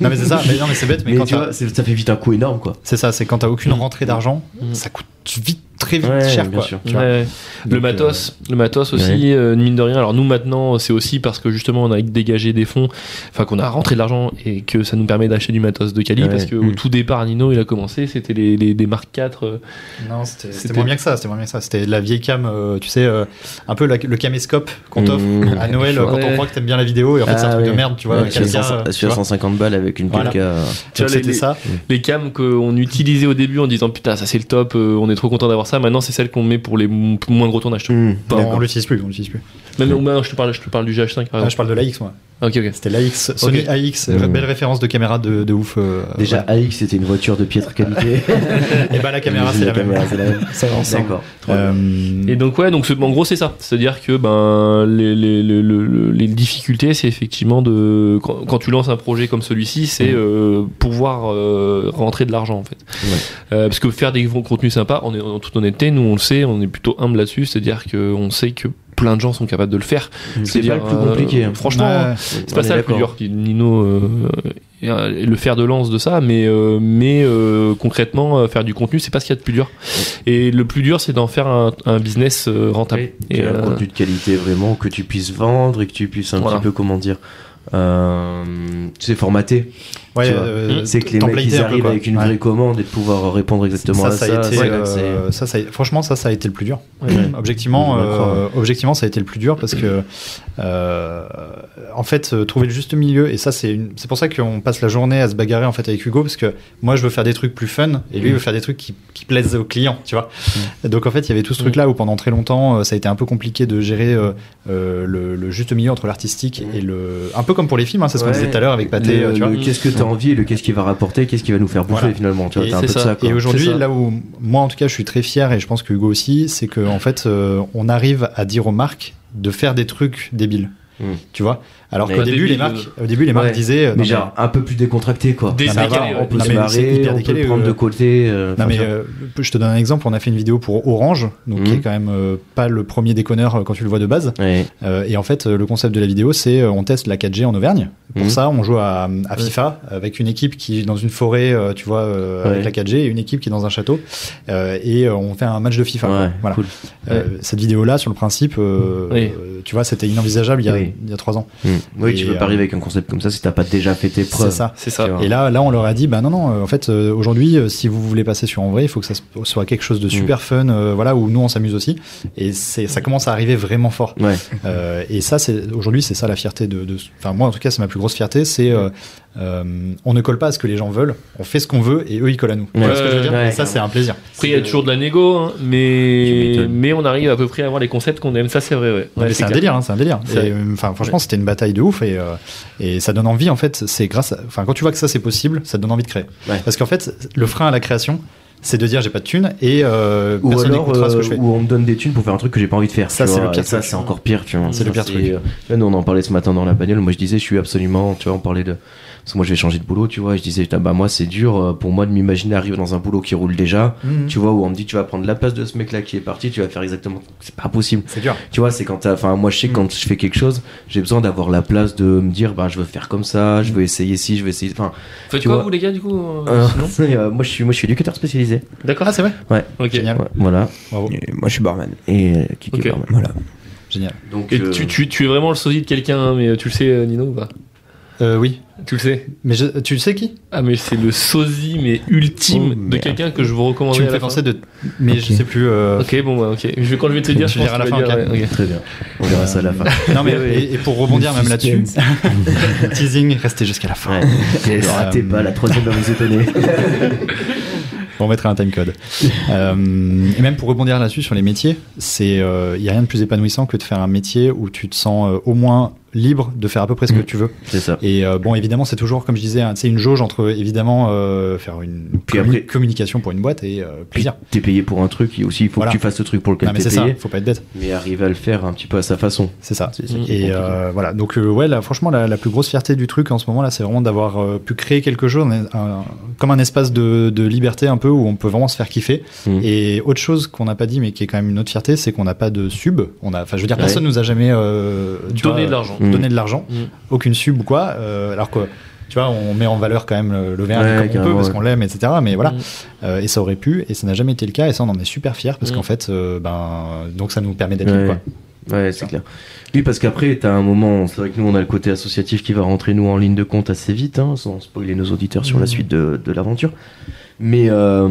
Non mais c'est ça, mais non mais c'est bête, mais, Mais quand tu t'as- vois, c'est- ça fait vite un coup énorme quoi. c'est ça, c'est quand t'as aucune rentrée d'argent, Mm. ça coûte vite très vite Ouais, cher bien quoi. sûr. tu vois. Ouais, ouais. Donc, le matos, le matos aussi, Ouais. euh, mine de rien. Alors nous maintenant, c'est aussi parce que justement on a dégagé des fonds, enfin qu'on a rentré de l'argent et que ça nous permet d'acheter du matos de quali. Ouais. Parce que au Mm. tout départ, Nino il a commencé, c'était les, les- des marques 4 euh, Non, c'était c'était C'était- moins bien que ça. C'était moins bien que ça. C'était de la vieille cam, euh, tu sais, euh, un peu la- le caméscope qu'on t'offre Mmh. à Noël euh, quand Ouais. on croit que t'aimes bien la vidéo et en fait c'est un Ah, truc de ouais. merde, tu vois. Ouais, sur quelqu'un, 100 euh, tu sur vois. 150 balles avec une Voilà. PK. euh, Tu vois, les- c'était les- ça. les cams qu'on utilisait au début en disant putain ça c'est le top, euh, on est trop content d'avoir ça. Maintenant c'est celle qu'on met pour les m- pour moins gros tournages. hmm. Pas on en- l'utilise plus, on l'utilise plus. Même non, je te parle, je te parle du GH5. par Ah, je parle exemple. de l'AX, moi. Ok, ok. C'était l'AX, Sony Ok. AX, Mmh. belle référence de caméra de, de ouf. euh, Déjà, AX c'était une voiture de piètre qualité. voilà. Et bah la caméra, c'est la, caméra, même. c'est la même. Ça va ensemble. D'accord. Euh, Hmm. Et donc ouais, donc c'est- en gros c'est ça, c'est-à-dire que ben les, les, les, les- les difficultés c'est effectivement de quand, quand tu lances un projet comme celui-ci, c'est Hmm. euh, pouvoir euh, rentrer de l'argent en fait. Ouais. Euh, parce que faire des gros contenus sympas, on est en toute honnêteté, nous on le sait, on est plutôt humble là-dessus, c'est-à-dire que on sait que plein de gens sont capables de le faire. C'est pas C'est-à-dire, le plus euh, compliqué. hein. Bah, franchement, ouais. c'est pas ça le plus dur. Nino euh, euh, est le fer de lance de ça, mais euh, mais euh, concrètement euh, faire du contenu c'est pas ce qu'il y a de plus dur. Et le plus dur c'est d'en faire un, un business euh, rentable. Et Et, un euh, contenu de qualité vraiment que tu puisses vendre et que tu puisses un Voilà. petit peu comment dire. Euh, tu sais, formaté. Ouais, tu vois. euh, c'est que les mecs templater ils un peu, arrivent quoi. avec une Ouais. vraie commande et de pouvoir répondre exactement ça, à ça, ça. a été, c'est vrai que c'est- euh, ça, ça a- franchement, ça, ça a été le plus dur. Ouais. Objectivement, Je vais croire, euh, objectivement, ça a été le plus dur parce que, euh, en fait, euh, trouver le juste milieu. Et ça, c'est une- c'est pour ça qu'on passe la journée à se bagarrer en fait avec Hugo parce que moi, je veux faire des trucs plus fun et Mm. lui il veut faire des trucs qui, qui plaisent aux clients, tu vois. Et Donc en fait, il y avait tout ce Mm. truc là où pendant très longtemps, euh, ça a été un peu compliqué de gérer euh, euh, le, le juste milieu entre l'artistique et le, un peu comme pour les films, hein, c'est ce qu'on Mm. Ouais. disait tout à l'heure avec Pathé, Le- euh, tu vois. le qu'est-ce que t'as envie et le qu'est-ce qui va rapporter, qu'est-ce qui va nous faire bouffer Voilà. finalement. Tu vois, Et t'as un peu c'est de ça. ça. quoi. Et aujourd'hui, C'est ça. là où moi, en tout cas, je suis très fier et je pense que Hugo aussi, c'est que en fait, euh, on arrive à dire aux marques de faire des trucs débiles. Mm. Tu vois Alors Mais qu'au pas début, les débile, marques, au début, les marques Ouais. disaient. euh, non, Mais genre un peu plus décontracté quoi. Dé- Ça va, décalé, on peut ouais. se Non, mais c'est marrer, on hyper peut décalé, le prendre euh. de côté. euh, Non enfin, mais tu vois. euh, je te donne un exemple, on a fait une vidéo pour Orange, donc qui Mhm. est quand même euh, pas le premier déconneur euh, quand tu le vois de base. Ouais. Euh, et en fait, euh, le concept de la vidéo, c'est euh, on teste la 4G en Auvergne. Pour Mhm. ça, on joue à, à FIFA avec une équipe qui est dans une forêt, euh, tu vois, euh, Ouais. avec la 4G, et une équipe qui est dans un château. Euh, et euh, on fait un match de FIFA. quoi. Ouais, Voilà. cool. Euh, Cette vidéo-là, sur le principe, euh, Oui. euh, tu vois, c'était inenvisageable il y a, Oui. il y a trois ans. Mm. Oui, Et, tu peux euh, pas arriver avec un concept comme ça si t'as pas déjà fait tes preuves. C'est ça. C'est Tu ça. vois. Et là, là, on leur a dit, bah non, non, euh, en fait, euh, aujourd'hui, euh, si vous voulez passer sur en vrai, il faut que ça se- soit quelque Mm. chose de super fun, euh, voilà, où nous on s'amuse aussi. Et c'est, ça commence à arriver vraiment fort. Ouais. Euh, et ça, c'est aujourd'hui, c'est ça la fierté de. de- Enfin, moi, en tout cas, c'est ma plus grosse fierté. C'est euh, euh, on ne colle pas à ce que les gens veulent. On fait ce qu'on veut et eux, ils collent à nous. Tu vois ce que je veux dire Ouais, Et ça, c'est un plaisir. Après, il y a toujours de la négo, hein, mais, Tu m'étonnes. mais on arrive à peu près à avoir les concepts qu'on aime. Ça, c'est vrai, ouais. Non, Ouais, mais c'est un clair. délire, hein, c'est un délire. C'est- Et, euh, Enfin, franchement, c'était une bataille de ouf et, euh, et ça donne envie en fait. C'est grâce, à- enfin, quand tu vois que ça c'est possible, ça te donne envie de créer. Ouais. Parce qu'en fait, le frein à la création, c'est de dire j'ai pas de thune et euh, Ou personne alors, n'écoutera ce euh, que je fais. ou on me donne des thunes pour faire un truc que j'ai pas envie de faire. Ça, tu c'est vois. le pire Et Ça, truc. c'est encore pire, tu vois. C'est Ça, le pire truc. euh, là, nous, on en parlait ce matin dans la bagnole. Moi, je disais, je suis absolument, tu vois, on parlait de, parce que moi, je vais changer de boulot, tu vois. Je disais, putain, bah, moi, c'est dur euh, pour moi de m'imaginer arriver dans un boulot qui roule déjà. Mhm. Tu vois, où on me dit, tu vas prendre la place de ce mec-là qui est parti, tu vas faire exactement, c'est pas possible. C'est dur. Tu vois, c'est quand t'as- enfin, moi, je Mm. sais que quand je fais quelque chose, j'ai besoin d'avoir la place de me dire, bah, je veux faire comme ça, Mm. je veux essayer ci, je veux essayer, enfin, Faites tu quoi, vois. vous, les gars, du coup euh, euh, sinon euh, moi, je suis, moi, je suis éducateur spécialisé. D'accord. Ah, c'est vrai. Ok. Génial. Ouais, voilà. Bravo. Et Moi, je suis barman. Et euh, qui- qui- Ok. pardon. Voilà. Génial. Donc, Et euh, tu, tu, tu es vraiment le sosie de quelqu'un, hein, mais tu le sais, euh, Nino, ou pas Euh, oui. Tu le sais Mais je- tu sais qui Ah, mais c'est le sosie, mais Oh, ultime de merde. quelqu'un que je vous recommande. Tu me fais penser de. Mais je Ok. sais plus. euh, Ok, bon, bah, ok. Je vais, quand je vais te le dire, Tu je pense verras que à tu la vas fin, dire, ouais, ok. Très bien. On verra ça à la fin. Non mais Oui, oui. et, et pour rebondir même là-dessus, teasing, restez jusqu'à la fin. Ouais. Yes. Ne ratez Euh, pas la troisième va vous étonner. On mettra un timecode. euh, et même pour rebondir là-dessus sur les métiers, c'est euh, y a rien de plus épanouissant que de faire un métier où tu te sens euh, au moins libre de faire à peu près ce Mm. que tu veux. C'est ça. Et euh, bon, évidemment, c'est toujours comme je disais, hein, tu sais, une jauge entre évidemment euh, faire une Puis communi- après- communication pour une boîte et euh, Puis plaisir. t'es payé pour un truc, et aussi il faut Voilà. que tu fasses le truc pour lequel Non mais t'es c'est ça, payé, faut pas être bête, mais arriver à le faire un petit peu à sa façon. c'est ça. C'est ça qui est Et compliqué. euh, voilà, donc euh, ouais, là, franchement, la, la plus grosse fierté du truc en ce moment là, c'est vraiment d'avoir euh, pu créer quelque chose, un- un- comme un espace de, de liberté un peu où on peut vraiment se faire kiffer. Mhm. Et autre chose qu'on n'a pas dit, mais qui est quand même une autre fierté, c'est qu'on n'a pas de sub. On a, enfin, je veux dire, Ouais. personne nous a jamais euh, tu Donner vois, de l'argent. Mhm. donné de l'argent, Mhm. aucune sub ou quoi. euh, alors que tu vois, on met en valeur quand même le- l'Auvergne Ouais, comme on peut carrément, parce ouais. qu'on l'aime, etc. Mais voilà, Mm. Euh, et ça aurait pu, et ça n'a jamais été le cas, et ça on en est super fier parce Mm. qu'en fait, euh, ben, donc ça nous permet d'être Ouais. libre, quoi. Ouais, c'est clair. Oui, parce qu'après, t'as un moment, c'est vrai que nous, on a le côté associatif qui va rentrer nous en ligne de compte assez vite, hein, sans spoiler nos auditeurs sur la Mhm. suite de, de l'aventure. Mais, euh,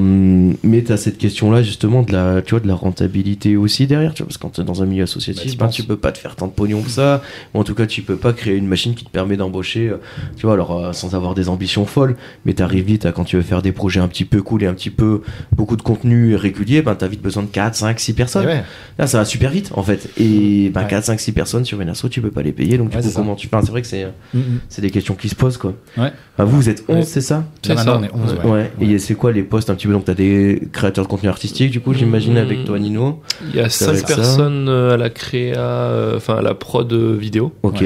mais t'as cette question-là, justement, de la, tu vois, de la rentabilité aussi derrière, tu vois, parce que quand t'es dans un milieu Bah, associatif, tu ben, penses. tu peux pas te faire tant de pognon que ça, ou en tout cas, tu peux pas créer une machine qui te permet d'embaucher, euh, tu vois, alors, euh, sans avoir des ambitions folles, mais t'arrives vite à quand tu veux faire des projets un petit peu cool et un petit peu, beaucoup de contenu régulier, ben, t'as vite besoin de 4, 5, 6 personnes. Et ouais. Là, ça va super vite en fait. Et bah, Ouais. 4, 5, 6 personnes sur une asso, tu peux pas les payer. Donc, du Ouais, coup, c'est ça. comment tu. Enfin, c'est vrai que c'est, Mm, mm. c'est des questions qui se posent quoi. Ouais. Ah, vous, vous êtes 11, Ouais. c'est ça Là, maintenant, on est 11, Ouais. Et c'est quoi les postes un petit peu Donc, t'as des créateurs de contenu artistique, du coup, j'imagine, Mhm. avec toi, Nino. Il y a Ça va 5 être ça. personnes euh, à la créa, euh, enfin à la prod euh, vidéo. Ok,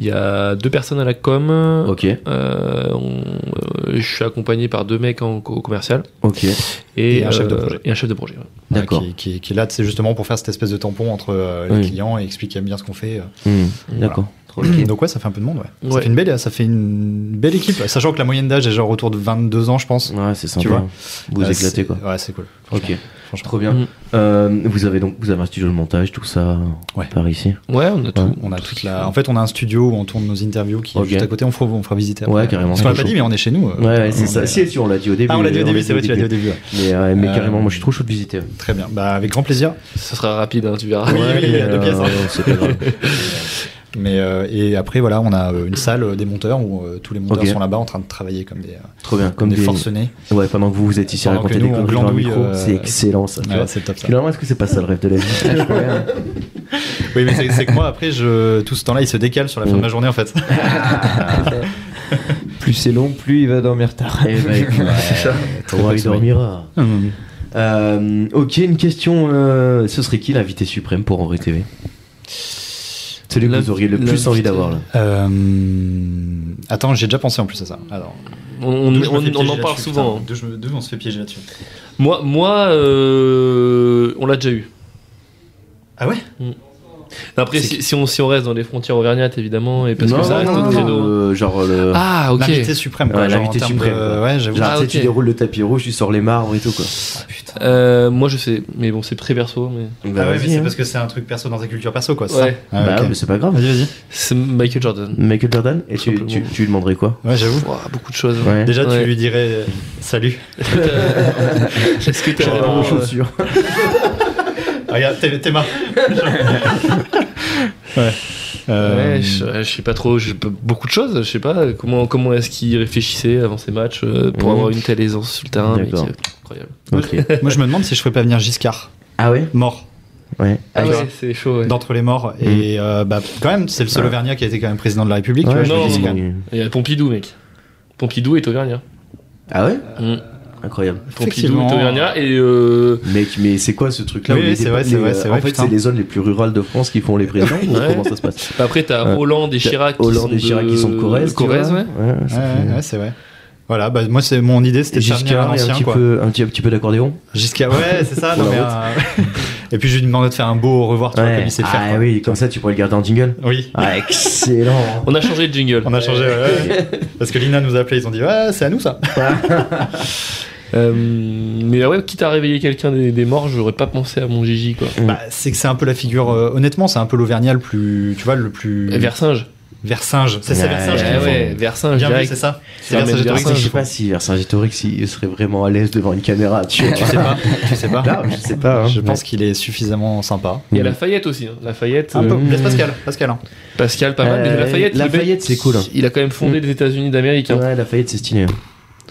Il y a deux personnes à la com. ok, Euh, on- euh, je suis accompagné par deux mecs en, co- commercial ok. et, euh, Et un chef de projet. et un chef de projet. ouais. D'accord. Ouais, Qui, qui- qui est là, c'est justement pour faire cette espèce de tampon entre euh, les Oui. clients et expliquer bien ce qu'on fait. euh. Mhm. D'accord. Donc ouais, ça fait un peu de monde, ouais. Ça, Ouais. fait une belle, ça fait une belle équipe, sachant que la moyenne d'âge est genre autour de 22 ans, je pense. Ouais, c'est sympa. Tu vois. vous Euh, éclatez c'est- quoi. Ouais, c'est cool. Franchement, Hmm. Ok, franchement. trop bien. Mhm. Euh, vous avez donc vous avez un studio de montage, tout ça Ouais. par ici. Ouais, on a tout. On a toute la. En fait, on a un studio où on tourne nos interviews qui Ok. est juste à côté. On fera, on fera visiter. Ouais, carrément, Parce qu'on l'a c'est chaud. pas dit, mais on est chez nous. euh. Ouais, ouais, c'est On ça. est- Si, si, on l'a dit au début. Ah, on l'a dit au mais- début, l'a c'est vrai, tu l'as dit au début. ouais. Mais, euh, mais Euh, carrément, moi, je suis trop chaud de visiter. Très bien. Bah, avec grand plaisir. Ça sera rapide, hein, tu verras. Ah Oui, oui, oui, il y a deux pièces, hein. non, c'est pas grave. Mais euh, et après, voilà, on a euh, une salle euh, des monteurs où euh, tous les monteurs Ok. sont là-bas en train de travailler comme des, euh, Trop bien, comme des, forces forcenés. Ouais, pendant que vous vous êtes ici à Pendant raconter que nous, des on conneries dans le glandouille, micro, euh, c'est excellent ça. bah, tu Ouais, vois. c'est top ça. Finalement, est-ce que c'est pas ça le rêve de la vie Je crois rien. Oui, mais c'est- c'est que moi, après, je, tout ce temps-là, il se décale sur la Mm. fin de ma journée en fait. Plus c'est long, plus il va dormir tard. Eh ben, écoute, Très on peu va de y sommeil. dormira. Euh, ok, une question. euh, ce serait qui l'invité suprême pour Henri TV Celui que L'inv- vous auriez le plus l'invité- envie d'avoir là. Euh, Attends, j'ai déjà pensé en plus à ça. Alors, On, on- deux, je me on- fais on piéger en parle là-dessus, souvent. putain. hein. Deux, je me- deux, on se fait piéger là-dessus. Moi, moi euh, on l'a déjà eu. Ah ouais Après, C'est si, si on, si on reste dans les frontières auvergnates, évidemment, et parce que ça reste non, notre non, credo. euh, genre le. Ah, ok. L'invité suprême. Quoi, Ouais, genre, l'invité en termes suprême, de- quoi. Ouais, j'avoue. Genre, Ah, tu sais, tu ok. déroules le tapis rouge, tu sors les marbres et tout quoi. Euh, moi, je sais, mais bon, c'est très perso. Mais... Ah ouais, mais vas-y, c'est hein. parce que c'est un truc perso dans ta culture perso, quoi. c'est Ouais. ça Ah, Bah, ok. mais c'est pas grave. Vas-y, vas-y. C'est Michael Jordan. Michael Jordan, et tu, Simplement. tu, tu lui demanderais quoi Ouais, j'avoue. Ouah, beaucoup de choses. Ah, Ouais. Déjà, Ouais. tu lui dirais euh, salut. Est-ce que t'as J'aurais vraiment, pas euh, vos chaussures. Regarde, Ah, t'es t'es marre. ouais. Euh, Ouais, je, je sais pas trop, je, beaucoup de choses, je sais pas comment comment est-ce qu'il réfléchissait avant ses matchs euh, pour Mhm. avoir une telle aisance sur le terrain, mec, D'accord. euh, incroyable. Ok. Moi, je me demande si je ferais pas venir Giscard, Ah ouais mort, Ouais. Ah Ah ouais, ouais. c'est chaud. Ouais. d'entre les morts. Et euh, bah, quand même, c'est le seul Mm. Ouais. Auvergnat qui a été quand même président de la République. tu vois, Ouais, je me non, dis, c'est quand même- non. Il y a euh, Pompidou, mec. Pompidou est Auvergnat. Ah ouais Mhm. Incroyable. Pompidou Effectivement. est Auvergnat et euh, Mec, mais c'est quoi ce truc-là Oui, où oui, les c'est dé- vrai, c'est les- vrai, c'est En vrai, fait, putain. c'est les zones les plus rurales de France qui font les présidents ou Ouais. comment ça se passe après t'as Ouais. Hollande et Chirac, qui Euh, Hollande et sont Chirac de- qui sont de Corrèze. de Corrèze, tu vois ouais. ça fait- Ouais, ouais, c'est vrai. Voilà, bah, moi, c'est mon idée, c'était Et de faire venir Giscard, et un un ancien, petit, quoi. peu, un, petit, un petit peu d'accordéon Jusqu'à ouais, c'est ça. Pour non, la mais un- Et puis je lui demandais de faire un beau au revoir, tu vois, comme il sait le faire. Ah quoi. oui, comme ça tu pourrais le garder en jingle. Oui. Ah, excellent On a changé de jingle. On a changé. ouais, ouais. Parce que Lina nous a appelé, ils ont dit ouais, c'est à nous ça. Euh, mais ouais, quitte à réveiller quelqu'un des, des morts, j'aurais pas pensé à mon Gigi quoi. Mm. Bah, c'est que c'est un peu la figure. euh, honnêtement, c'est un peu l'Auvergnat le plus, tu vois, le plus. Et Versinge. Versinge. C'est c'est Ouais, Versinge qui ouais, le font. ouais. Versinge. Eh Bien vu, direct. c'est ça. C'est Ah, Versinge mais de Je Versinge, Torix. sais pas si Vercingétorix il serait vraiment à l'aise devant une caméra. Tu vois. Ah, Tu sais pas. Tu sais pas. Non, je sais pas. hein. Je pense qu'il est suffisamment sympa. Il y a Lafayette aussi. hein. Lafayette. Un peu. euh, Blaise Pascal. Pascal. hein. Pascal, pas mal. Euh, mais Lafayette, Lafayette, il- c'est cool. Il a quand même fondé les États-Unis d'Amérique. hein. Ouais, Lafayette, c'est stylé.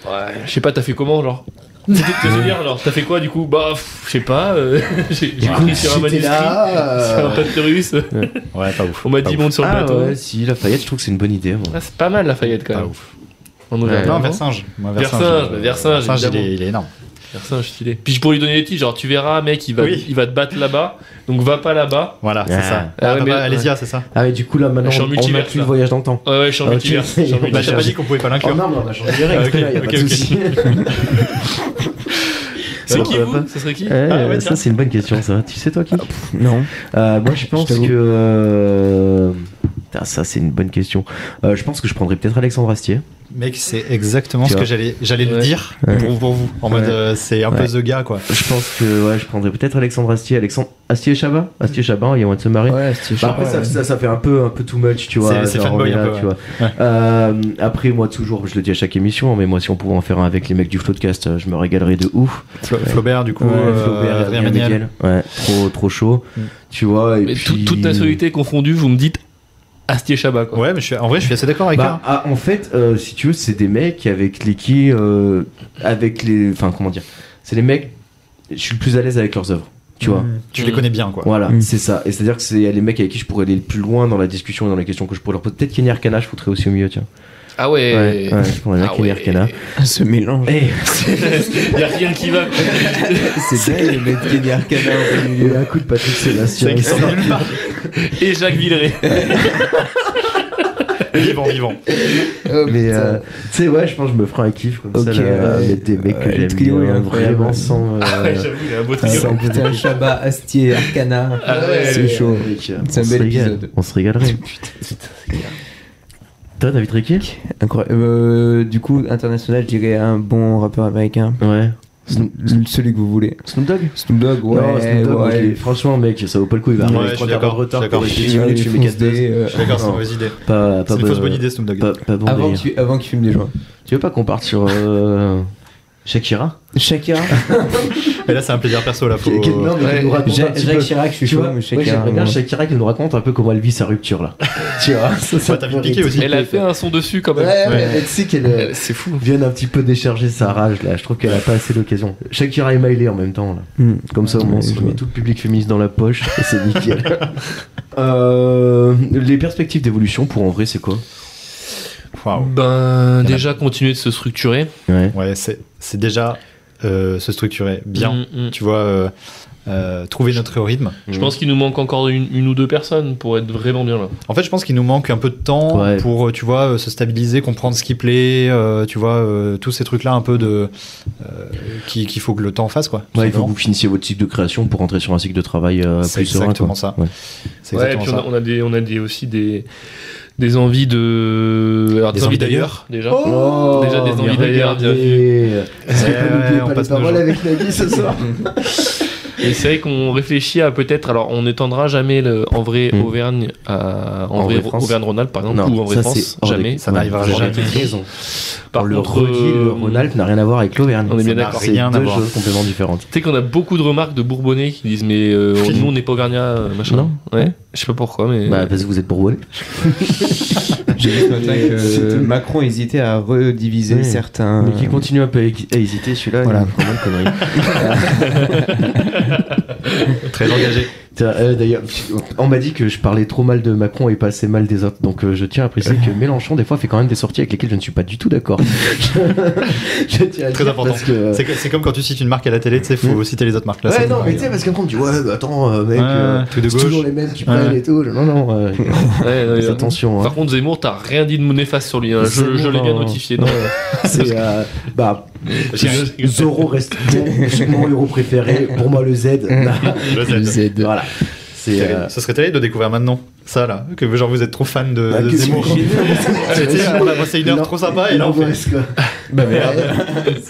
Ouais, Je sais pas, t'as fait comment, genre C'était ce que je veux dire, genre, t'as fait quoi du coup Bah, pff, je sais pas. euh, J'ai Bah, j'ai écrit sur un manuscrit, sur un euh. pote russe. Ouais, pas ouf. On m'a Pas dit ouf. monte sur le Ah plateau. ouais, si, Lafayette, je trouve que c'est une bonne idée. moi. Ah, c'est pas mal Lafayette quand Pas même. ouf. En Auvergne. Non, Versinge. Moi, Versinge, euh, Versinge, il évidemment. est- il est énorme. Versinge, stylé. Puis pour lui donner des titres, genre tu verras, mec, il va, Oui. il va te battre là-bas, donc va pas là-bas. Voilà, Ah. c'est ça. Ah ouais, mais- Allez-y, c'est ça. Bah, Ah, mais du coup, là, maintenant, Je suis en on a multivers, plus le là. voyage dans le temps. Ouais, ouais, je suis en Ah, ok. multivers. je suis en Bah, Oui, Bah, j'ai multivers. pas dit qu'on pouvait pas Oh l'inclure. non, mais on a changé les Ah, règles. ok, là, y a pas ok, de ok. souci. C'est Non, qui ça va vous pas. Ce serait qui Eh, Ah ouais, Ah, ça, c'est une bonne question, ça. Tu sais, toi, qui Non. Euh, Moi, je pense t'avoue. que. euh, Ah, ça, c'est une bonne question. Euh, je pense que je prendrais peut-être Alexandre Astier. Mec, c'est exactement Tu ce que vois. j'allais j'allais le Ouais. dire Ouais. pour, pour vous. En mode, Ouais. euh, c'est un Ouais. peu the gars, quoi. Je pense que ouais, je prendrais peut-être Alexandre Astier. Alexandre Astier Chabat Astier Chabat, il y a moins de se marier. Ouais, c'est Bah après, ça, ça, ça fait un peu, un peu too much, tu vois. C'est- c'est genre, on fanboy est un là, peu, tu ouais. vois. Euh, après, moi, toujours, je le dis à chaque émission, hein, mais moi, si on pouvait en faire un avec les mecs du Floodcast, euh, je me régalerais de ouf. Fla- Flaubert, du coup, euh, Flaubert, Adrien Adrien Méniel. Méniel. Ouais, trop, trop chaud. Mm. Tu vois, et Mais tout- puis... toute nationalité confondue, vous me dites Astier Chabat, quoi. Ouais, mais je suis, en vrai, je suis assez d'accord avec Bah, ah, en fait, euh, si tu veux, c'est des mecs avec les qui, euh, avec les, enfin comment dire, c'est les mecs. Je suis le plus à l'aise avec leurs œuvres, tu toi. vois. Mmh. Mmh. Tu les Mm. connais bien, quoi. Voilà, Mm. c'est ça. Et c'est-à-dire que c'est les mecs avec qui je pourrais aller le plus loin dans la discussion et dans les questions que je pourrais leur poser. Peut-être Kenny Arcana, je foutrais aussi au milieu, tiens. Ah ouais. Ouais, ouais, je prendrais bien Ah Kenny ouais. Arcana. Ce mélange. Eh, Il y a rien qui va. quoi. C'est dingue de mettre Kenny Arcana en plein il y milieu. a un coup de Patrick Sébastien. C'est qui sort nulle part. Et Jacques Villeray. Vivant, vivant. Mais euh, tu sais, ouais, je pense que je me ferai un kiff comme Ok, ça. Là, ouais. mettre des mecs que Ouais, le j'aime trio bien, est incroyable. vraiment sans. euh, J'avoue, il y a un beau Ah, trio. sans putain, Chabat, Astier, Arcana. Ah ouais. c'est chaud. avec, euh, C'est un on se bel régale. épisode. On se régalerait. Toi, t'as vu Tricky Incroyable. Euh, du coup, international, je dirais un bon rappeur américain. Ouais. Snoop- Celui que vous voulez. Snoop Dogg Snoop Dogg, ouais. Non, Snoop Dogg, moi, je l'ai- ouais. franchement, mec, ça vaut pas le coup. Il va Ouais, arriver je avec suis trois quarts d'heure de d'accord, retard. je suis pour d'accord. les 10 minutes, je fais mes Fonce casse des, euh, Je suis d'accord, c'est une Non. mauvaise idée. Pas, pas C'est une bon- fausse bonne idée, Snoop Dogg. Pas, pas bon Avant délire. qu'il avant qu'il fume des joints. Tu veux pas qu'on parte sur euh, Shakira Shakira. Mais là, c'est un plaisir perso, là. Faut... Quel- quel- non, mais qu'elle nous raconte un Jacques petit peu. Jacques Chirac, je suis Tu chaud, vois, mais moi, Shakira. j'aimerais bien ouais. Shakira qui nous raconte un peu comment elle vit sa rupture là. tu vois, ça, ça Ouais, t'as me vite ferait piqué aussi. triper. Elle a fait un son dessus quand Ouais, même. ouais, Ouais. mais tu sais qu'elle euh, Euh, C'est fou. vienne un petit peu décharger sa rage là. Je trouve qu'elle a pas assez l'occasion. Shakira et Miley en même temps là. Hmm. Comme ça, au moins, on se Ouais, remet je- tout le public féministe dans la poche et c'est nickel. Euh, les perspectives d'évolution pour en vrai, c'est quoi Waouh. Ben, a- déjà continuer de se structurer. Ouais. Ouais, c'est c'est déjà euh, se structurer bien. Mm, mm. Tu vois, euh, euh, trouver notre rythme. Je pense qu'il nous manque encore une, une ou deux personnes pour être vraiment bien là. En fait, je pense qu'il nous manque un peu de temps Ouais. pour, euh, tu vois, euh, se stabiliser, comprendre ce qui plaît, euh, tu vois, euh, tous ces trucs-là un peu de. euh, qui- qu'il faut que le temps fasse, quoi. tout Ouais, il faut que simplement. vous finissiez votre cycle de création pour entrer sur un cycle de travail euh, C'est plus serein. exactement quoi. ça. Ouais. C'est Ouais, et exactement puis on a, ça. on a des, on a des, aussi des, des envies de. alors, Des envies d'ailleurs. déjà. Oh, Déjà des mais envies d'ailleurs, bien regardez. Est-ce que Ouais, vous n'oubliez ouais, pas on les passe nos paroles jours. avec Nagui ce soir Et c'est vrai qu'on réfléchit à peut-être. Alors, on n'étendra jamais le, en vrai Mm. Auvergne à. En, En vrai, vrai France. Auvergne-Rhône-Alpes, Ah par exemple, ou en vrai ça, c'est France. hors de- Jamais. Ça n'arrivera hors de jamais. toute raison. Par le contre, Rhône, le euh, Rhône-Alpes n'a rien à voir avec l'Auvergne. On est Ça bien n'a d'accord. C'est Rien à deux voir. choses complètement différentes. Tu sais qu'on a beaucoup de remarques de Bourbonnais qui disent mais euh, on- nous on n'est pas Auvergnat euh, machin. Non. Ouais. Je sais pas pourquoi mais. Bah, parce que vous êtes bourbonnais. J'ai vu ce matin que C'était- Macron hésitait à rediviser Oui. certains. Mais qui continue un peu à hé- à hésiter, celui-là, Voilà. il est vraiment une connerie. Très engagé. Tiens, euh, D'ailleurs, on m'a dit que je parlais trop mal de Macron et pas assez mal des autres, donc euh, je tiens à préciser que Mélenchon, des fois, fait quand même des sorties avec lesquelles je ne suis pas du tout d'accord. je tiens à le Très dire important. Parce que... euh, C'est que- c'est comme quand tu cites une marque à la télé, tu sais, faut citer les autres marques. Là, Mm. ouais, c'est non, mais pareil. tu sais, parce qu'après, on me dit, ouais, bah, attends, euh, mec, Ouais, euh, tout de c'est gauche. toujours les mêmes qui prennent Ouais. et tout. Non, non, euh, Ouais, ouais, faites ouais. attention. hein. Par contre Zemmour t'as rien dit de mon néfaste sur lui. hein. Je, Zemmour, je l'ai bien non. notifié. Non. C'est, euh, bah, J'ai un- Zoro reste mon, mon héros préféré. Pour moi, le Z. Le Z. voilà. C'est. euh, Ce serait terrible de découvrir maintenant ça là, que genre vous êtes trop fan de, bah, de qu'est-ce que Zemmour. j'ai Euh, Allez, tu sais, on a passé une heure Non. trop sympa et là on fait. L'angoisse, quoi. Bah merde.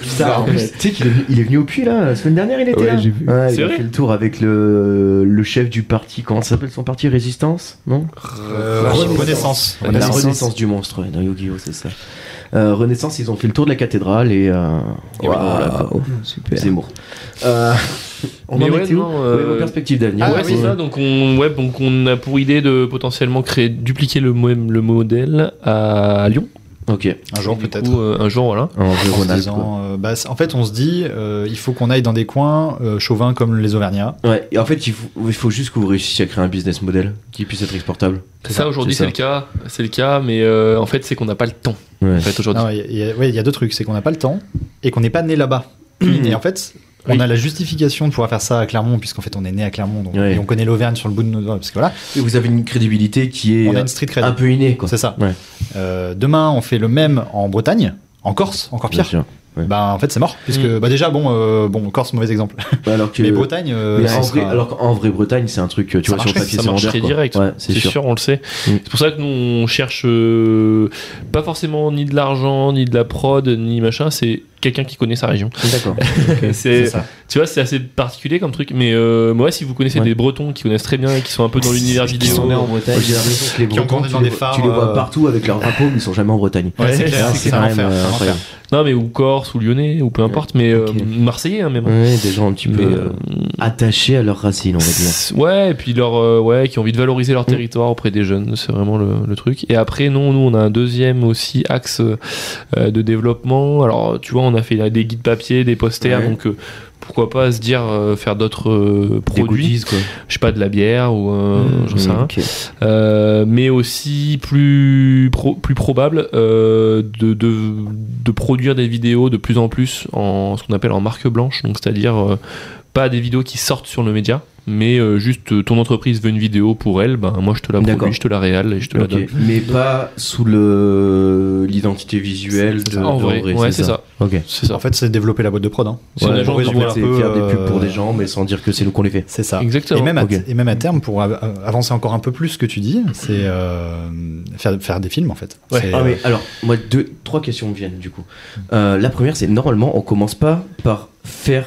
Ça, en plus, tu sais qu'il est, venu- il est venu au puits là, la semaine dernière il était Ouais, là. j'ai vu. Ouais, C'est il a vrai fait le tour avec le, le chef du parti, comment ça s'appelle son parti Résistance Non Euh, Renaissance. Renaissance. La Renaissance. Renaissance du monstre, ouais, dans Yu-Gi-Oh, c'est ça. Euh, Renaissance, ils ont fait le tour de la cathédrale et. Euh, voilà, quoi. Oh, super. Zemmour. Euh, on Mais en ouais, était où non, euh, Ouais, Ah, vos perspectives d'avenir. ouais, c'est ça. Donc on, ouais, donc on a pour idée de potentiellement créer, dupliquer le, mo- le modèle à Lyon. Ok, Un jour Du peut-être. coup, euh, un jour, voilà. en En, vrai, se Ronald. quoi. disant, euh, bah, c'est- en fait, on se dit, euh, il faut qu'on aille dans des coins euh, chauvins comme les Auvergnats. Ouais, et en fait, il faut, il faut juste que vous réussissiez à créer un business model qui puisse être exportable. Ça, aujourd'hui c'est c'est le cas, c'est le cas, mais euh, en fait c'est qu'on n'a pas le temps. Ouais. En fait aujourd'hui. Non, Il y a- il y, a- Ah ouais, il y a deux trucs, c'est qu'on n'a pas le temps et qu'on n'est pas né là-bas. et en fait, on Oui. a la justification de pouvoir faire ça à Clermont, puisqu'en fait on est né à Clermont, donc, Ouais. et on connaît l'Auvergne sur le bout de nos doigts, parce que voilà, Et vous avez une crédibilité qui est on a euh, une street cred. un peu innée, quoi. C'est ça. Ouais. Euh, demain, on fait le même en Bretagne, en Corse, encore Bien pire. sûr. Ouais. Bah en fait c'est mort puisque Mm. bah déjà bon euh, bon Corse mauvais exemple Alors que. mais Bretagne euh, mais ça en sera- vrai, alors qu'en vrai Bretagne, c'est un truc, euh, tu Ça vois, sur le marcherait, papier, ça c'est vendeur. marcherait quoi. direct. Ouais, c'est sûr. on le Mm. sait. C'est pour ça que nous, on cherche euh, pas forcément ni de l'argent, ni de la prod, ni machin. C'est quelqu'un qui connaît sa région. D'accord. c'est C'est- ça. tu vois, c'est assez particulier comme truc. Mais euh, moi, si vous connaissez Ouais. des Bretons qui connaissent très bien et qui sont un peu dans l'univers Qui vidéo, sont nés en Bretagne. Moi, j'ai l'impression que les Qui ont Bretons, grandi tu, dans les des vois- tu phares, les vois euh, partout avec leurs drapeaux, mais ils sont jamais en Bretagne. Ouais, c'est Ouais, clair, Alors, c'est quand un même, enfer, euh, c'est un enfer. incroyable. non mais ou Corse ou Lyonnais ou peu importe, mais euh, Marseillais hein, même. Mm. Ouais, des gens un petit peu Euh, euh, attachés à leurs racines, on va dire. Mm. Ouais, et puis leur, euh, ouais, qui ont envie de valoriser leur territoire auprès des jeunes, c'est vraiment le, le truc. Et après, non, nous, on a un deuxième aussi axe euh, de développement. Alors, tu vois, on a fait là, des guides papier, des posters, Ouais. donc euh, pourquoi pas se dire euh, faire d'autres euh, Des produits, goodies, quoi. Mm, je sais pas, de la bière ou euh, j'en sais rien. Ok. Euh, mais aussi plus pro- plus probable euh, de, de, de produire des vidéos de plus en plus en ce qu'on appelle en marque blanche donc c'est-à-dire euh, pas des vidéos qui sortent sur le média mais euh, juste euh, ton entreprise veut une vidéo pour elle ben moi je te la D'accord. produis je te la réale et je te la Ok. donne Mais pas sous le l'identité visuelle de en de vrai, André, ouais c'est ça Ok. c'est ça en fait c'est développer la boîte de prod hein. Si on Ouais, est en fait, gentil, on voit un c'est peu, faire des pubs euh, pour des gens, mais sans dire que c'est nous qu'on les fait. c'est ça exactement Et même, à, Ok. et même à terme, pour av- avancer encore un peu plus ce que tu dis, c'est euh, faire, faire des films en fait. Ouais. C'est, Ah, mais alors, moi, deux, trois questions me viennent du coup. Euh, la première, c'est normalement, on commence pas par faire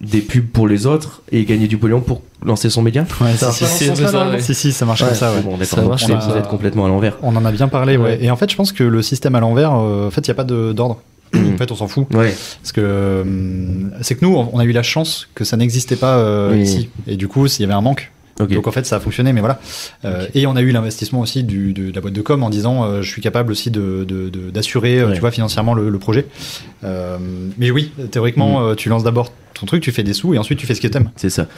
des pubs pour les autres et gagner du pognon pour lancer son média. euh, Ouais, si, Ça si, va pas si, dans ce sens-là, si, normalement. si, si, ça marche comme ça. ouais. Bon, Ça d'accord. Donc, marche, vous êtes- ça. vous êtes complètement à l'envers. On en a bien parlé, ouais. Ouais. Et en fait, je pense que le système à l'envers, euh, en fait, il n'y a pas de- d'ordre. en fait, on s'en fout. Ouais. Parce que euh, c'est que nous, on on a eu la chance que ça n'existait pas euh, Oui. ici. Et du coup, s'il y avait un manque. Ok. Donc en fait, ça a fonctionné, mais voilà. Euh, Et on a eu l'investissement aussi du, de, de la boîte de com en disant euh, je suis capable aussi de- de- de- d'assurer, de, Ouais. tu vois, financièrement le, le projet. Euh, mais oui, Mm. théoriquement, euh, tu lances d'abord ton truc, tu fais des sous et ensuite tu fais ce que t'aimes. C'est ça.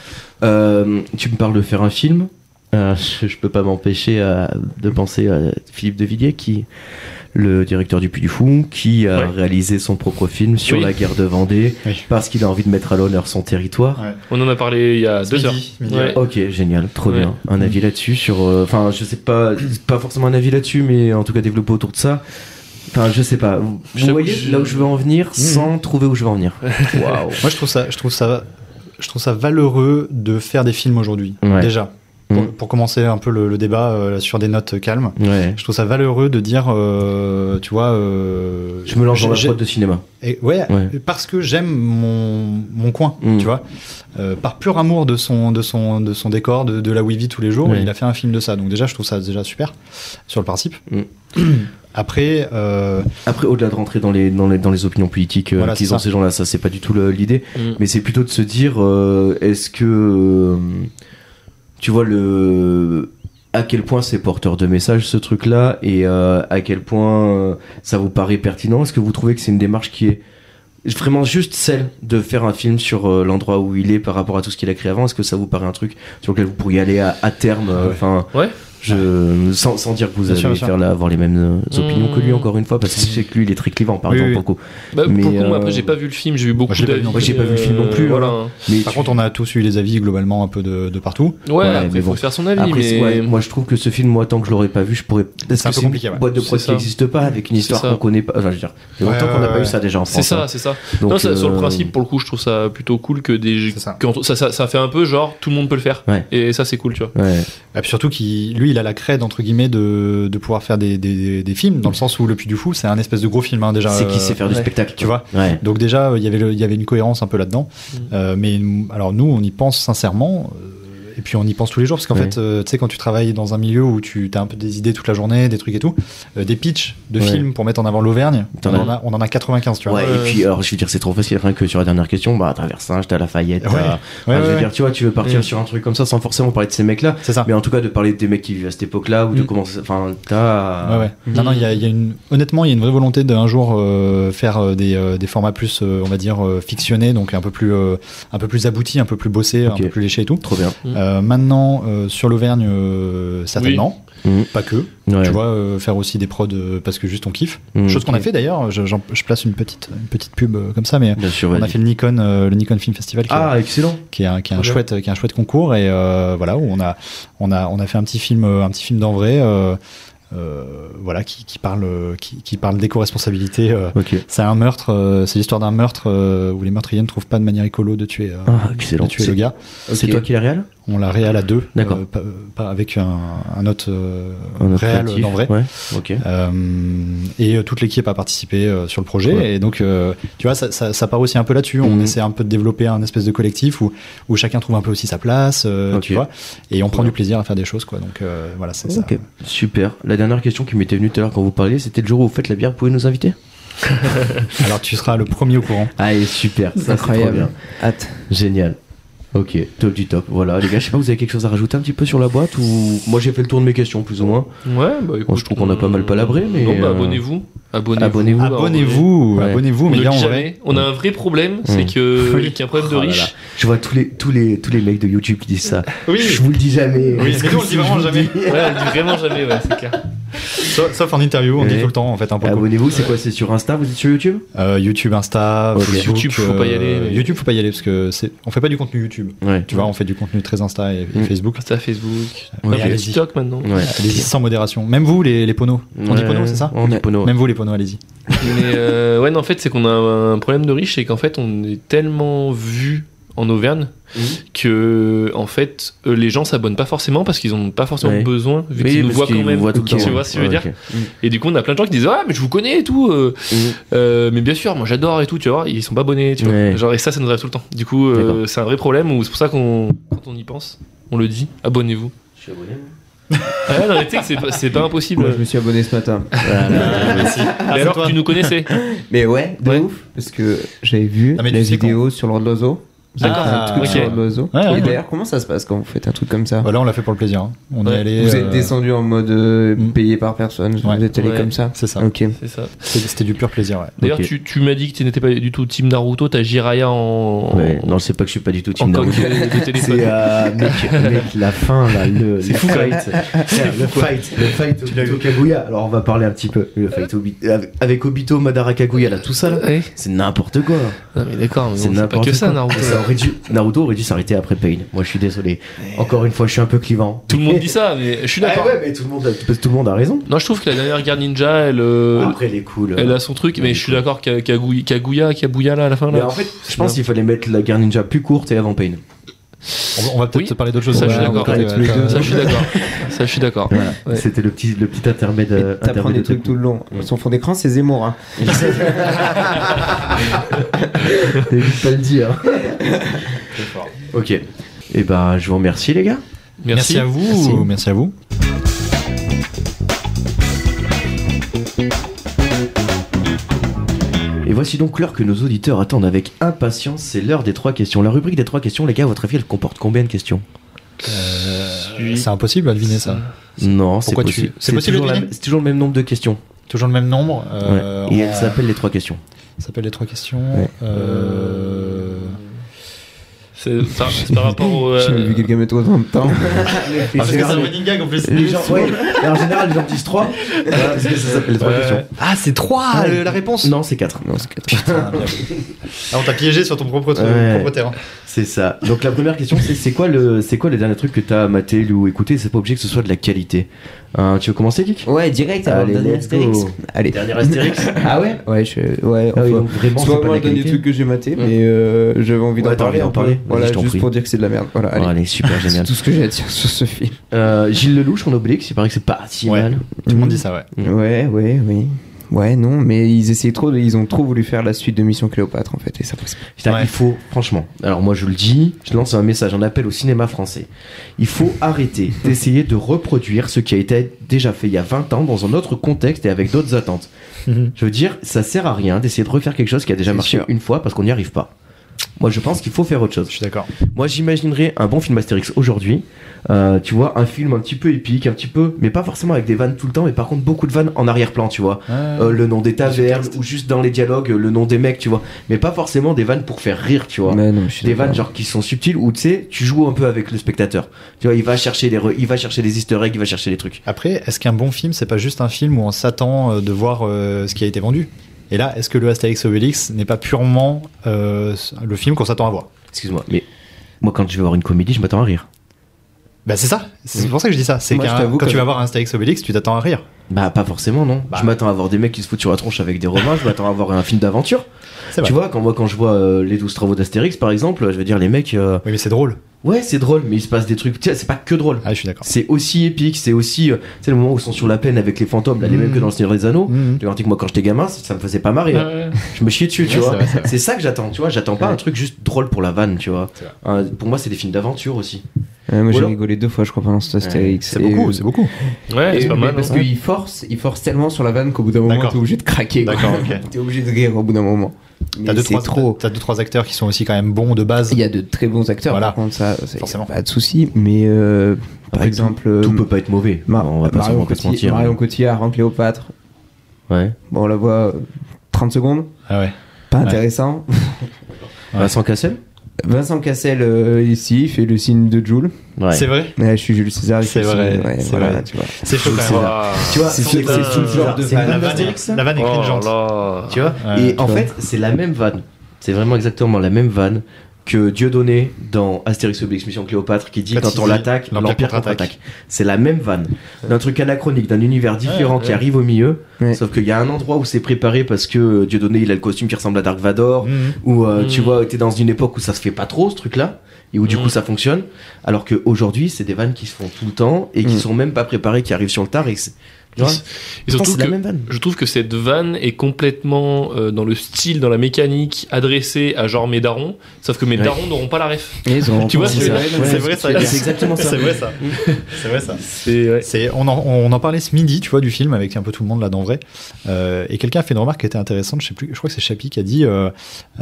Euh, tu me parles de faire un film. Euh, je, je peux pas m'empêcher euh, de penser à Philippe de Villiers, qui, le directeur du Puy du Fou, qui a Ouais. réalisé son propre film sur Oui. la guerre de Vendée Oui. parce qu'il a envie de mettre à l'honneur son territoire. on en a parlé il y a C'est deux midi, heures midi, Ouais. ouais. Ok, génial, trop Ouais. bien. Un avis là-dessus sur, euh, enfin, je sais pas, c'est pas forcément un avis là-dessus, mais en tout cas développé autour de ça. Enfin, je sais pas. Vous Je t'avoue voyez que je- Mhm. là où je veux en venir sans trouver où je veux en venir. Waouh. Moi, je trouve ça, je trouve ça, je trouve ça valeureux de faire des films aujourd'hui. Ouais. Déjà, pour, Mm. pour commencer un peu le, le débat euh, sur des notes calmes. Ouais. Je trouve ça valeureux de dire, euh, tu vois, euh, Je me lance dans la j'ai- prod de cinéma. Et ouais, Ouais. parce que j'aime mon, mon coin, Mm. tu vois. Euh, par pur amour de son, de son, de son décor, de, de là où il vit tous les jours, Ouais. il a fait un film de ça. Donc déjà, je trouve ça déjà super sur le principe. Mm. Après, euh, Après, au-delà de rentrer dans les, dans les, dans les opinions politiques euh, Voilà, qu'ils c'est ont ça. ces gens-là, ça c'est pas du tout le- l'idée, Mm. mais c'est plutôt de se dire euh, est-ce que. euh, tu vois, le. À quel point c'est porteur de message ce truc-là et euh, à quel point euh, ça vous paraît pertinent Est-ce que vous trouvez que c'est une démarche qui est vraiment juste celle de faire un film sur euh, l'endroit où il est par rapport à tout ce qu'il a créé avant Est-ce que ça vous paraît un truc sur lequel vous pourriez aller à, à terme euh, Ouais. Enfin, Ouais. je sans, sans dire que vous Bien sûr, allez bien faire là avoir les mêmes euh, opinions que lui Mmh. encore une fois parce que je sais que lui il est très clivant par Oui, exemple oui. beaucoup. Bah, Mais, pour le coup, moi, euh, après j'ai pas vu le film j'ai vu moi, beaucoup je l'ai pas vu d'avis euh, non plus. Moi, j'ai pas vu le film non plus, voilà Mais par tu- contre, on a tous eu les avis globalement un peu de, de partout. ouais, Ouais, après, mais faut bon. se faire son avis après mais ouais, moi je trouve que ce film moi tant que je l'aurais pas vu je pourrais parce que un peu c'est une compliqué, ouais. boîte de prod C'est qui ça. n'existe pas avec une C'est histoire ça. qu'on connaît pas. Enfin je veux dire, il y a Ouais, longtemps qu'on n'a ouais, pas eu ouais. ça déjà en France. c'est ça hein. c'est ça Donc, non, ça, sur le euh, principe, pour le coup, je trouve ça plutôt cool que des. C'est ça. quand- ça, ça- ça fait un peu genre tout le monde peut le faire. Ouais. Et ça, c'est cool, tu vois. ouais. Et puis surtout, qui, lui, il a la crède entre guillemets de, de pouvoir faire des, des, des films, dans le sens où Le Puy du Fou, c'est un espèce de gros film hein, déjà. c'est qui euh, sait faire du ouais. spectacle tu vois. Ouais. Donc déjà, euh, il y avait le- il y avait une cohérence un peu là-dedans. Mm. Euh, mais nous- alors nous, on y pense sincèrement. euh, Et puis on y pense tous les jours parce qu'en Ouais. fait, euh, tu sais, quand tu travailles dans un milieu où tu as un peu des idées toute la journée, des trucs et tout, euh, des pitchs de Ouais. films pour mettre en avant l'Auvergne, on, T'en as- en a- on en a 95, tu vois. Ouais, euh, et puis alors je veux dire c'est trop facile rien que sur la dernière question bah à travers Singe t'as Lafayette Ouais. t'as- Ouais, enfin, Ah, je ouais, veux ouais, Ah. dire tu vois tu veux partir Mm. sur un truc comme ça sans forcément parler de ces mecs là c'est ça. mais en tout cas de parler des mecs qui vivent à cette époque là ou de Mm. comment ça- enfin t'as Ouais, ouais. Non, non, il y a, il y a une... honnêtement, il y a une vraie volonté d'un jour euh, faire euh, des, euh, des formats plus, euh, on va dire, euh, fictionnés, donc un peu plus, euh, un peu plus aboutis, un peu plus bossés, Ok. un peu plus léchés et tout. Trop bien. Euh, maintenant, euh, sur l'Auvergne, euh, certainement, Mhm. pas que. Ouais. Tu vois, euh, faire aussi des prods euh, parce que juste on kiffe. Mm. Chose qu'on a fait d'ailleurs, je, j'en- je place une petite, une petite pub euh, comme ça, mais Bien sûr, on a vas-y. fait le Nikon, euh, le Nikon Film Festival qui, est- Ah, excellent. qui est, un, qui, est un Trop bien. chouette, qui est un chouette concours et euh, voilà, où on a, on, a, on a fait un petit film, euh, un petit film d'en vrai. euh, euh, voilà, qui, qui parle, euh, qui, qui parle d'éco-responsabilité. euh. Ok. C'est un meurtre, euh, c'est l'histoire d'un meurtre euh, où les meurtriers ne trouvent pas de manière écolo de tuer, euh, Ah, de excellent. tuer le C'est gars. c'est toi qui la réal On l'a réel à deux, D'accord. euh, pas, pas avec un, un autre euh, Un autre réel créatif, dans vrai. Ouais, ok. Euh, et euh, toute l'équipe a participé euh, sur le projet. Ouais. Et donc, euh, tu vois, ça, ça, ça part aussi un peu là-dessus. On Mhm. essaie un peu de développer un espèce de collectif où, où chacun trouve un peu aussi sa place, euh, Ok. tu vois. Et on prend bien. du plaisir à faire des choses, quoi. Donc, euh, voilà, c'est Ok, ça. super. La dernière question qui m'était venue tout à l'heure quand vous parliez, c'était le jour où vous faites la bière, vous pouvez nous inviter Alors, tu seras le premier au courant. Allez, Ah, super, ça c'est trop Incroyable. bien. Hâte. Génial. Ok, top du top. Voilà, les gars, je sais pas, vous avez quelque chose à rajouter un petit peu sur la boîte ou moi j'ai fait le tour de mes questions plus ou moins. Ouais, bah écoute, Bon, je trouve qu'on a pas mal palabré, mais, Non, bah, euh, abonnez-vous. Abonnez-vous. abonnez-vous. Bah, Abonnez-vous, Ouais. abonnez-vous, On mais ne là, dit en vrai. jamais. On a un vrai problème, c'est Mm. que qu'il y a un problème de Oh là riche. là. Je vois tous les, tous, les, tous les mecs de YouTube qui disent ça. Oui. Je vous le dis jamais. Oui, mais nous, on le dit vraiment jamais. Ouais, on dit vraiment jamais, ouais, c'est clair. Sauf, sauf en interview, on Ouais. dit tout le temps, en fait, un Ah peu. Abonnez-vous, c'est quoi C'est sur Insta Vous êtes sur YouTube Euh, YouTube, Insta, Ok. Facebook, euh, YouTube, faut pas y aller, mais- YouTube, faut pas y aller parce que c'est, on fait pas du contenu YouTube. Ouais, Tu vois, on fait du contenu très Insta et, et Mm. Facebook. Insta, Facebook, Ouais, Même allez-y. TikTok maintenant. Ouais. Allez-y sans modération. Même vous, les, les poneaux. On dit Ouais, poneaux, c'est ça On dit Pono. Même vous, les poneaux, allez-y. Mais euh, ouais, non, en fait, c'est qu'on a un problème de riche, c'est qu'en fait, on est tellement vu en Auvergne Mhm. que en fait, euh, les gens s'abonnent pas forcément parce qu'ils en ont pas forcément Ouais. besoin vu Oui, qu'ils nous parce voient qu'ils quand vous même. voient tout le Tu temps. vois ce que je veux Ouais, dire Et du coup, on a plein de gens qui disent ah mais je vous connais et tout, euh, ok. Mhm. euh, mais bien sûr, moi j'adore et tout, tu vois. Ils sont pas abonnés, tu vois. Ouais. Genre et ça, ça nous arrive tout le temps. Du coup, euh, c'est un vrai problème où c'est pour ça qu'on quand on y pense, on le dit, abonnez-vous. Je suis abonné. Ah ouais, non, mais tu sais que c'est pas, c'est pas impossible. Moi, je me suis abonné ce matin. Ah, Mais alors que tu nous connaissais. Mais ouais, de Ouais. ouf, parce que j'avais vu Ah, la mais tu sais vidéo sur Lord Lozo. Vous avez Ah, fait un truc ok. sur Lord Lozo. Ouais, ouais. Et d'ailleurs, comment ça se passe quand vous faites un truc comme ça Voilà, on l'a fait pour le plaisir. hein. On Ouais. est allé. Vous euh, êtes descendu en mode euh, Mm. payé par personne, Ouais. vous êtes allé Ouais. comme ça C'est ça. Ok. C'est ça. C'était c'était du pur plaisir, ouais. D'ailleurs, Ok. tu, tu m'as dit que tu n'étais pas du tout Team Naruto, t'as Jiraya en. Ouais, non, c'est pas que je suis pas du tout en Team coque Naruto. de de téléphone. C'est euh, mec, mec, la fin là, le, le fou, quoi. fight, Tiens, le fight, le fight Obito Kaguya. Alors on va parler un petit peu le fight Obi- avec- avec Obito Madara Kaguya là, tout ça là. Ouais. C'est n'importe quoi. Non, mais d'accord, mais C'est bon, c'est pas n'importe que quoi. ça, Naruto. Et ça aurait dû, Naruto aurait dû s'arrêter après Pain. Moi je suis désolé. Encore une fois, je suis un peu clivant. Tout le monde dit ça, mais je suis Ah d'accord. ouais, mais tout le monde, a- parce que tout le monde a raison. Non, je trouve que la dernière guerre ninja, elle, euh, Après elle est cool. elle a son truc, mais je suis d'accord qu'à- qu'Agou- qu'Aguya, Kabuya, là, à la fin, Mais là. en fait, je bien. pense qu'il fallait mettre la guerre ninja plus courte et avant Pain. On, va- on va peut-être Oui. parler d'autres choses. Ça, je suis Ouais, on va d'accord. parler, Ouais, euh, tous les t'as- deux. Ça, je suis d'accord. Ça, je suis d'accord. Voilà. Ouais. C'était le petit, le petit intermède. euh, Et T'apprends intermède des de trucs tout le long. Son fond d'écran, c'est Zemmour. hein. T'évites pas le dire. ok. Et ben, je vous remercie, les gars. Merci. Merci à vous. Merci à vous. Et voici donc l'heure que nos auditeurs attendent avec impatience. C'est l'heure des trois questions. La rubrique des trois questions, les gars, à votre avis, elle comporte combien de questions Oui. Euh, C'est impossible à deviner ça. Non, c'est Pourquoi tu- possible. c'est possible toujours de la- deviner c'est toujours le même nombre de questions. Toujours le même nombre. euh, Ouais. Et on- elle s'appelle les trois questions. ça s'appelle les trois questions. Ouais. Euh, C'est par, c'est par rapport au. euh, J'ai vu quelqu'un mettre autant de temps. parce que c'est un running gag en plus. Les gens- ouais, et en général, les gens disent trois. Voilà, parce que ça s'appelle les trois Ouais. questions. Ah, c'est trois Ouais. euh, la réponse. Non, c'est quatre. Non, c'est quatre. Putain, bien. Ah, on t'a piégé sur ton propre, ton Ouais. propre terrain. C'est ça. Donc la première question, c'est c'est quoi le c'est quoi le dernier truc que t'as maté lu ou écouté C'est pas obligé que ce soit de la qualité. Hein, tu veux commencer, Kik Ouais, direct. Ah, alors, le les dernier let's go. Astérix. Allez. Dernier Astérix. Ah ouais Ouais, je. Ouais, Ah oui, enfin, donc vraiment, c'est C'est pas de vraiment la le dernier qualité. truc que j'ai maté, Ouais. mais euh, j'avais envie Ouais, d'en t'as envie parler. d'en un peu. parler Vas-y, Voilà, je t'en juste prie. Oh, pour dire que c'est de la merde. Voilà, Allez, allez. super C'est génial. tout ce que j'ai à dire sur ce film. Euh, Gilles Lelouch, on oublie que c'est pareil que c'est pas si Ouais. mal. Tout le monde dit ça, ouais. Mm. Ouais, ouais, oui. Ouais, non, mais ils essayaient trop, de- ils ont trop voulu faire la suite de Mission Cléopâtre en fait, et ça passe pas. Putain, Ouais. ah, il faut, franchement, alors moi je le dis, je lance un message, un appel au cinéma français. Il faut arrêter d'essayer de reproduire ce qui a été déjà fait il y a 20 ans dans un autre contexte et avec d'autres attentes. Mhm. Je veux dire, ça sert à rien d'essayer de refaire quelque chose qui a déjà C'est marché sûr. une fois parce qu'on n'y arrive pas. Moi je pense qu'il faut faire autre chose. Je suis d'accord. Moi, j'imaginerais un bon film Astérix aujourd'hui. Euh, tu vois, un film un petit peu épique, un petit peu, mais pas forcément avec des vannes tout le temps, mais par contre beaucoup de vannes en arrière-plan, tu vois. Euh, Mm. le nom des tavernes ou juste dans les dialogues, euh, le nom des mecs, tu vois. Mais pas forcément des vannes pour faire rire, tu vois. Mais non, je suis Des d'accord. vannes genre qui sont subtiles où tu sais, tu joues un peu avec le spectateur. Tu vois, il va chercher des, re- il va chercher des Easter eggs, il va chercher des trucs. Après, est-ce qu'un bon film, c'est pas juste un film où on s'attend euh, de voir euh, ce qui a été vendu Et là, est-ce que le Astérix Obélix n'est pas purement euh, le film qu'on s'attend à voir Excuse-moi, mais moi quand je vais voir une comédie, je m'attends à rire. Bah c'est ça, c'est pour ça que je dis ça. C'est Mm. Moi, je qu'un- t'avoue quand que- tu vas voir un Astérix Obélix, tu t'attends à rire. Bah, pas forcément, non. Bah. Je m'attends à voir des mecs qui se foutent sur la tronche avec des romains, je m'attends à voir un film d'aventure. C'est Tu vrai. vois, quand moi, quand je vois euh, les 12 travaux d'Astérix, par exemple, je veux dire, les mecs, euh, Oui, mais c'est drôle. ouais, c'est drôle, mais il se passe des trucs. Tu sais, c'est pas que drôle. Ah, je suis d'accord. C'est aussi épique, c'est aussi. euh, tu sais, le moment où ils sont sur la peine avec les fantômes, là, les mêmes Mhm. que dans Le Seigneur des Anneaux. Mm. Mhm. Je te garantis que moi, quand j'étais gamin, ça ça me faisait pas marrer. Je me chiais dessus, tu Ouais, vois. c'est vrai, c'est vrai. C'est ça que j'attends, tu vois. J'attends pas Ouais. un truc juste drôle pour la vanne, tu vois. C'est vrai. Un- pour moi, c'est des films d'aventure aussi. Ouais, moi j'ai Voilà. rigolé deux fois, je crois, pendant cet Astérix. c'est Et, beaucoup, euh, c'est beaucoup. Ouais, et- c'est pas mais mal. Parce hein. qu'il force, il force tellement sur la vanne qu'au bout d'un moment, D'accord. t'es obligé de craquer. quoi. D'accord, ok. t'es obligé de rire au bout d'un moment. T'as Mais deux, c'est trois, trop. t'as deux, trois acteurs qui sont aussi quand même bons de base. Il y a de très bons acteurs, Voilà. par contre, ça, c'est- Forcément. pas de souci. Mais euh, par Après, exemple, Tout euh, peut pas être mauvais. Mar- on va pas, Marion on va pas se Cotillard- hein. mentir. Marion Cotillard, Rank Cléopâtre. Ouais. Bon, on la voit euh, 30 secondes, Ah ouais. pas Ouais. intéressant. Vincent Cassel Vincent Cassel euh, ici il fait le signe de Jules. Ouais. C'est vrai. Ouais, je suis Jules César. il fait C'est le vrai, signe. Ouais, c'est voilà, vrai. tu vois. C'est chaud quand C'est même. Euh, vrai. Waouh. Tu vois, C'est- c'est c'est- c'est tout le genre de C'est la vanne vanne est- d'Astérix, ça. la vanne est Oh cringeante. là. Tu vois Ouais, Et en vois. fait, c'est la même vanne. C'est vraiment exactement la même vanne que Dieudonné dans Astérix Obélix Mission Cléopâtre qui dit Quand quand, il on dit l'attaque, l'Empire l'Empire contre-attaque. contre-attaque. C'est la même vanne. D'un truc anachronique, d'un univers différent Ouais, qui ouais. arrive au milieu. Ouais. Sauf qu'il y a un endroit où c'est préparé parce que euh, Dieudonné il a le costume qui ressemble à Dark Vador. Mhm. Ou euh, tu Mhm. vois, t'es dans une époque où ça se fait pas trop ce truc-là. Et où du Mhm. coup ça fonctionne. Alors qu'aujourd'hui, c'est des vannes qui se font tout le temps et qui Mhm. sont même pas préparées, qui arrivent sur le tard. Et, c'est- tu vois Et Putain, surtout c'est la que même vanne. je trouve que cette vanne est complètement euh, dans le style, dans la mécanique adressée à genre mes darons, sauf que mes Ouais. darons n'auront pas la ref. Et ils ont Tu vois, c'est c'est ça. Ouais, C'est ouais. vrai, ça. C'est exactement ça. C'est vrai ça. C'est vrai ça. C'est ouais. C'est, on, en, on en parlait ce midi, tu vois, du film avec un peu tout le monde là dans vrai. Euh, et quelqu'un a fait une remarque qui était intéressante. Je sais plus. Je crois que c'est Chapi qui a dit euh,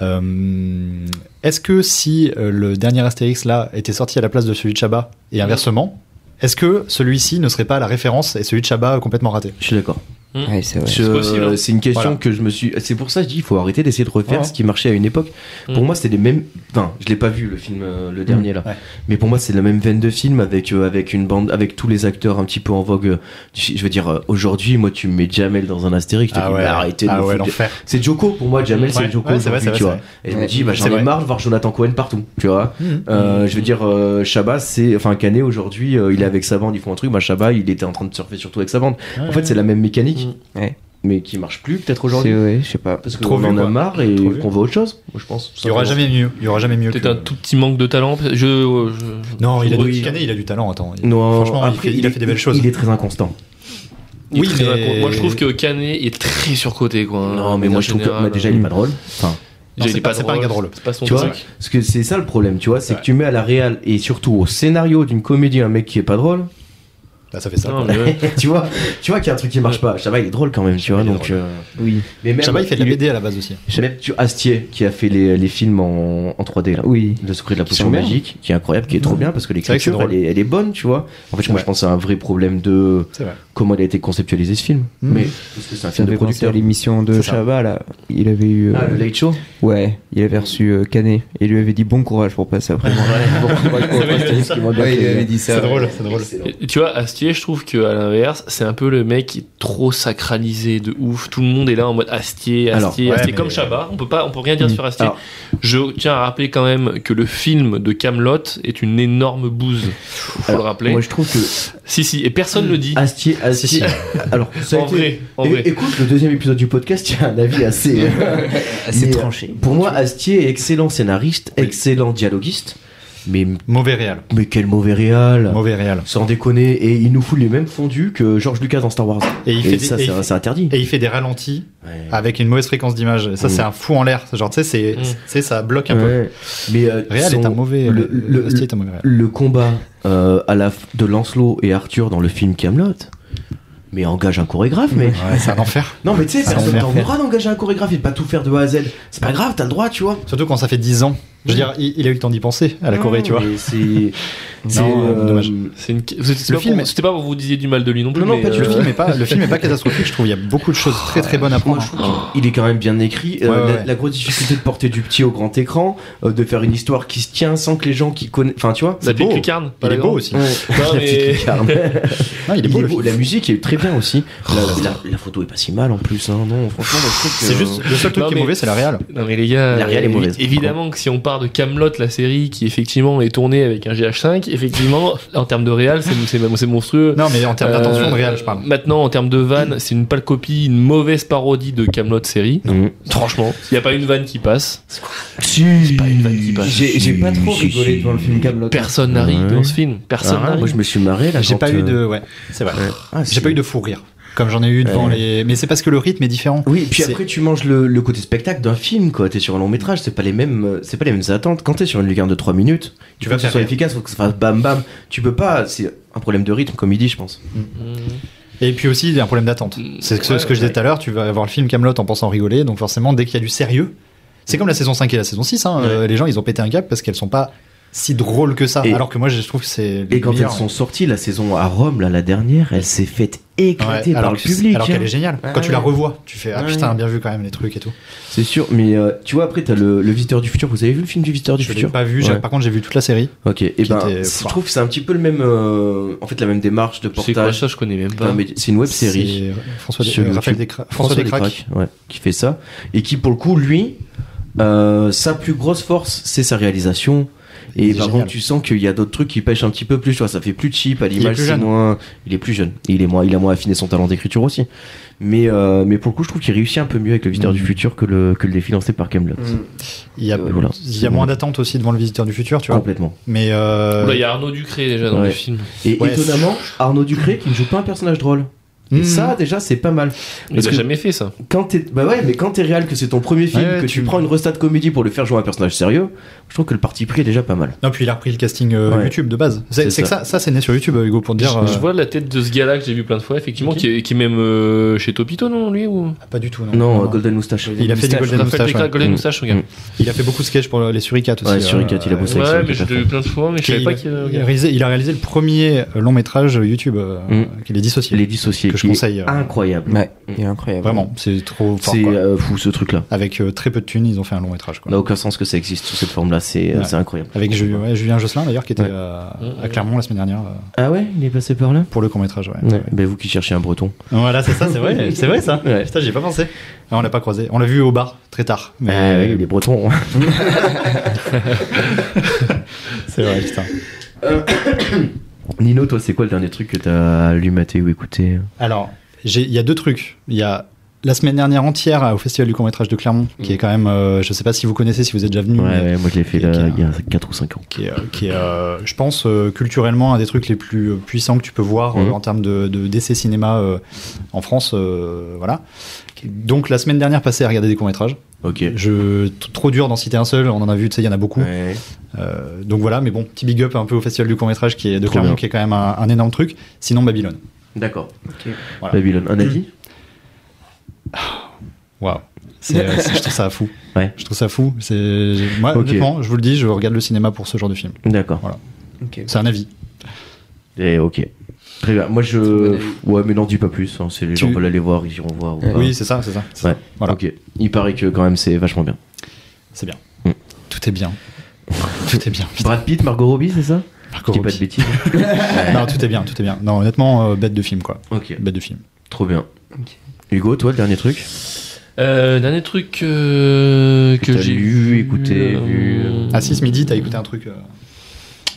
euh, Est-ce que si euh, le dernier Astérix là était sorti à la place de celui de Chabat et inversement, est-ce que celui-ci ne serait pas la référence et celui de Chabat euh, complètement raté Je suis d'accord. Ouais, c'est vrai. Je- C'est possible, hein. C'est une question Voilà. que je me suis. C'est pour ça que je dis il faut arrêter d'essayer de refaire Ouais. ce qui marchait à une époque. Mm. Pour moi, c'est les mêmes. Enfin, je l'ai pas vu le film, euh, le dernier là. Ouais. Mais pour moi, c'est la même veine de film avec euh, avec une bande, avec tous les acteurs un petit peu en vogue. euh, du- Je veux dire, euh, aujourd'hui, moi, tu me mets Jamel dans un astérix. Je te dis, mais arrêtez de ah me ouais, foutre- l'enfer. C'est Joko pour moi. Jamel, Ouais, c'est Joko. ouais, c'est vrai, aujourd'hui, c'est vrai, tu c'est vois. vrai. Et je me dis, bah, j'en C'est ai vrai. marre de voir Jonathan Cohen partout. Tu vois. Mhm. Euh, je veux dire, euh, Shabba, c'est, enfin, Canet aujourd'hui, euh, il est avec sa bande, ils font un truc. Bah, Shabba, il était en train de surfer surtout avec sa bande. Ah, En fait, c'est la même mécanique, Mm. Ouais. mais qui marche plus peut-être C'est aujourd'hui. vrai, je sais pas. Parce Trop qu'on vu, en a quoi. marre et Trop vu. qu'on veut autre chose, moi, je pense. il y aura jamais mieux. Il y aura jamais mieux. peut-être que- un tout petit manque de talent. Je, euh, je- Non, il a, Oui. du... Canet, il a du talent. Attends. Il- Non, Franchement, il après, fait- il a fait des belles il- choses. Il est très inconstant. il est Oui, très mais- inco- Moi, je trouve que Canet est très surcoté, quoi. hein, non, mais en moi je trouve que général. bah, déjà il est pas drôle. Enfin, Non, Déjà, c'est il est pas- c'est pas un gars drôle. C'est pas son tu vois, truc. parce que c'est ça le problème, tu vois, c'est Ouais. que tu mets à la réal et surtout au scénario d'une comédie un mec qui est pas drôle. Là, ça fait ça. Non, quoi. mais ouais. tu vois, tu vois qu'il y a un truc qui marche pas. Shabba il est drôle quand même, tu vois. il est Donc, drôle. euh, Oui. mais même- Chabat, il fait de la BD à la base aussi. Même tu Astier qui a fait les, les films en, en 3D là. Oui. Le secret de la Qui potion sont bien. magique, qui est incroyable, qui est trop bien parce que vrai que c'est l'écriture elle, drôle. est- elle est bonne, tu vois. En fait, moi Ouais. je pense à un vrai problème de C'est vrai. comment il a été conceptualisé ce film. Mhm. Mais parce que c'est un Ça film de fait penser à producteur. l'émission de C'est ça. Chabat, là. Il avait eu. euh, Ah, le Late Show Ouais, il avait reçu euh, Canet et lui avait dit bon courage pour passer après moi. Bon courage pour vrai, Astérix, ça. qui m'a bien Ouais, il fait euh, avait rire. dit ça. C'est drôle, c'est drôle. Excellent. Et Tu vois, Astier, je trouve qu'à l'inverse, c'est un peu le mec qui est trop sacralisé de ouf. Tout le monde est là en mode Astier, Astier, Alors, Astier. ouais, mais- Comme Chabat, on peut pas, on peut rien dire Mm. sur Astier. Alors- Je tiens à rappeler quand même que le film de Camelot est une énorme bouse. Faut Alors, le rappeler. Moi je trouve que Si, si, et personne ne le Ah, dit. Astier, Astier. Alors, ça a en été- vrai, en É- vrai. Écoute, le deuxième épisode du podcast, il y a un avis assez, Assez Mais, tranché. Pour moi, Astier est excellent scénariste, Oui. excellent dialoguiste, mais Mauvais réel. mais quel mauvais réal Mauvais réel. Sans déconner, et il nous fout les mêmes fondus que George Lucas dans Star Wars. Et il fait des- ça, et il c'est fait- c'est interdit. Et Ah. il fait des ralentis Ouais. avec une mauvaise fréquence d'image. Ça, Mm. c'est un fou en l'air. Genre, tu sais, c'est, Mm. c'est- ça bloque un peu. Ouais. Mais euh, Réal son- est un mauvais. le- le- Astier est un mauvais réel. le combat euh, à la f- de Lancelot et Arthur dans le film Camelot. Mais engage un chorégraphe, mec. Ouais, c'est un enfer. Non, mais tu sais, Ah, c'est un on va t'as le droit d'engager un chorégraphe et de pas tout faire de A à Z. C'est pas grave, t'as le droit, tu vois. Surtout quand ça fait 10 ans. Je veux dire, il, il a eu le temps d'y penser à la Corée, tu vois. Mais C'est. c'est, euh, dommage. C'est une... c'est- c'est Le pas film pour- est- C'était pas pour vous disiez du mal de lui non plus. Non, non, mais, pas du Le euh, film est pas, le film est pas catastrophique. Je trouve il y a beaucoup de choses très très bonnes à Moi, prendre. je trouve qu'il- il est quand même bien écrit. Euh, Ouais, ouais, la, ouais. la grosse difficulté de porter du petit au grand écran, euh, de faire une histoire qui se tient sans que les gens qui connaissent. Enfin, tu vois. La C'est beau. petite lucarne. Il par est beau exemple. aussi. Ouais. Non, La petite mais- lucarne. Non, il est Il beau. est beau. le film. Oh. La musique est très bien aussi. La, la- la photo est pas si mal en plus. hein. Non, franchement, moi, je trouve que- euh, C'est juste le seul truc Non, qui est mais- mauvais, c'est la réal. Non mais les gars, euh, La réelle est évi- mauvaise. évidemment que si on parle de Camelot, la série qui effectivement est tournée avec un GH5, effectivement, en termes de réal, c'est c'est- c'est monstrueux. Non, mais en termes d'attention Euh, de réel, je parle. Maintenant, en termes de vanne, c'est une pâle copie, une mauvaise parodie de Camelot série. Mhm. Franchement, il n'y a pas une vanne qui passe. Si. pas une vanne qui passe. J'ai j'ai pas trop rigolé devant le film Camelot. Personne n'a ri Ouais. dans ce film. Personne n'a Ah, ri. moi je me suis marré là. J'ai quand, pas eu euh, de, ouais, c'est vrai. Ah, J'ai pas eu de fou rire, comme j'en ai eu devant Ouais. les. Mais c'est parce que le rythme est différent. Oui, et puis C'est- après tu manges le, le côté spectacle d'un film quoi. T'es sur un long métrage, c'est pas les mêmes, euh, c'est pas les mêmes attentes. Quand t'es sur une lucarne de 3 minutes, Tu tu vas veux que ce faire soit rire. efficace, faut que ça fasse bam bam. Tu peux pas, c'est un problème de rythme comme il dit, je pense. Mmh. Et puis aussi, il y a un problème d'attente. C'est ce, Ouais, ce que je disais tout à l'heure, tu vas voir le film Camelot en pensant rigoler, donc forcément, dès qu'il y a du sérieux, c'est comme la saison 5 et la saison 6, hein, euh, les gens, ils ont pété un cap parce qu'elles sont pas si drôles que ça, Et- alors que moi, je trouve que c'est. les Et quand elles meilleures. sont sorties, la saison à Rome, là, la dernière, elle s'est faite éclater Ouais, par alors le que- public. Alors hein. qu'elle est géniale. Ouais, Quand tu ouais. la revois, tu fais Ah Ouais, putain, ouais. bien vu quand même les trucs et tout. C'est sûr, mais euh, tu vois, après, t'as le, le Visiteur du Futur. Vous avez vu le film du Visiteur du Je l'ai Futur pas vu, j'ai- Ouais. par contre, j'ai vu toute la série. Ok, et ben, était c'est- je fort. trouve que c'est un petit peu le même. euh, en fait, la même démarche de C'est quoi portage. ça Je connais même pas. Non, mais c'est une web série. C'est, euh, François Des- Sur euh, Raphaël YouTube. Descra- François Descraques. Descraques, ouais, qui fait ça. Et qui, pour le coup, lui, euh, sa plus grosse force, c'est sa réalisation. Il Et est par génial. contre, tu sens qu'il y a d'autres trucs qui pêchent un petit peu plus. Tu vois, ça fait plus cheap à l'image. plus c'est jeune. moins. Il est plus jeune. Et Il est moins. Il a moins affiné son talent d'écriture aussi. Mais euh, mais pour le coup, je trouve qu'il réussit un peu mieux avec le Visiteur Mm. du Futur que le que le défi lancé par Camelot. Mm. Il y a, Euh, voilà. Ah. il y a moins d'attente aussi devant le visiteur du futur, tu vois. Complètement. Mais euh, Bah, Il y a Arnaud Ducré déjà dans Ouais. le film. Et Ouais. étonnamment, Arnaud Ducré qui ne joue pas un personnage drôle. Et hmm, ça, déjà, c'est pas mal. Il Parce n'a que- jamais fait ça. Quand t'es, bah ouais, mais quand t'es réel, que c'est ton premier film, Ouais, ouais, que tu- tu prends une restade comédie pour le faire jouer un personnage sérieux, je trouve que le parti pris est déjà pas mal. Non, puis il a repris le casting euh, Ouais. YouTube de base. C'est C'est c'est que ça. ça, ça c'est né sur YouTube, euh, Hugo, pour te dire. Je- je, euh, vois la tête de ce gars-là que j'ai vu plein de fois, effectivement, Ok. qui, est, qui est même euh, chez Topito, non, lui ou... ah, Pas du tout, non. Non, Non, non. Golden Moustache. Il a fait des Moustache, Golden Raphaël Moustache, Descraques, ouais. Golden Mm. Moustache, regarde. Il a fait beaucoup de sketchs pour euh, les Suricates aussi. Ouais, Suricates, il a bossé. C'est vrai que Ouais, c'est mais je pas l'ai vu plein de fois, mais je savais Il- pas qu'il euh, il, a réalisé, il a réalisé le premier long métrage YouTube euh, Mm. qu'il est dissocié. Les dissociés. Que je qui est conseille, euh, Incroyable. Ouais, il est incroyable. Vraiment, c'est trop fort. C'est quoi. euh, fou ce truc-là. Avec euh, très peu de thunes, ils ont fait un long métrage. On Quoi. n'a aucun sens que ça existe sous cette forme-là. C'est euh, Ouais. c'est incroyable. Avec Ju- ouais, Julien Josselin d'ailleurs, qui était Ouais. euh, Mm, à mm. Clermont la semaine dernière euh, Ah ouais, il est passé par là. pour le court métrage. Ouais. Ouais. Bah, vous qui cherchez un Breton. Voilà, c'est ça, c'est vrai, c'est vrai ça. Ouais. Putain, j'y ai pas pensé. Ah, on l'a pas croisé. On l'a vu au bar très tard. Mais Ah ouais, les Bretons. c'est vrai, putain. Nino, toi, c'est quoi le dernier truc que t'as lu maté ou écouté Alors, j'ai- il y a deux trucs. Il y a la semaine dernière entière euh, au Festival du court-métrage de Clermont, qui est quand même, euh, je sais pas si vous connaissez, si vous êtes déjà venu, Mm. Ouais, mais ouais, moi je l'ai fait Ok, là, ok. il y a 4 ou 5 ans. qui est, euh, qui est, euh, je pense, euh, culturellement un des trucs les plus euh, puissants que tu peux voir euh, Mhm. en termes de, de d'essais cinéma euh, en France. euh, voilà. Donc, la semaine dernière, passée à regarder des courts-métrages. Ok. Je, t- trop dur d'en citer un seul, on en a vu, tu sais, il y en a beaucoup. Euh, donc voilà, mais bon, petit big up un peu au festival du court métrage qui est de Trop Clermont, bien. qui est quand même un, un énorme truc. Sinon Babylone. D'accord. Voilà. Babylone, un avis Waouh. C'est- euh, c'est- je trouve ça fou. Ouais. Je trouve ça fou. C'est moi Ok. honnêtement, je vous le dis, je regarde le cinéma pour ce genre de film. D'accord. Ok. C'est un avis. Et Eh, ok. Très bien. Moi bon je. Ouais, mais n'en dis pas plus. hein. C'est les Tu- Eh gens veulent aller voir, ils iront voir. ou Ouais. pas. Oui, c'est ça, c'est ça. c'est Ouais. ça. Voilà. Ok. Il paraît que quand même c'est vachement bien. C'est bien. Mm. Tout est bien. tout est bien. Putain, Brad Pitt, Margot Robbie, c'est ça Marco Je dis pas Robbie. de bêtises. Non, tout est bien, tout est bien. Non, honnêtement, euh, bête de film quoi. ok. Bête de film. Trop bien. Hugo, toi, le dernier truc Euh, dernier truc euh, Que que t'as j'ai lu, écouté, vu, euh, Ah si, ce midi, t'as écouté un truc. euh,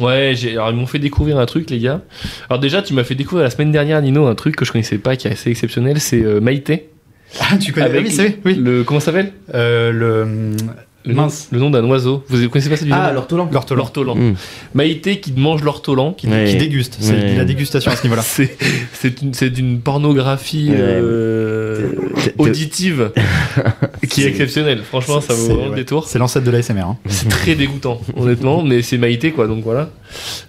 Ouais, j'ai- alors ils m'ont fait découvrir un truc, les gars. Alors déjà, tu m'as fait découvrir la semaine dernière, Nino, un truc que je connaissais pas, qui est assez exceptionnel, c'est euh, Maïté. Ah, tu connais Avec oui, c'est vrai, oui. Le comment ça s'appelle Euh, le le nom- Mince. Ah, Le nom d'un oiseau. Vous connaissez pas ça du nom Ah, alors Tolan. l'ortolan L'ortolan. Mm. Maïté qui mange l'ortolan. qui, Ouais. qui déguste, c'est Ouais. la dégustation à ce niveau-là. C'est c'est une c'est d'une pornographie Ouais. euh, C'est- auditive qui est exceptionnelle. Franchement, ça vaut C'est- vraiment le ouais. détour. C'est l'ancêtre de l'ASMR. Hein. C'est très dégoûtant, honnêtement, mais c'est Maïté, quoi, donc voilà.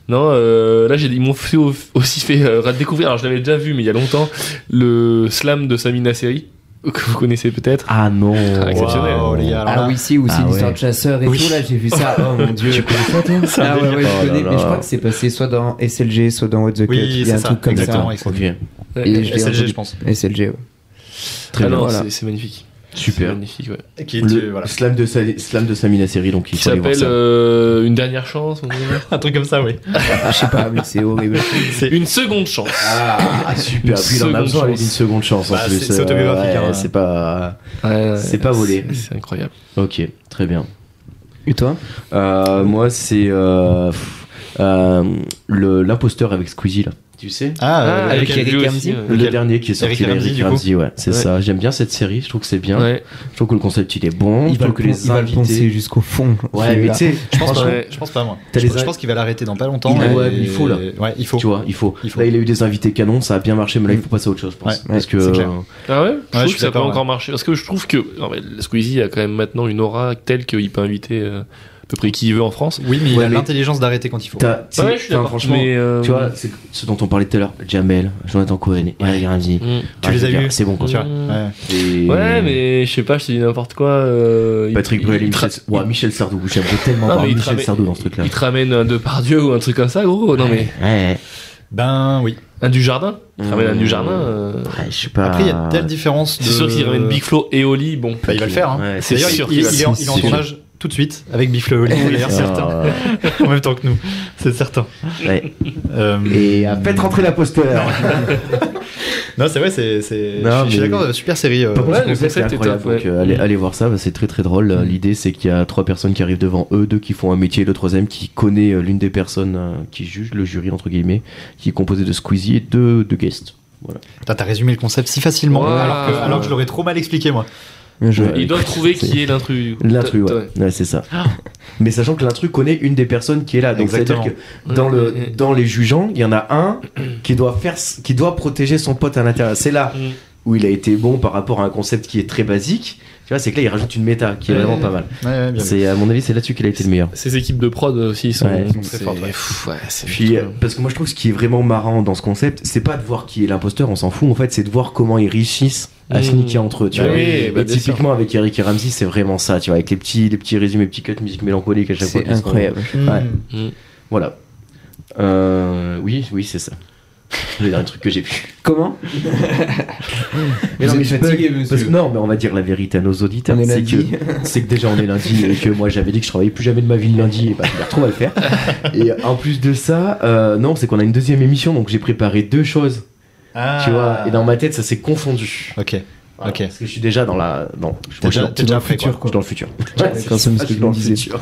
Non, euh, là, j'ai- ils m'ont fait au- aussi fait euh, redécouvrir, alors je l'avais déjà vu, mais il y a longtemps, le slam de Samina Seri, que vous connaissez peut-être. Ah non. Ah, exceptionnel. Waouh, les gars, alors Ah là- oui, si, où c'est Ah une ouais. histoire de chasseur et Oui. tout, là, j'ai vu ça. Oh mon dieu. Tu connais ça, toi Ah ouais, ouais, Oh je là connais, là. mais je crois que c'est passé soit dans SLG, soit dans What the Cut. Oui, Il y c'est a un ça, truc comme exactement. ça. Ok. Et je l'ai SLG, entendu. je pense. SLG, ouais. Très Ah bien. non, Voilà. c'est- c'est magnifique. C'est Super. magnifique, ouais. Qui Le était- voilà. slam de Sa- slam de Samina Seri, donc il Qui faut aller voir s'appelle ça. euh, Une dernière chance, on dirait. Un truc comme ça, oui. Je sais pas, mais c'est horrible. Une seconde chance. Ah super. Puis il en a seconde besoin, chance. il dit une seconde chance en Bah, plus. c'est- c'est Euh, autobiographique, ouais, hein. C'est pas. Ouais, ouais, C'est pas volé. c'est- C'est incroyable. Ok. Très bien. Et toi Euh, moi, c'est euh, pff, euh, le- l'imposteur avec Squeezie, là. Tu sais Ah, avec Eric Hamzy Hamzy, aussi, le ouais. dernier qui est sorti, Eric là, Ramsey, Eric du coup. Ramsey, ouais, c'est Ouais. ça. J'aime bien cette série, je trouve que c'est bien. Ouais. Je trouve que le concept il est bon. je il va, trouve le que pon- il va le poncer jusqu'au fond. Ouais, mais celui-là. tu sais, je, pense Franchement, pas, ouais. je pense pas, moi. T'as Je, les je in- pense qu'il va l'arrêter dans pas longtemps. Il- et- ouais, il faut, là. Ouais, il faut. tu vois, il faut. Il faut. Là, il a eu des invités canons, ça a bien marché, mais là, il faut passer à autre chose, je pense. Ouais, Parce ouais, que c'est clair. euh, Ah ouais, je je trouve suis que ça peut d'accord, encore marcher. Parce que je trouve que non, mais Squeezie a quand même maintenant une aura telle qu'il peut inviter euh, à peu près qui il veut en France. Oui, mais il Ouais, a mais- l'intelligence d'arrêter quand il faut. t'as- t'sais, Ouais, je suis enfin, d'accord. franchement, mais, euh, tu vois, c'est ce dont on parlait tout à l'heure, Jamel, Jonathan Cohen, et Eric Ramsey. mm. Tu les as c'est vus bien, C'est bon, quoi. Tu vois. Mm. Ouais. Et- Ouais, mais je sais pas, je te dis n'importe quoi. euh, il- Patrick il- Bruel et il Michel, tra- Ouah, Michel Sardou. J'aimerais tellement Non, voir mais il te Michel ramène- Sardou dans ce truc-là. Il te ramène un Depardieu ou un truc comme ça, gros. Non, mais Ouais, Ben oui. un du jardin. Il te ramène un Mm. du jardin. euh, ouais, je sais pas. Après, il y a telle différence. C'est de- sûr qu'il ramène Big Flo et Oli. Bon, Bah, il va le faire. hein. Ouais, c'est D'ailleurs, sûr il, qu'il il- va- il est en, il est en c'est sûr. tournage tout de suite avec Big Flo et Oli, d'ailleurs, certain. Ah, en même temps que nous. C'est certain. ouais. Euh, Et à peine rentrer l'imposteur. Non, c'est vrai, c'est. c'est- Non, je suis- je suis mais- d'accord, super série. euh, Par contre, Ouais, ce le concept est concept est incroyable. top, ouais. Donc, euh, Mm. allez, allez voir ça, bah, c'est très très drôle. Euh, L'idée, c'est qu'il y a trois personnes qui arrivent devant eux, deux qui font un métier, le troisième qui connaît euh, l'une des personnes euh, qui juge, le jury entre guillemets, qui est composé de Squeezie et deux de guests. Putain, T'as résumé le concept si facilement, Ouais. alors, que, alors que je l'aurais trop mal expliqué, moi. Bien joué. Ouais. ils doivent trouver C'est- qui est l'intrus. L'intrus, ouais. Ouais, c'est ça. Mais sachant que l'intrus connaît une des personnes qui est là, donc c'est-à-dire Ah. Exactement. que dans le Mm. dans les jugeants, il y en a un qui doit faire qui doit protéger son pote à l'intérieur. C'est là Mm. où il a été bon par rapport à un concept qui est très basique. Tu vois, c'est que là, il rajoute une méta qui est Ouais. vraiment pas mal. Ouais, ouais, bien vu. C'est à mon avis, c'est là-dessus qu'il a été le meilleur. Ces équipes de prod aussi ils sont, Ouais, ils sont très c'est- fortes, ouais. pff, ouais, c'est- Puis, euh, parce que moi je trouve ce qui est vraiment marrant dans ce concept, c'est pas de voir qui est l'imposteur, on s'en fout, en fait, c'est de voir comment ils réussissent à se Mmh. niquer entre eux, tu Bah vois. oui, et bah bien typiquement avec Eric et Ramsey, c'est vraiment ça, tu vois, avec les petits, les petits résumés, petits cuts, musique mélancolique à chaque fois. C'est qu'ils sont- incroyable. Mm. Ouais. Voilà. Euh, oui, oui, c'est ça. Le dernier truc que j'ai vu. Comment Mais non, Vous mais êtes je bug, fatigué, Parce que, monsieur. non, mais on va dire la vérité à nos auditeurs. On est C'est que, lundi. c'est que déjà on est lundi et que moi j'avais dit que je travaillais plus jamais de ma vie le lundi et bah je me retrouve à le faire. Et en plus de ça, euh, non, c'est qu'on a une deuxième émission donc j'ai préparé deux choses, Ah. tu vois, et dans ma tête ça s'est confondu. Ok. Voilà, Ok. Parce que je suis déjà dans la. Non, je T'es moi, je suis déjà, dans- t'es déjà prêt, quoi. futur, je suis dans le futur. Ouais, c'est comme ce que je suis tu dans me le disais. futur.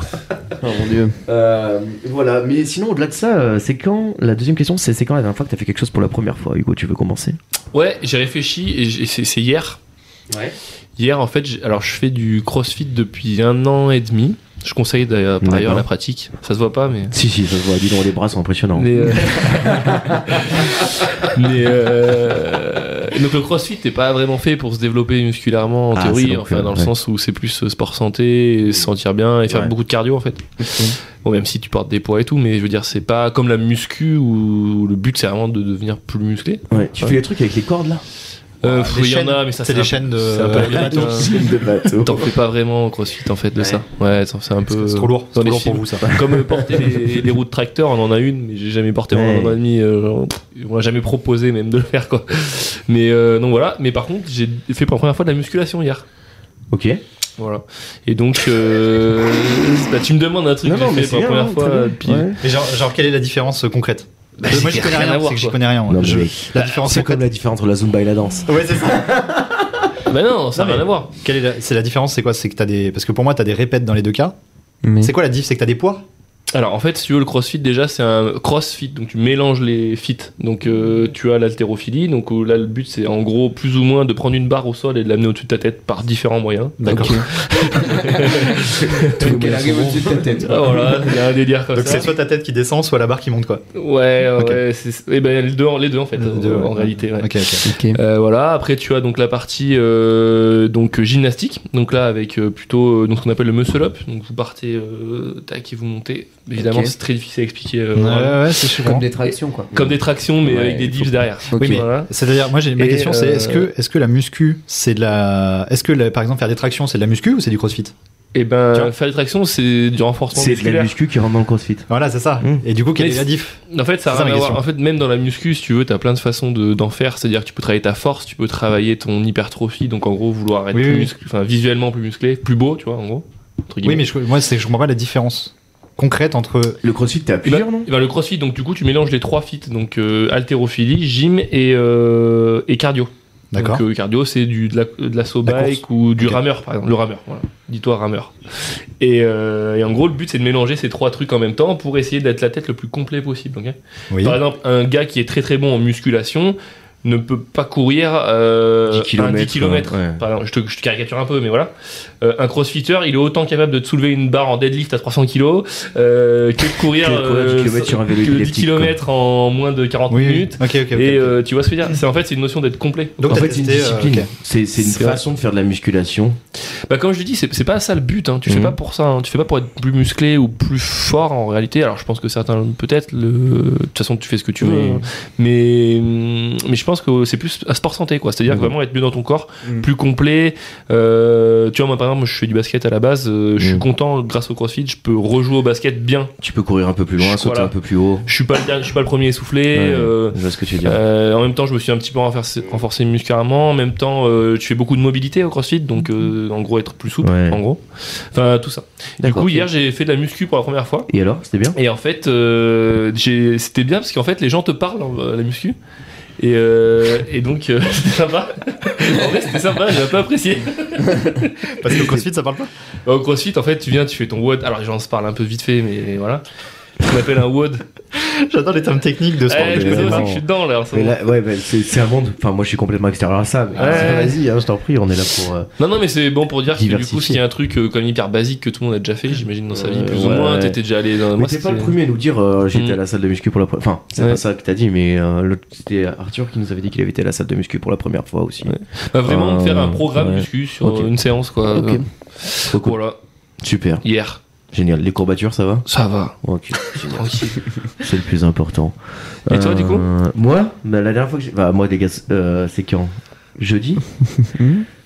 Oh mon dieu. Euh, voilà, mais sinon au-delà de ça, euh, c'est quand. La deuxième question c'est c'est quand la dernière fois que t'as fait quelque chose pour la première fois Hugo, tu veux commencer Ouais, j'ai réfléchi et j'ai- c'est c'est hier. Ouais. Hier, en fait, j'ai- alors je fais du crossfit depuis un an et demi. Je conseille d'ailleurs par D'accord. ailleurs la pratique. Ça se voit pas, mais. Si, si, ça se voit, dis donc les bras sont impressionnants. Mais, euh, mais, euh, donc le crossfit n'est pas vraiment fait pour se développer musculairement en Ah, c'est théorie, donc, enfin euh, dans le ouais. sens où c'est plus euh, sport santé, et se sentir bien et faire Ouais. beaucoup de cardio en fait. Bon même si tu portes des poids et tout, mais je veux dire c'est pas comme la muscu où le but c'est vraiment de devenir plus musclé. Ouais, tu Ouais. fais les trucs avec les cordes là Euh, Ah, Des pff, Il y en chaînes- a, mais ça c'est un des peu- chaînes de. c'est un peu la même bateaux. chose. de bateau. T'en fais pas vraiment au crossfit en fait de Ouais. ça. Ouais, t'en fais un peu. C'est trop lourd. C'est Euh, dans trop les lourd pour films. vous, ça. Comme euh, porter les, les roues de tracteur, on en a une, mais j'ai jamais porté pendant Ouais. un an et demi. euh, genre, on m'a jamais proposé même de le faire quoi. Mais euh, donc voilà. Mais par contre, j'ai fait pour la première fois de la musculation hier. Ok. Voilà. Et donc, euh, bah, tu me demandes un truc que j'ai fait pour la première fois. euh, puis- Mais genre, genre, quelle est la différence euh, concrète Bah, Moi, c'est je connais rien à rien. voir, C'est que je quoi. connais rien. moi. Je- La différence c'est comme concrète. la différence entre la zumba et la danse. Ouais, c'est ça. Bah non, ça Non, n'a rien mais- à voir. Quelle est la... C'est la différence, c'est quoi C'est que t'as des. Parce que pour moi, t'as des répètes dans les deux cas. Mais- C'est quoi la diff C'est que t'as des poids Alors en fait, si tu veux, le crossfit déjà, c'est un crossfit, donc tu mélanges les fits. Donc euh, tu as l'haltérophilie, donc où là le but c'est en gros plus ou moins de prendre une barre au sol et de l'amener au-dessus de ta tête par différents moyens. D'accord. Tout qu'elle arrive au-dessus de ta tête. Ah, voilà, il y a un délire comme Donc ça. c'est soit ta tête qui descend, soit la barre qui monte, quoi. Ouais, ouais, c'est- eh ben, les deux, en- les deux en fait, Les en- deux, en ouais. réalité. ouais. Ok, ok. Ok. Euh, voilà, après tu as donc la partie euh, donc euh, gymnastique, donc là avec euh, plutôt euh, donc, ce qu'on appelle le muscle up, donc vous partez, euh, tac et vous montez. Évidemment Ok. c'est très difficile à expliquer. euh, voilà. Ouais, ouais, c'est Comme super. des tractions quoi. Comme des tractions mais Ouais, avec des il faut- dips derrière. Ok. Oui, mais Voilà. C'est-à-dire, moi, j'ai ma Et, question, c'est est-ce euh, que, est-ce que la muscu, c'est de la, est-ce que la- par exemple faire des tractions, c'est de la muscu ou c'est du crossfit Et Tu vois ben, faire des tractions, c'est du renforcement C'est de la musculaire. muscu qui rentre dans le crossfit. Voilà, c'est ça. Mm. Et du coup, quelle Mais est la diff En fait, ça C'est ça, a rien ma à voir. question. En fait, même dans la muscu, si tu veux, t'as plein de façons de- d'en faire. C'est-à-dire que tu peux travailler ta force, tu peux travailler ton hypertrophie, donc en gros, vouloir être Oui, plus oui. musclé, enfin, visuellement plus musclé, plus beau, tu vois, en gros. Entre Oui, guillemets. mais je, moi, c'est, je comprends pas la différence concrète entre. Le crossfit, t'es à Eh ben- plusieurs, non eh ben, le crossfit, donc du coup, tu mélanges les trois fits, donc euh, haltérophilie, gym et, euh, et cardio. D'accord. Donc, euh, cardio, c'est du, de, la, de l'assaut La bike ou du Ok. rameur, par exemple. Le rameur, voilà. Dis-toi rameur. Et, euh, et en gros, le but, c'est de mélanger ces trois trucs en même temps pour essayer d'être la tête le plus complet possible. ok Oui. euh, Par exemple, un gars qui est très très bon en musculation ne peut pas courir euh, 10 un kilomètres, 10 km. ouais. Pardon, je, te, je te caricature un peu, mais voilà. Euh, un crossfitter, il est autant capable de te soulever une barre en deadlift à 300 kg euh, que de courir, euh, Que de courir 10 kilomètres sur un vélo que 10 elliptique, km en moins de 40 Oui, oui. minutes. Ok, ok, ok. Et euh, tu vois ce que je veux dire C'est en fait c'est une notion d'être complet. Donc, en t'as fait, c'est une testé, euh, discipline. ok. C'est c'est une C'est façon de faire de la musculation. Bah comme je te dis, c'est c'est pas ça le but. Hein. Tu fais Mhm. pas pour ça. hein. Tu fais pas pour être plus musclé ou plus fort en réalité. Alors je pense que certains peut-être. le- De toute façon, tu fais ce que tu veux. Oui. hein. Mais hum, mais je pense que c'est plus à sport santé quoi. C'est-à-dire Mhm. que vraiment être mieux dans ton corps, Mhm. plus complet. Euh, tu vois moi par exemple, je fais du basket à la base. euh, je suis Mhm. content grâce au CrossFit. Je peux rejouer au basket bien. Tu peux courir un peu plus loin, Je- sauter voilà. un peu plus haut. Je suis pas le dernier- je suis pas le premier essoufflé. Ouais, euh, je vois ce que tu dis. Euh, en même temps, je me suis un petit peu renforcé, renforcé musculairement. En même temps, euh, je fais beaucoup de mobilité au CrossFit, donc euh, en gros être plus souple, Mm-hmm. Ouais. en gros. Enfin tout ça. Du D'accord. coup, hier j'ai fait de la muscu pour la première fois. Et alors, c'était bien Et en fait, euh, j'ai- c'était bien parce qu'en fait les gens te parlent euh, à la muscu. Et, euh, et donc euh, c'était sympa. en vrai c'était sympa, j'ai un peu apprécié. Bah, Parce que CrossFit, ça parle pas. Au CrossFit en fait tu viens, tu fais ton WOD. Alors les gens se parlent un peu vite fait mais voilà. On appelle un WOD. J'adore les termes techniques de Eh, sport. mais je me dis, non. c'est que je suis dedans là. en ce Mais moment. là, ouais, bah, c'est c'est un monde. Enfin, moi, je suis complètement extérieur à ça. mais- Ouais. Bah, Vas-y, hein, je t'en prie, on est là pour. euh, Non, non, mais c'est bon pour dire que du Diversifier. coup, s'il y a un truc euh, comme hyper basique que tout le monde a déjà fait, j'imagine dans sa vie, Euh, plus ou ouais. moins, t'étais déjà allé dans. Mais t'es pas le premier à nous dire euh, j'étais Mm. à la salle de muscu pour la première Enfin, c'est Ouais. pas ça que t'as dit, mais euh, l'autre- c'était Arthur qui nous avait dit qu'il avait été à la salle de muscu pour la première fois aussi. Ouais. Bah, vraiment Euh, faire un programme ouais. muscu sur Ok. une séance, quoi. Ok. Euh, Trop cool. Voilà, Super, hier. génial. Les courbatures, ça va Ça va, Ok, génial. tranquille. c'est le plus important. Et toi, du coup Moi Bah, La dernière fois que j'ai. Bah, moi, les gars, euh, c'est quand Jeudi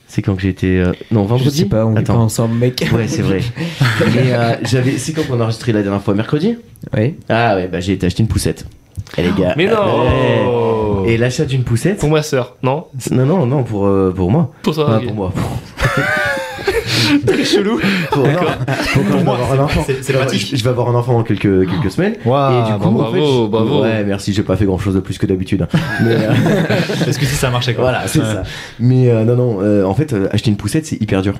C'est quand que j'ai été. euh, Non, Hmm Je vendredi sais pas, on est pas Attends. ensemble, mec. Ouais, c'est vrai. Mais euh, j'avais. C'est quand qu'on a enregistré la dernière fois Mercredi Ouais. Ah ouais, bah j'ai été acheter une poussette. Eh les gars. Euh, Mais ouais. non Et l'achat d'une poussette Pour ma soeur, non Non, non, non, pour, euh, pour moi. Pour toi, Enfin, Ah, ok. pour moi. Pour, Très chelou. pour, pour quand je vais avoir un enfant. c'est- c'est Oh. Je vais- pratique. Je vais avoir un enfant dans quelques, quelques semaines. Ah, et bah du coup, bravo, en fait, je- bravo. Ouais, merci, j'ai pas fait grand chose de plus que d'habitude. hein. Mais, euh, Est-ce que si ça marchait quoi voilà, c'est Ouais. ça. Mais euh, non, non, euh, en fait, euh, acheter une poussette, c'est hyper dur.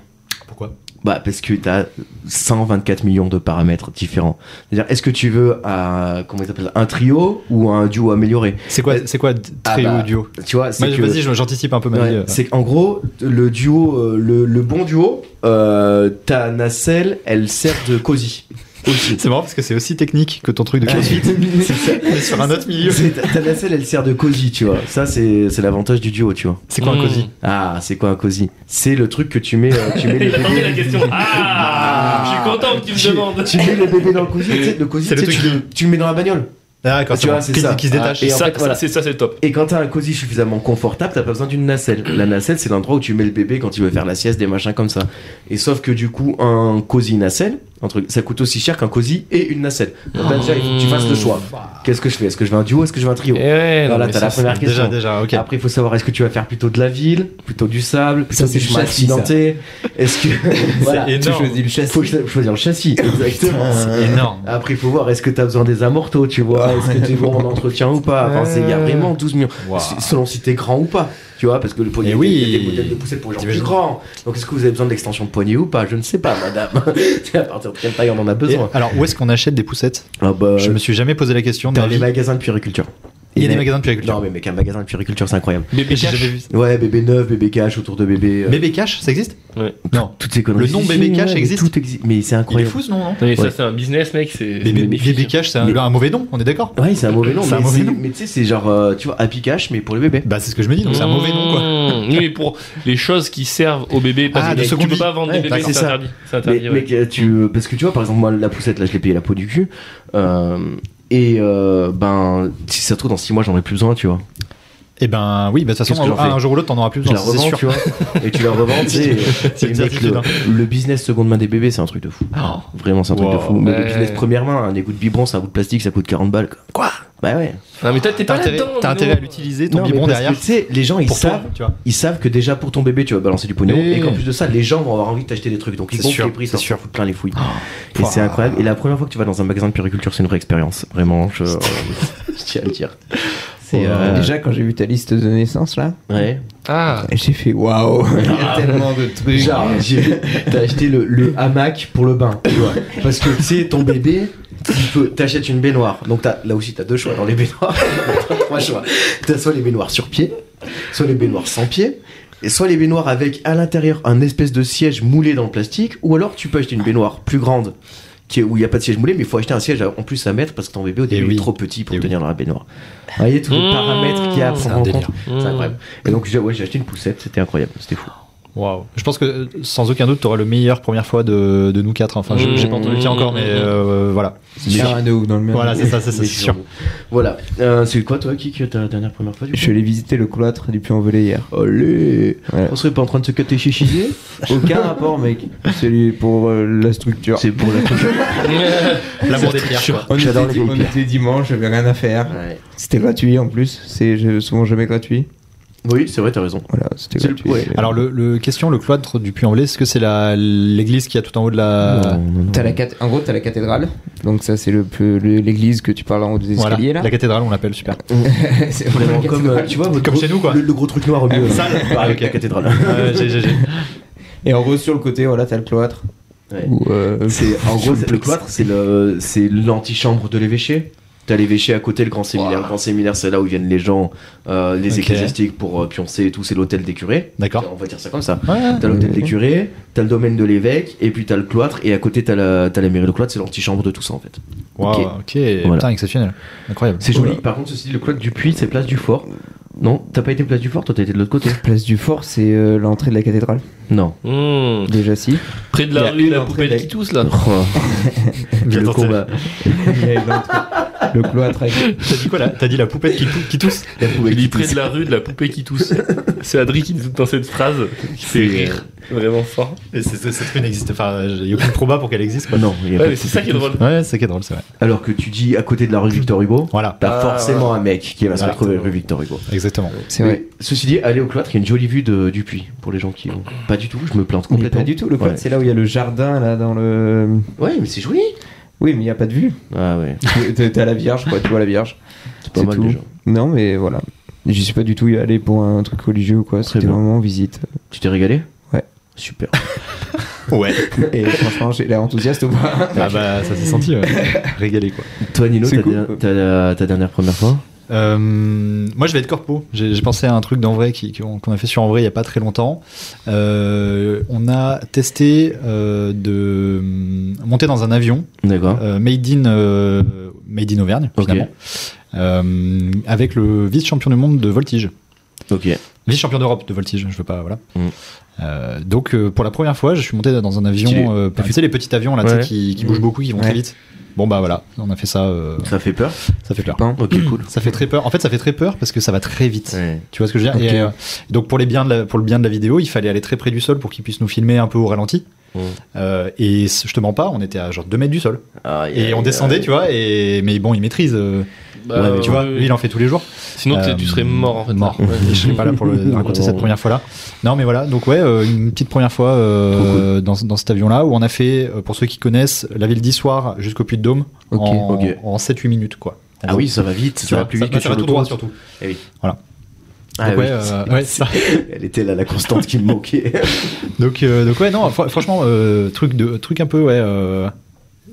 Pourquoi Bah, parce que t'as 124 millions de paramètres différents. C'est-à-dire, est-ce que tu veux un, comment ils appellent, un trio ou un duo amélioré C'est quoi, c'est quoi d- Ah trio bah, duo Tu vois, c'est Moi, que- Vas-y, je- j'anticipe un peu ma Ouais, vie. euh. c'est qu'en gros, le duo, euh, le, le bon duo, euh, ta nacelle, elle sert de cosy. Aussi. C'est marrant parce que c'est aussi technique que ton truc de CrossFit, C'est ça. mais sur un autre milieu. C'est- Ta ta nacelle, elle sert de cosy, tu vois. Ça, c'est c'est l'avantage du duo, tu vois. C'est quoi un Mm. cosy Ah, c'est quoi un cosy C'est le truc que tu mets, euh, tu mets les Il a tendu la bébés. question. Ah Je suis content que tu Tu, me demandes. tu mets les bébés dans le cosy, tu sais, le cosy, C'est le tu sais, truc tu, tu le mets dans la bagnole. Ah, D'accord, Tu c'est vois, bon. c'est qui, ça. Ah, qui se détache. Et en ça, fait, voilà. ça, c'est- ça, c'est top. Et quand t'as un cosy suffisamment confortable, t'as pas besoin d'une nacelle. La nacelle, c'est l'endroit où tu mets le bébé quand il veut faire la sieste, des machins comme ça. Et sauf que du coup, un cosy nacelle, un truc, ça coûte aussi cher qu'un cosy et une nacelle. Donc là, déjà, il faut que tu fasses le choix. Qu'est-ce que je fais Est-ce que je veux un duo Est-ce que je veux un trio Oh. Eh ouais, non, Voilà, mais t'as ça, la première question. Ah, Déjà, déjà, ok. Après, il faut savoir est-ce que tu vas faire plutôt de la ville, plutôt du sable, plutôt Ça, c'est du chemin le châssis, ça. accidenté. Est-ce que voilà, énorme. Tu choisis le châssis. faut cho- choisir le châssis Exactement. C'est énorme. Après, il faut voir est-ce que t'as besoin des amortaux, tu vois, est-ce que t'es bon en entretien ou pas. Enfin, c'est- il y a vraiment 12 millions. Wow. S- Selon si t'es grand ou pas, tu vois, parce que le poignet, Eh il y a oui. des- il y a des modèles de poussette pour les gens plus T'imagines. grands. Donc, est-ce que vous avez besoin de l'extension de poignet ou pas Je ne sais pas, madame. c'est à partir de quelle taille on en a Et besoin alors, où est-ce qu'on achète des poussettes Ah bah, Eh, Je me suis jamais posé la question. dans mais les magasins de puériculture. Il y a Mais- des magasins de Non, puériculture. mais mec, un magasin de puériculture, c'est incroyable. Bébé J'ai cash. jamais vu ça. Ouais, bébé neuf, bébé cache autour de bébé. euh, Bébé Cash, ça existe Ouais. Non. toutes ces conneries. Le nom Si, si, bébé ouais, cache mais existe tout exi- Mais c'est Il est incroyable. fou ce nom, non Non, mais Ouais. ça, c'est un business, mec. C'est c'est Bébé, magnifique. Bébé Cash, c'est un, Mais- un mauvais nom, on est d'accord Ouais, c'est un mauvais nom. C'est un mais mauvais c'est- nom. Mais tu sais, c'est genre, euh, tu vois, Happy Cash, mais pour les bébés. Bah, c'est ce que je me dis, donc c'est un mauvais nom, quoi. Mmh. Hmm. Oui, mais pour les choses qui servent aux bébés, parce Ah, que de tu seconde peux vie. pas vendre Ouais, des bah, bébés, d'accord. c'est C'est ça. interdit. C'est Mais, interdit. ouais. mec, euh, tu, parce que tu vois, par exemple, moi, la poussette, là, je l'ai payée la peau du cul. Euh, et euh, ben, si ça se trouve, dans 6 mois, j'en ai plus besoin, tu vois. Eh ben, oui, bah, de toute façon, Qu'est-ce que j'en un, fais un jour ou l'autre, t'en auras plus Je la besoin, c'est revends, sûr. tu vois. Et tu la revends, tu sais. C'est et une mec, certitude, le, hein. le business seconde main des bébés, c'est un truc de fou. Ah. Vraiment, c'est un truc Wow. de fou. Mais le Ouais. business première main, un égout de biberon, c'est un bout de plastique, ça coûte 40 balles. Quoi, Bah ouais. Non, mais toi, t'es T'as pas intérêt, là-dedans. t'as dis donc. intérêt à l'utiliser, ton Non, mais biberon parce que, derrière, Tu sais, les gens, ils pour toi, savent. tu vois. ils savent que déjà pour ton bébé tu vas balancer du pognon Mais- et qu'en plus de ça les gens vont avoir envie de t'acheter des trucs donc ils C'est gonflent sûr, les prix ça c'est sûr plein les fouilles et pouah. c'est euh, incroyable et la première fois que tu vas dans un magasin de périculture c'est une vraie expérience vraiment je, je tiens à le dire C'est, euh, Déjà, quand j'ai vu ta liste de naissance là, Ouais. Ah, j'ai fait waouh, il y a tellement de trucs. Genre, j'ai- t'as acheté le, le hamac pour le bain, tu vois. Parce que, tu sais, ton bébé, tu peux- t'achètes une baignoire. Donc t'as- là aussi, t'as deux choix dans les baignoires. T'as trois choix. T'as soit les baignoires sur pied, soit les baignoires sans pied, et soit les baignoires avec à l'intérieur un espèce de siège moulé dans le plastique, ou alors tu peux acheter une baignoire plus grande. Qui est, où il n'y a pas de siège moulé, mais il faut acheter un siège à- en plus à mettre parce que ton bébé au début Eh oui. il est trop petit pour Et oui. tenir dans la baignoire. Vous voyez tous les Mmh. paramètres qu'il y a à C'est prendre un en délire. compte. C'est incroyable. Et donc, j'ai ouais, j'ai acheté une poussette, c'était incroyable, c'était fou. Waouh. Je pense que euh, sans aucun doute, t'auras le meilleur première fois de, de nous quatre. Enfin, je- Mmh. j'ai pas entendu le tien encore, mais euh, voilà. C'est sûr, un de ouf dans le mur. Voilà, Ah, c'est ça, c'est ça, Mais c'est sûr. sûrement. Voilà. Euh, c'est quoi, toi, qui, que ta dernière première fois du Je coup suis allé visiter le cloître du Puy-en-Velay hier. Allez Ouais. On serait pas en train de se catéchiser Aucun rapport, mec. C'est pour euh, la structure. C'est pour la L'amour des pierres. quoi. On était, J'adore les on vieilles était dimanche, j'avais rien à faire. Ouais. C'était gratuit en plus. C'est je- souvent jamais gratuit. Oui, c'est vrai, t'as raison. Voilà, c'était C'est le- gratuit. ouais. Alors, le, le question, le cloître du Puy-en-Velay, est-ce que c'est la- l'église qui est tout en haut de la. Euh, T'as la cath- En gros, t'as la cathédrale. Donc, ça, c'est le peu- le- l'église que tu parles en haut des Voilà, escaliers la cathédrale, on l'appelle super. là. c'est Vraiment vraiment la comme, cathédrale. euh, tu vois, votre Comme gros- chez nous, quoi. Le, le gros truc noir au milieu. là. Ça, là. Bah, avec Ok. la cathédrale. Euh, j'ai- j'ai- j'ai. Et en gros, sur le côté, voilà, t'as le cloître. Ouais. Où, euh, C'est, en gros, c'est- le cloître, c'est, le, c'est l'antichambre de l'évêché. T'as l'évêché à côté, le grand séminaire. Le grand séminaire, c'est là où viennent les gens, euh, les Ok. ecclésiastiques pour euh, pioncer et tout. C'est l'hôtel des curés. D'accord. On va dire ça comme ça. Ouais. T'as l'hôtel des curés, t'as le domaine de l'évêque, et puis t'as le cloître, et à côté t'as la, t'as la mairie de cloître, c'est l'antichambre de tout ça en fait. Waouh, Ok. ok. Putain, exceptionnel. Incroyable. C'est joli, par contre, ceci dit, le cloître du Puy, c'est place du Fort. Non, t'as pas été place du Fort, toi t'as été de l'autre côté. Place du Fort, c'est euh, l'entrée de la cathédrale. Non. Mmh. Déjà, si. Près de Il y la a rue, une la entrée poubelle d'ac- qui tousse là. le Attends, combat. Il y a une entrée. le cloître avec T'as dit quoi là T'as dit la poupette qui, tou- qui tousse La Il poubelle dit qui près pousse. de la rue de la poupée qui tousse. C'est Adri qui nous dans cette phrase qui fait rire vraiment fort. Et c'est- c'est- Cette rue n'existe pas. Il n'y a aucune proba pour qu'elle existe. Quoi. Oh Non, il y a Ouais, pas mais de c'est ça qui est poubelle drôle. qui Ouais, c'est qui est drôle, c'est vrai. pousse. Alors que tu dis à côté de la rue Victor Hugo, Voilà, t'as Ah, forcément un mec qui va se Voilà. retrouver rue Victor Hugo. exactement. C'est vrai. Mais Ceci dit, aller au cloître, il y a une jolie vue de- du Puy pour les gens qui vont. Pas du tout, je me plante Mais complètement. pas du tout. Le cloître, Ouais. c'est là où il y a le jardin, là, dans le. Ouais, mais c'est joli. Oui, mais il n'y a pas de vue. Ah ouais, T'es- T'es à la Vierge, quoi. Tu vois la Vierge. c'est pas C'est mal tout. déjà. Non, mais voilà. Je suis pas du tout allé pour un truc religieux ou quoi. Très C'était bien. vraiment visite. Tu t'es régalé Ouais. Super. Ouais. Et franchement, j'ai l'air enthousiaste ou pas Ah bah, ça s'est senti. ouais. Régalé quoi. Toi, Nino, C'est ta, cool. der- ta- ta dernière première fois Euh, moi, je vais être corpo. J'ai j'ai pensé à un truc d'en vrai qui- qu'on qu'on a fait sur en vrai il n'y a pas très longtemps. Euh, on a testé euh, de hum, monter dans un avion D'accord. euh, made in euh, made in Auvergne Ok. finalement, Euh, avec le vice champion du monde de voltige. Ok. Vice-champion d'Europe de voltige, je veux pas, voilà. Mm. Euh, donc euh, pour la première fois, je suis monté dans un Stylé. avion, euh, tu sais les petits avions là, tu sais, Ouais. qui, qui bougent beaucoup, qui vont très Ouais. vite. Bon bah voilà, on a fait ça, euh, Ça fait peur ça fait peur. Ok, cool. Ça fait très peur. En fait, ça fait très peur parce que ça va très vite. Mm. Ouais. Tu vois ce que je veux dire Ok. Et, euh, Donc pour les biens de la, pour le bien de la vidéo, il fallait aller très près du sol pour qu'ils puissent nous filmer un peu au ralenti. Mm. Euh, et c- je te mens pas, on était à genre 2 mètres du sol. Ah, Et yeah, on yeah. descendait, tu vois. Et mais bon, il maîtrise. euh, Bah, tu vois, ouais, ouais. lui il en fait tous les jours. Sinon t'es- Euh, tu serais mort en fait. Mort. Ouais. Et je serais pas là pour le raconter cette première fois là. Non mais voilà, donc ouais, euh, une petite première fois euh, dans, dans cet avion là où on a fait, euh, pour ceux qui connaissent, la ville d'Issoire jusqu'au Puy de Dôme Ok, en, ok. en 7-8 minutes quoi. Ah oui, ça va vite, Tu ça va vois, plus vite bah, que ça sur va le tout droit surtout. Eh oui. Voilà. Ah Donc oui, ouais, euh, c'est- ouais, ça. elle était là la constante qui me manquait. Donc, euh, donc ouais, non, fr- franchement, euh, truc, de, truc un peu, ouais. euh,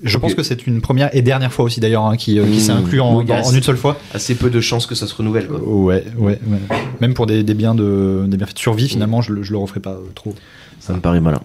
je Ok. pense que c'est une première et dernière fois aussi d'ailleurs hein, qui, euh, qui s'est Mmh. inclus en, Oui, dans- bah, en c'est- une seule fois. Assez peu de chances que ça se renouvelle quoi. Ouais, ouais, ouais. Même pour des, des biens de des bienfaits de survie, finalement, je, le- je le referai pas euh, trop. Ça me paraît malin.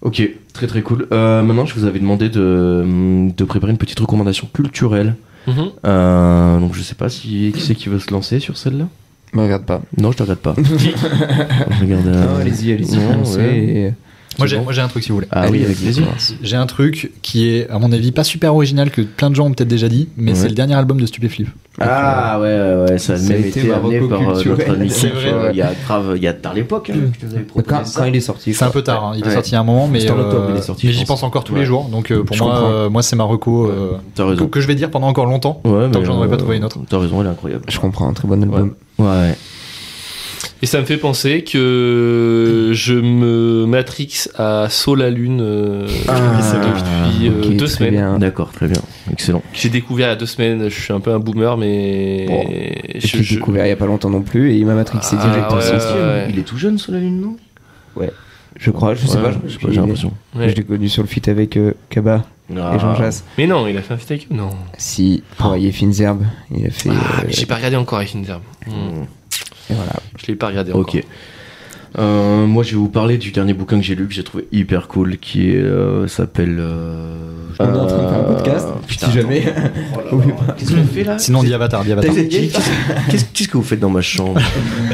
Ok, très très cool. Euh, maintenant, je vous avais demandé de, de préparer une petite recommandation culturelle. Mhm. Euh, donc, je sais pas si qui c'est qui veut se lancer sur celle-là. Me regarde pas. Non, je te regarde pas. Je regarde. euh, Non, allez-y, allez-y. non, foncez ouais. et- Moi, C'est j'ai bon. moi, j'ai un truc si vous voulez. Ah oui, Allez, avec vas-y, plaisir. commence. J'ai un truc qui est, à mon avis, pas super original que plein de gens ont peut-être déjà dit, mais Ouais. c'est le dernier album de Stupéflip. Ah ouais, ouais, ouais, ça a Ça même a été été amené par euh, maroco-culturel. notre ami. C'est Keith, vrai, euh, ouais. Il y a grave, il y a tard l'époque hein, que je vous avais Quand, proposé ça. quand il est sorti. C'est un quoi. peu tard, hein. il est Ouais. sorti à un moment, mais, C'était en octobre, il est euh, sorti, mais je j'y pense. pense encore tous Ouais. les jours. Donc euh, pour Je moi, comprends. euh, moi c'est ma reco, euh, T'as que, raison. que je vais dire pendant encore longtemps. Ouais, mais Tant que j'en aurais pas euh, trouvé une autre. T'as raison, elle est incroyable. Je comprends, un très bon Ouais, album. ouais. Et ça me fait penser que je me matrix à Saut la Lune euh, depuis euh, ok, deux très semaines. bien. D'accord, très bien, excellent. J'ai découvert il y a deux semaines, je suis un peu un boomer, mais. Bon. je- Je l'ai je- découvert il y a pas longtemps non plus et il m'a matrixé Ah, direct. ouais, aussi. ouais. Il est tout jeune sur la lune, non Je crois, je sais Ouais, pas. je sais pas, j'ai l'impression. Ouais. Je l'ai connu sur le feat avec euh, Kaba Ah. et Jean Jass. Mais non, il a fait un feat avec eux, Non. Si, pour aller fines herbes, il a fait. Ah, euh, mais j'ai pas regardé encore avec Inzerbe. Hmm. et voilà. Je l'ai pas regardé encore. Ok. Euh, moi, je vais vous parler du dernier bouquin que j'ai lu que j'ai trouvé hyper cool, qui est, euh, s'appelle. euh, On est en train de faire un euh, podcast. putain, si jamais. oh là là. Oubliez pas. Qu'est-ce qu'on fait là Sinon, dit Avatar, dit Avatar. Qu'est-ce- Bah, qu'est-ce- Qu'est-ce qu'est-ce que vous faites dans ma chambre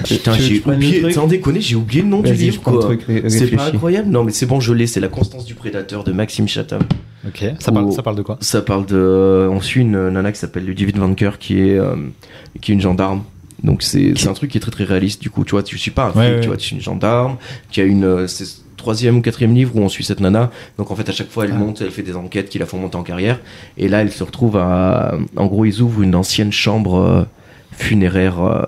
Putain, Tu veux que j'ai je prenne le oublié. truc Sans déconner, j'ai oublié le nom du Vas-y, je livre prends le quoi. truc ré- C'est pas réfléchi. incroyable Non, mais c'est bon, je l'ai. C'est La Constance du Prédateur de Maxime Chatham. Ok, ça parle, Ou- ça parle de quoi Ça parle de. euh, On suit une nana qui s'appelle Ludivine Vanker qui est euh, qui est une gendarme. Donc c'est c'est un truc qui est très très réaliste du coup. Tu vois, tu suis pas un flic, Ouais, ouais, tu vois, ouais. tu suis une gendarme. Tu as une euh, c'est ce troisième ou quatrième livre où on suit cette nana. Donc en fait à chaque fois elle Ah. monte, elle fait des enquêtes qui la font monter en carrière. Et là elle se retrouve à. En gros ils ouvrent une ancienne chambre euh, funéraire. euh,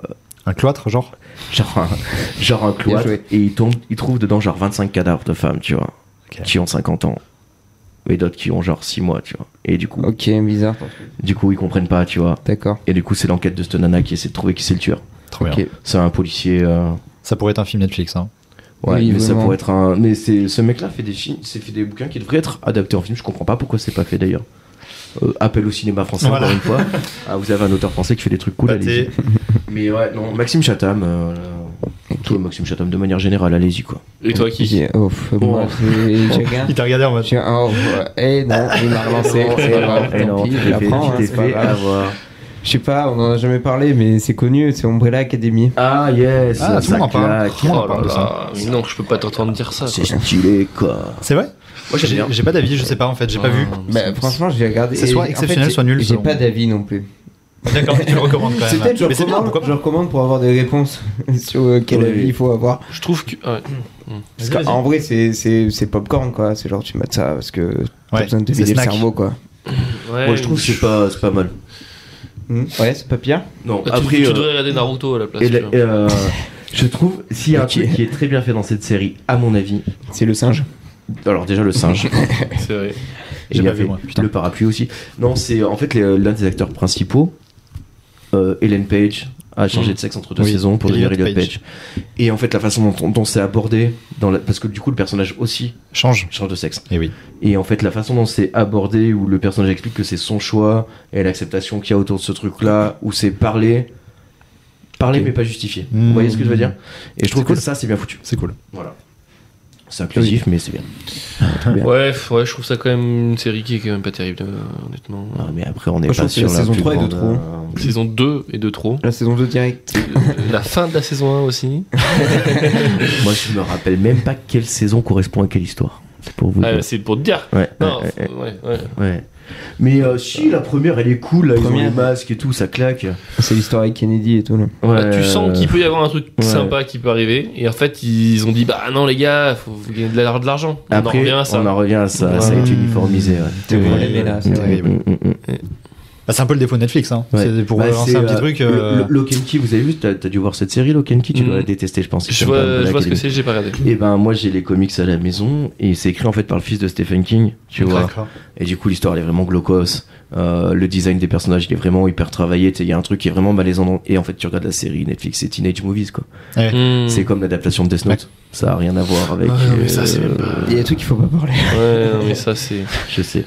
Un cloître, genre genre un, genre un cloître joué. et ils tombent ils trouvent dedans genre 25 cadavres de femmes tu vois Ok. qui ont 50 ans et d'autres qui ont genre 6 mois tu vois et du coup Ok, bizarre. du coup ils comprennent pas tu vois D'accord. et du coup c'est l'enquête de cette nana qui essaie de trouver qui c'est le tueur Trop Ok. bien. c'est un policier euh, Ça pourrait être un film Netflix. Hein. ouais Oui, mais ça vraiment. pourrait être un mais c'est ce mec là fait des films c'est fait des bouquins qui devraient être adaptés en film je comprends pas pourquoi c'est pas fait d'ailleurs Euh, appel au cinéma français Voilà. encore une fois Ah, vous avez un auteur français qui fait des trucs cool allez-y Pâté. mais ouais non Maxime Chatham euh, tout le Maxime Chatham de manière générale allez-y quoi Et toi qui J'ai- oh, pff, moi, j'ai j'ai rien. Il t'a regardé en mode. J'ai un. Oh, ouais. eh non, il m'a relancé. Non, c'est non, pas grave, eh tant non, pis, tu je t'es l'apprends, fait- hein, tu t'es c'est pas fait grave. avoir. Je sais pas, on en a jamais parlé, mais c'est connu, c'est Umbrella Academy. Ah yes, Ah, tout le ça monde en parle. claque. Tout le monde en Oh là parle de ça. là, mais non, je peux pas t'entendre dire ça. C'est quoi. stylé quoi. C'est vrai Moi j'aime J'ai bien. j'ai pas d'avis, je sais pas en fait, j'ai pas vu. Ah, Bah, franchement, j'ai regardé. C'est et soit en fait, exceptionnel, j'ai- soit nul, J'ai selon pas moi. d'avis non plus. Ah. D'accord, tu le recommandes quand C'est même. peut-être je Mais c'est bien, recommande, pourquoi je recommande pour avoir des réponses sur euh, quel Oui. avis il faut avoir. Je trouve que. ouais. Parce qu'en en vrai, c'est- c'est c'est popcorn quoi. C'est genre tu mets ça parce que t'as Ouais, besoin de te c'est vider le snack. cerveau quoi. Ouais, Moi je trouve que c'est pas, c'est pas mal. Hmm, Ouais, c'est pas pire. Non, Bah, tu- après. tu, euh, devrais regarder Naruto à la place. et tu la- vois. et, euh, je trouve, s'il y a un Ok. truc qui est très bien fait dans cette série, à mon avis, C'est le singe. alors déjà le singe, et C'est vrai. J'ai il y pas vu, avait moi, putain. le parapluie aussi. Non, c'est en fait les- l'un des acteurs principaux, euh, Ellen Page, a changé Mm. de sexe entre deux Oui, saisons pour devenir Elliot Elliot Page. Page. Et en fait, la façon dont, dont c'est abordé, dans la- parce que du coup, le personnage aussi Change. change de sexe. Et oui. Et en fait, la façon dont c'est abordé, où le personnage explique que c'est son choix et l'acceptation qu'il y a autour de ce truc-là, où c'est parler, parler Ok. mais pas justifié. Vous Mmh. voyez ce que je veux dire Et je trouve cool. que ça, Hmm. c'est bien foutu. C'est cool. Voilà. C'est inclusif, mais c'est bien. Bien. Ouais, f- ouais, je trouve ça quand même une série qui est quand même pas terrible, euh, honnêtement. Ah, mais après, on est Moi, je pas trouve que sur la la saison plus 3 est de grande, trop. euh, Saison 2 et de trop. La saison 2 direct. la fin de la saison 1 aussi. Moi, je me rappelle même pas quelle saison correspond à quelle histoire. C'est pour vous. Ah, dire. c'est pour te dire. Ouais, Non, ouais, f- ouais, ouais. ouais, ouais. Mais euh, si la première, elle est cool, là, ils ont Première. les masques et tout, ça claque. Euh, C'est l'histoire avec Kennedy et tout. Là. Là, Ah, tu sens qu'il peut y avoir un truc ouais. sympa qui peut arriver. Et en fait, ils ont dit Bah non, les gars, faut vous gagner de la- de l'argent. On en Après, revient à ça. on en revient à ça. Ça a Ouais. été uniformisé. ouais. Le Oui. problème est là, c'est Mm, vrai. Terrible. mm, mm, mm. Bah, c'est un peu le défaut de Netflix. Hein. Ouais. C'est pour Bah, relancer c'est, un petit euh, truc. le- euh, le- Lock and Key, vous avez vu, t'as as dû voir cette série Lock and Key, tu Mm. dois la détester, je pense. si Je t'aimes vois, pas Umbrella je vois ce que Academy. c'est, j'ai pas regardé. Et ben moi j'ai les comics à la maison et c'est écrit en fait par le fils de Stephen King, tu vois. D'accord. Et du coup l'histoire elle est vraiment glaucose. Euh, le design des personnages il est vraiment hyper travaillé. Tu sais, Il y a un truc qui est vraiment malaisant. dans- Et en fait tu regardes la série Netflix, c'est Teenage Movies quoi. Hmm. C'est comme l'adaptation de Death Note. Ça a rien à voir avec. Ah, non, mais ça, c'est euh, même pas- Il y a des trucs qu'il faut pas parler. Ouais, non, mais ça, c'est. Je sais.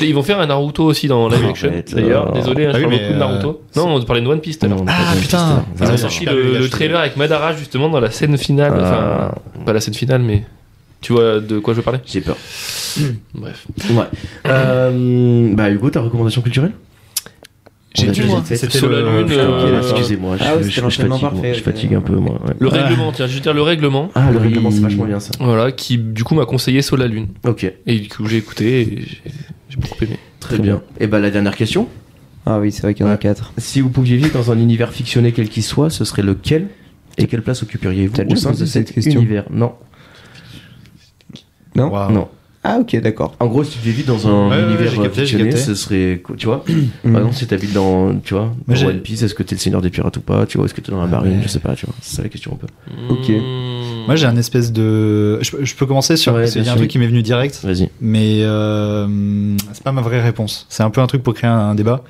Et Ils vont faire un Naruto aussi dans live action. Arrête, D'ailleurs, euh, désolé, hein, ah je oui, parle mais, beaucoup de Naruto. euh, Non, on parlait de One Piece tout à l'heure. Non, on n'a Ah, pas de putain. Death Note. Ah, Ils ont ouais, sorti non, je l'ai le, pas vu, le je l'ai trailer avec Madara justement dans la scène finale. Ah. Enfin, pas la scène finale, mais tu vois de quoi je veux parler. J'ai peur. Bref. Ouais. Euh, bah Hugo, ta recommandation culturelle J'ai On a dû, déjà moi. fait. C'était Sur le- la lune. Putain, euh, ok, Excusez-moi, Ah je, oui, c'était je- je l'enchaînement fatigue, parfait, je fatigue un peu moi. ouais. Le Ah. règlement, tiens, je vais dire le règlement. Ah, le règlement, c'est Il- vachement bien ça. Voilà, qui du coup m'a conseillé Sur la lune. Ok, Et du coup, j'ai écouté et j'ai- j'ai beaucoup aimé. très bien. Et bah, la dernière question. Ah oui, c'est vrai qu'il y en a 4. Si vous pouviez vivre dans un univers fictionné quel qu'il soit, ce serait lequel Et quelle place occuperiez-vous T'as au déjà sein de posé cet cette question univers Non, Non Waouh. non. Ah ok d'accord. En gros, si tu vis dans un Ouais, ouais, univers euh, j'ai capté, j'ai fictionné, capté. ce serait. co- Tu vois Par exemple, si t'habites dans, tu vois, Mais dans j'ai- One Piece, est-ce que t'es le seigneur des pirates ou pas Tu vois, est-ce que t'es dans la marine ouais. Je sais pas, tu vois. C'est ça la question un peu. Ok. Hmm. Moi, j'ai un espèce de. Je, peux- je peux commencer sur. Ouais, parce qu'il y bien a un sûr. truc qui m'est venu direct, Vas-y. mais euh, c'est pas ma vraie réponse. C'est un peu un truc pour créer un, un débat.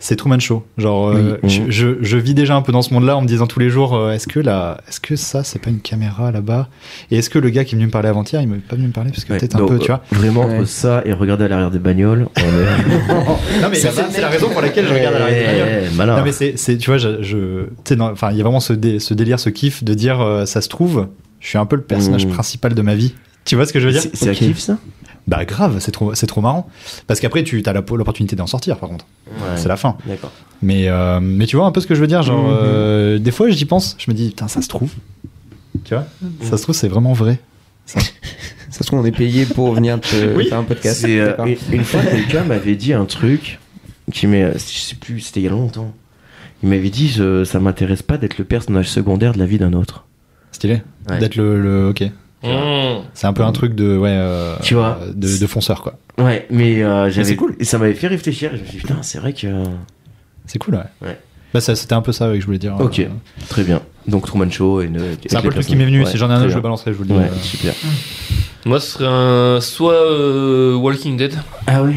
C'est Truman Show. Genre, euh, Oui. je, je- je vis déjà un peu dans ce monde-là en me disant tous les jours euh, est-ce que là, est-ce que ça, c'est pas une caméra là-bas Et est-ce que le gars qui est venu me parler avant-hier, il m'est pas venu me parler parce que Ouais, peut-être un donc, peu, euh, tu vois. Vraiment, entre Ouais. ça et regarder à l'arrière des bagnoles, on est. Non, mais Ça, là-bas, c'est- c'est la raison pour laquelle je regarde à l'arrière des bagnoles. Eh, malin. Non mais c'est, c'est- tu vois, je, je- tu sais, dans- enfin, il y a vraiment ce, dé- ce délire, ce kiff de dire, euh, ça se trouve, je suis un peu le personnage Mm. principal de ma vie. Tu vois ce que je veux dire C'est- C'est Ok. actif ça Bah grave, c'est trop, c'est trop marrant. Parce qu'après, tu as l'opportunité d'en sortir, par contre. C'est la fin. D'accord. Mais, euh, mais tu vois un peu ce que je veux dire, genre, Mhm. euh, des fois, j'y pense, je me dis, putain, ça se trouve. Tu vois Ça se trouve, c'est vraiment vrai. Ça se trouve on est payé pour venir te Oui. faire un podcast. C'est, euh, D'accord. une, une fois, quelqu'un m'avait dit un truc qui m'est. euh, Je sais plus, c'était il y a longtemps. Il m'avait dit je- ça m'intéresse pas d'être le personnage secondaire de la vie d'un autre. Stylé. Ouais. D'être le, le- Ok. Hmm. C'est un peu un truc de. Ouais. euh, Tu vois. de, de fonceur, quoi. Ouais, mais euh, c'est j'avais. cool. Et ça m'avait fait réfléchir. et Je me suis dit, putain, c'est vrai que. C'est cool, ouais. Ouais. Bah, ça, c'était un peu ça ouais, que je voulais dire. Ok. Euh, Très bien. Donc Truman Show et. C'est un peu le truc qui m'est venu. si j'en ai un autre, je le balancerai, je vous le dis. Ouais, Euh, super. Moi, ce serait un. Soit euh, Walking Dead. Ah ouais.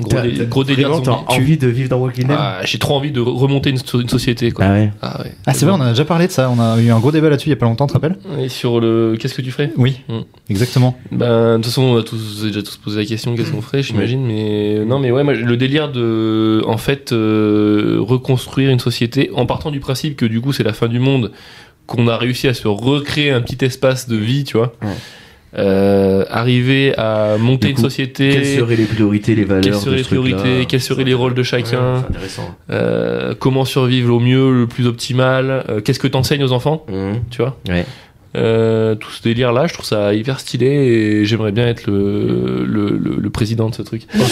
Gros, dé- gros délire. Vraiment, t'as zombie. envie de vivre dans Walking Dead Ah, J'ai trop envie de re- remonter une, so- une société, quoi. Ah ouais. Ah ouais. Ah, c'est vrai, on en a déjà parlé de ça. On a eu un gros débat là-dessus il y a pas longtemps, tu te rappelles Et sur le. Qu'est-ce que tu ferais Oui, Mm. exactement. Ben, de toute façon, on a tous vous avez déjà tous posé la question, qu'est-ce qu'on ferait, j'imagine, mais euh, non, mais ouais, moi, le délire de, en fait, euh, reconstruire une société en partant du principe que du coup, c'est la fin du monde, qu'on a réussi à se recréer un petit espace de vie, tu vois. Ouais. Euh, arriver à monter Du une coup, société. Quelles seraient les priorités, les valeurs quelles de seraient les ce truc-là priorités, quels seraient les rôles de chacun, Ouais, c'est intéressant. euh, comment survivre au mieux, le plus optimal, euh, qu'est-ce que t'enseignes aux enfants, Mhm. tu vois. Ouais. Euh, tout ce délire là, je trouve ça hyper stylé et j'aimerais bien être le, le, le- le président de ce truc. Ok.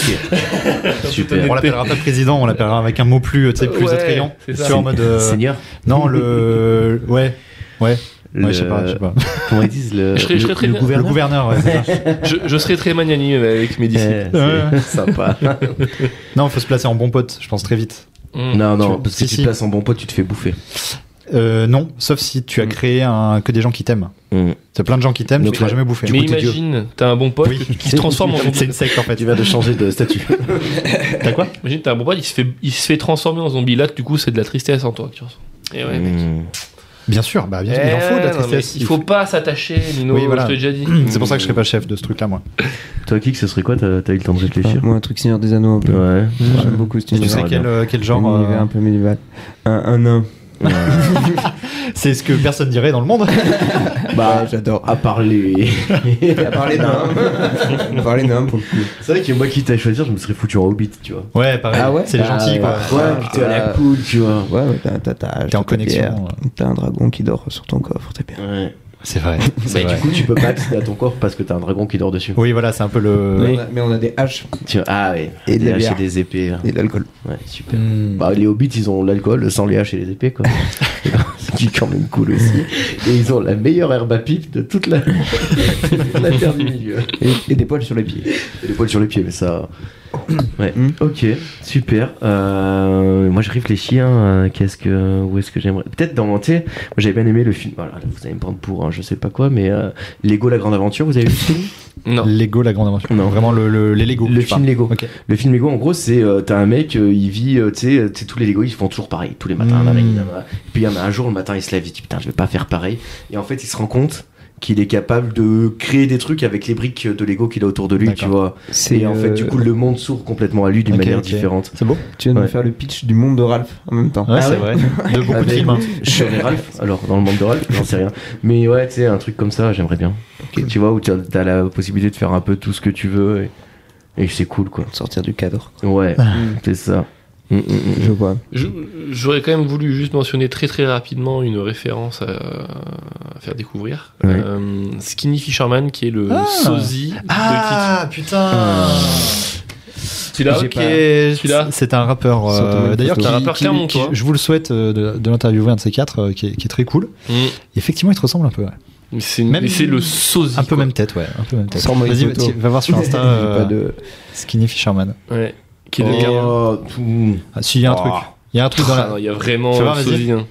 On Super. l'appellera pas président, on l'appellera avec un mot plus, tu sais, plus Ouais, attrayant. c'est Tu ça. vois, en mode. euh, Seigneur, non, le. Ouais. le- Ouais, je sais pas, je sais pas. comment ils disent le, Je serais- je serais très le bien- Le gouverneur. gouverneur, ouais, c'est ça. je, je serais très magnanime avec mes Euh, disciples. Eh, Ouais, c'est sympa. Non, faut se placer en bon pote, je pense, très vite. Mm. non, non, Hum. Tu- parce que si, tu si. te places en bon pote, tu te fais bouffer. Euh, non, sauf si tu as Mm. créé un... que des gens qui t'aiment. Mm. T'as plein de gens qui t'aiment, tu Donc, ne vas ouais. jamais bouffer. Mais Du coup, t'es Dieu. imagine, t'as un bon pote Oui. que- qui se transforme en C'est zombie. une secte en fait. Ah, viens de changer de statut. T'as quoi Imagine, t'as un bon pote, il se fait, il se fait transformer en zombie. Là, du coup, c'est de la tristesse en toi. que tu ressens. Et ouais, mec. Hum. Bien sûr, bah bien sûr, Hmm. il en Eh, faut de la non, mais tristesse. il faut pas s'attacher, Nino. Oui, voilà. Je t'ai déjà dit. C'est pour ça que je serais pas chef de ce truc là, moi. Toi, Kik, ce serait quoi T'as t'as eu le temps de Ah, réfléchir Moi un truc Seigneur des Anneaux un peu. Ouais. J'aime beaucoup ce Et tu Ouais, sais ouais, quel, bien. euh, quel genre. un univers euh, un peu médiéval. Un, un nain. Ouais. C'est ce que personne dirait dans le monde. bah, Ouais, j'adore. à part les. À part les nains. À part les nains pour le coup. C'est vrai que moi, quitte à choisir, je me serais foutu en hobbit, tu vois. Euh, Ouais, pareil. Ah ouais c'est les gentils, quoi. Ouais, putain, à la Ah. cool, tu vois. Ouais, ouais, t'as- t'as- T'es t'as- en t'as ta bière, connexion. euh, hein. T'as un dragon qui dort sur ton coffre, t'es bien. Ouais. C'est vrai. Mais Bah, du coup, tu peux pas accéder à ton corps parce que t'as un dragon qui dort dessus. Oui, voilà, c'est un peu le. Mais, on a, mais on a des haches Tu vois, ah ouais. Et de les la haches bière. et des épées. hein. et de l'alcool. Ouais, super. Hmm. Bah, les hobbits, ils ont l'alcool sans les haches et les épées, quoi. Ce qui est quand même cool aussi. Et ils ont la meilleure herbe à pipe de toute la, de la terre du milieu. Et, et des poils sur les pieds. Et les Hmm. poils sur les pieds, mais ça. Ouais. Mm. Ok, super. Euh, moi, je réfléchis. Hein, euh, Qu'est-ce que, où est-ce que j'aimerais Peut-être dans. Tu sais, moi, j'avais bien aimé le film. Voilà, là, vous allez me prendre pour, hein, je sais pas quoi, mais euh, Lego la grande aventure. Vous avez vu le film Non. Lego, la grande aventure. Non. Vraiment le, le- les Lego. Le tu film parles. Lego. Ok. Le film Lego, en gros, c'est euh, t'as un mec, euh, il vit, euh, tu sais, euh, tu sais, tous les Lego, ils font toujours pareil, tous les matins. Mm. nanana, nanana. Puis il y en a un jour, le matin, il se lève, il dit putain, je vais pas faire pareil. Et en fait, il se rend compte qu'il est capable de créer des trucs avec les briques de Lego qu'il a autour de lui, D'accord. tu vois. C'est euh, Et en fait, du coup, le monde s'ouvre complètement à lui d'une Ok, manière ok. différente. C'est beau. tu viens de me ouais. faire le pitch du monde de Ralph en même temps. Ouais, Ah c'est ouais vrai. De beaucoup de bah, films. hein. Je serais Ralph, alors dans le monde de Ralph, j'en sais rien. Mais ouais, tu sais, un truc comme ça, j'aimerais bien. Tu vois, où t'as t'as la possibilité de faire un peu tout ce que tu veux et, et c'est cool quoi. Sortir du cadre. Ouais, Ah. Mm. c'est ça. Mm, mm, mm. Je vois. Je- J'aurais quand même voulu juste mentionner très très rapidement une référence à, à faire découvrir. Ouais. Euh, Skinny Fisherman, qui est le Ah. sosie de Kiki. Ah putain. Celui-là, J'ai ok. pas- celui-là. C'est un rappeur, euh, Sortez-moi une d'ailleurs, photo. qui- C'est un rappeur qui- Clermont, qui- toi. je vous le souhaite euh, de, de l'interviewer, un de ces quatre, euh, qui, est, qui est très cool. Mm. Et effectivement, il te ressemble un peu, ouais. Mais C'est une- Même- mais c'est le sosie. un peu quoi. même tête, ouais, un peu même tête. Sors-moi une Vas-y, photo. va- va voir sur Insta euh, Pas de- Skinny Fisherman. Ouais. Qui est Oh, de Clermont. tout. Ah, si, il y a un Oh. truc. Il y a un truc dans Ah la. non, Il y a vraiment Fais voir, un vas-y. sosie. hein.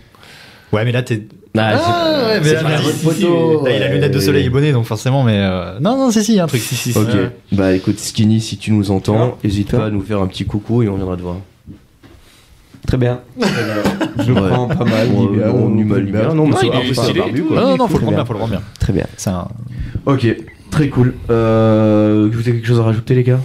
Ouais, mais là, t'es. Ah, ouais, c'est- c'est pas la si, bonne si, photo. Là, il a Ouais. lunettes de soleil et bonnet, donc forcément, mais. euh, Non, non, si, si, il y a un truc. Si, si, si. Ok, Ouais. bah écoute Skinny, si tu nous Hein entends, n'hésite Putain. pas à nous faire un petit coucou et on viendra te voir. Très bien. Je le Ouais. prends pas mal. Ouais, Libéa, non, ou ni mal, ni Libéa. bien, non, mais Non, c'est il pas- est c'est pas stylé et barbu, tout, quoi. Non, non, non, faut le Très prendre bien. bien, faut le prendre bien. Très bien. C'est un. Ok, très cool. Euh, vous avez quelque chose à rajouter, les gars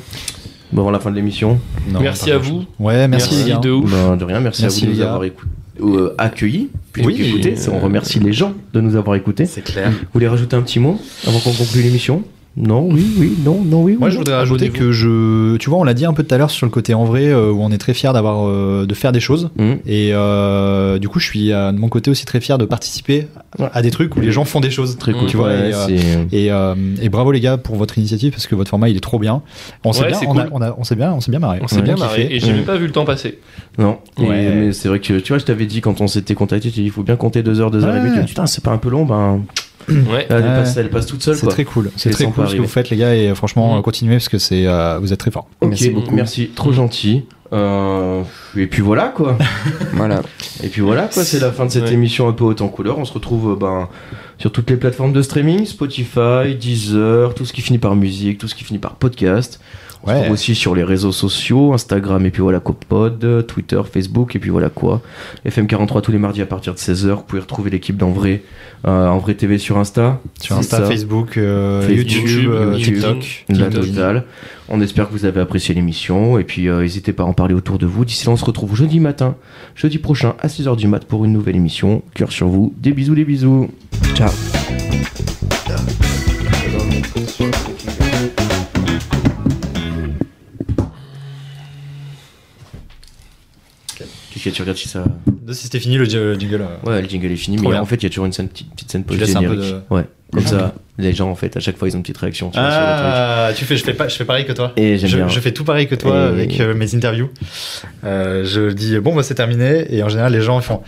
Bon, Avant la fin de l'émission non, Merci pas à grand-chose. vous. Ouais, merci, Merci les gars. de ouf. Ben, De rien, merci, Merci, à vous de les nous gars. avoir écou- euh, accueillis, plutôt Oui. qu'écoutés. C'est- On remercie les gens de nous avoir écoutés. C'est clair. Vous voulez rajouter un petit mot avant qu'on conclue l'émission Non, oui, oui, non, non, oui. Moi, oui, je non. voudrais ajouter Abonnez-vous. que je, tu vois, on l'a dit un peu tout à l'heure sur le côté en vrai, euh, où on est très fier d'avoir, euh, de faire des choses. Hmm. Et euh, du coup, je suis euh, de mon côté aussi très fier de participer à des trucs où les gens font des choses. Très cool, tu vois. ouais, et, euh, c'est- et, euh, et bravo les gars pour votre initiative parce que votre format il est trop bien. On s'est Ouais, bien, c'est on, a- cool. on a- on s'est bien, on s'est bien marré. On s'est Ouais. bien kiffé. marré et j'ai Ouais. même pas vu le temps passer. Non, et- Ouais. mais c'est vrai que tu vois, je t'avais dit quand on s'était contacté, tu dis il faut bien compter 2 heures, 2 heures et Ouais. demie. Tu dis, putain, c'est pas un peu long, ben Ouais. elle, Ouais. passe, elle passe toute seule. C'est quoi. très cool. Et C'est très sans cool ce que arriver. vous faites les gars et franchement Mm. euh, continuez parce que c'est, euh, vous êtes très forts. Ok, Merci beaucoup. Merci, Mm. trop gentil. Euh, et puis voilà quoi. Voilà. Et puis voilà quoi, c'est la fin de cette Ouais. émission un peu haute en couleur. On se retrouve euh, ben, sur toutes les plateformes de streaming Spotify, Deezer, tout ce qui finit par musique, tout ce qui finit par podcast. On se Ouais. retrouve aussi sur les réseaux sociaux Instagram et puis voilà quoi, pod, euh, Twitter, Facebook et puis voilà quoi. FM43 tous les mardis à partir de 16h. Vous pouvez retrouver l'équipe d'en vrai, euh, en vrai TV sur Insta. Sur C'est Insta, ça. Facebook, euh, Facebook, YouTube, euh, YouTube, TikTok, La LinkedIn. totale. On espère que vous avez apprécié l'émission et puis euh, n'hésitez pas à en parler autour de vous. D'ici là, on se retrouve jeudi matin, jeudi prochain à 6h du mat pour une nouvelle émission. Cœur sur vous, des bisous, des bisous. Ciao. Tu regardes si ça. Si c'était fini le jingle. euh, Ouais, le jingle est fini, Trop mais bien. en fait, il y a toujours une scène, petite, petite scène laisses un peu post-générique. Ouais, comme ça, les gens, en fait, à chaque fois, ils ont une petite réaction. tu vois, sur le truc. Ah, tu fais, je fais pas, je fais pareil que toi. Et j'aime Je, bien. je fais tout pareil que toi Et- avec euh, mes interviews. Euh, je dis bon bah c'est terminé et en général les gens font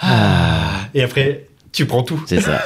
ah et après tu prends tout. C'est ça.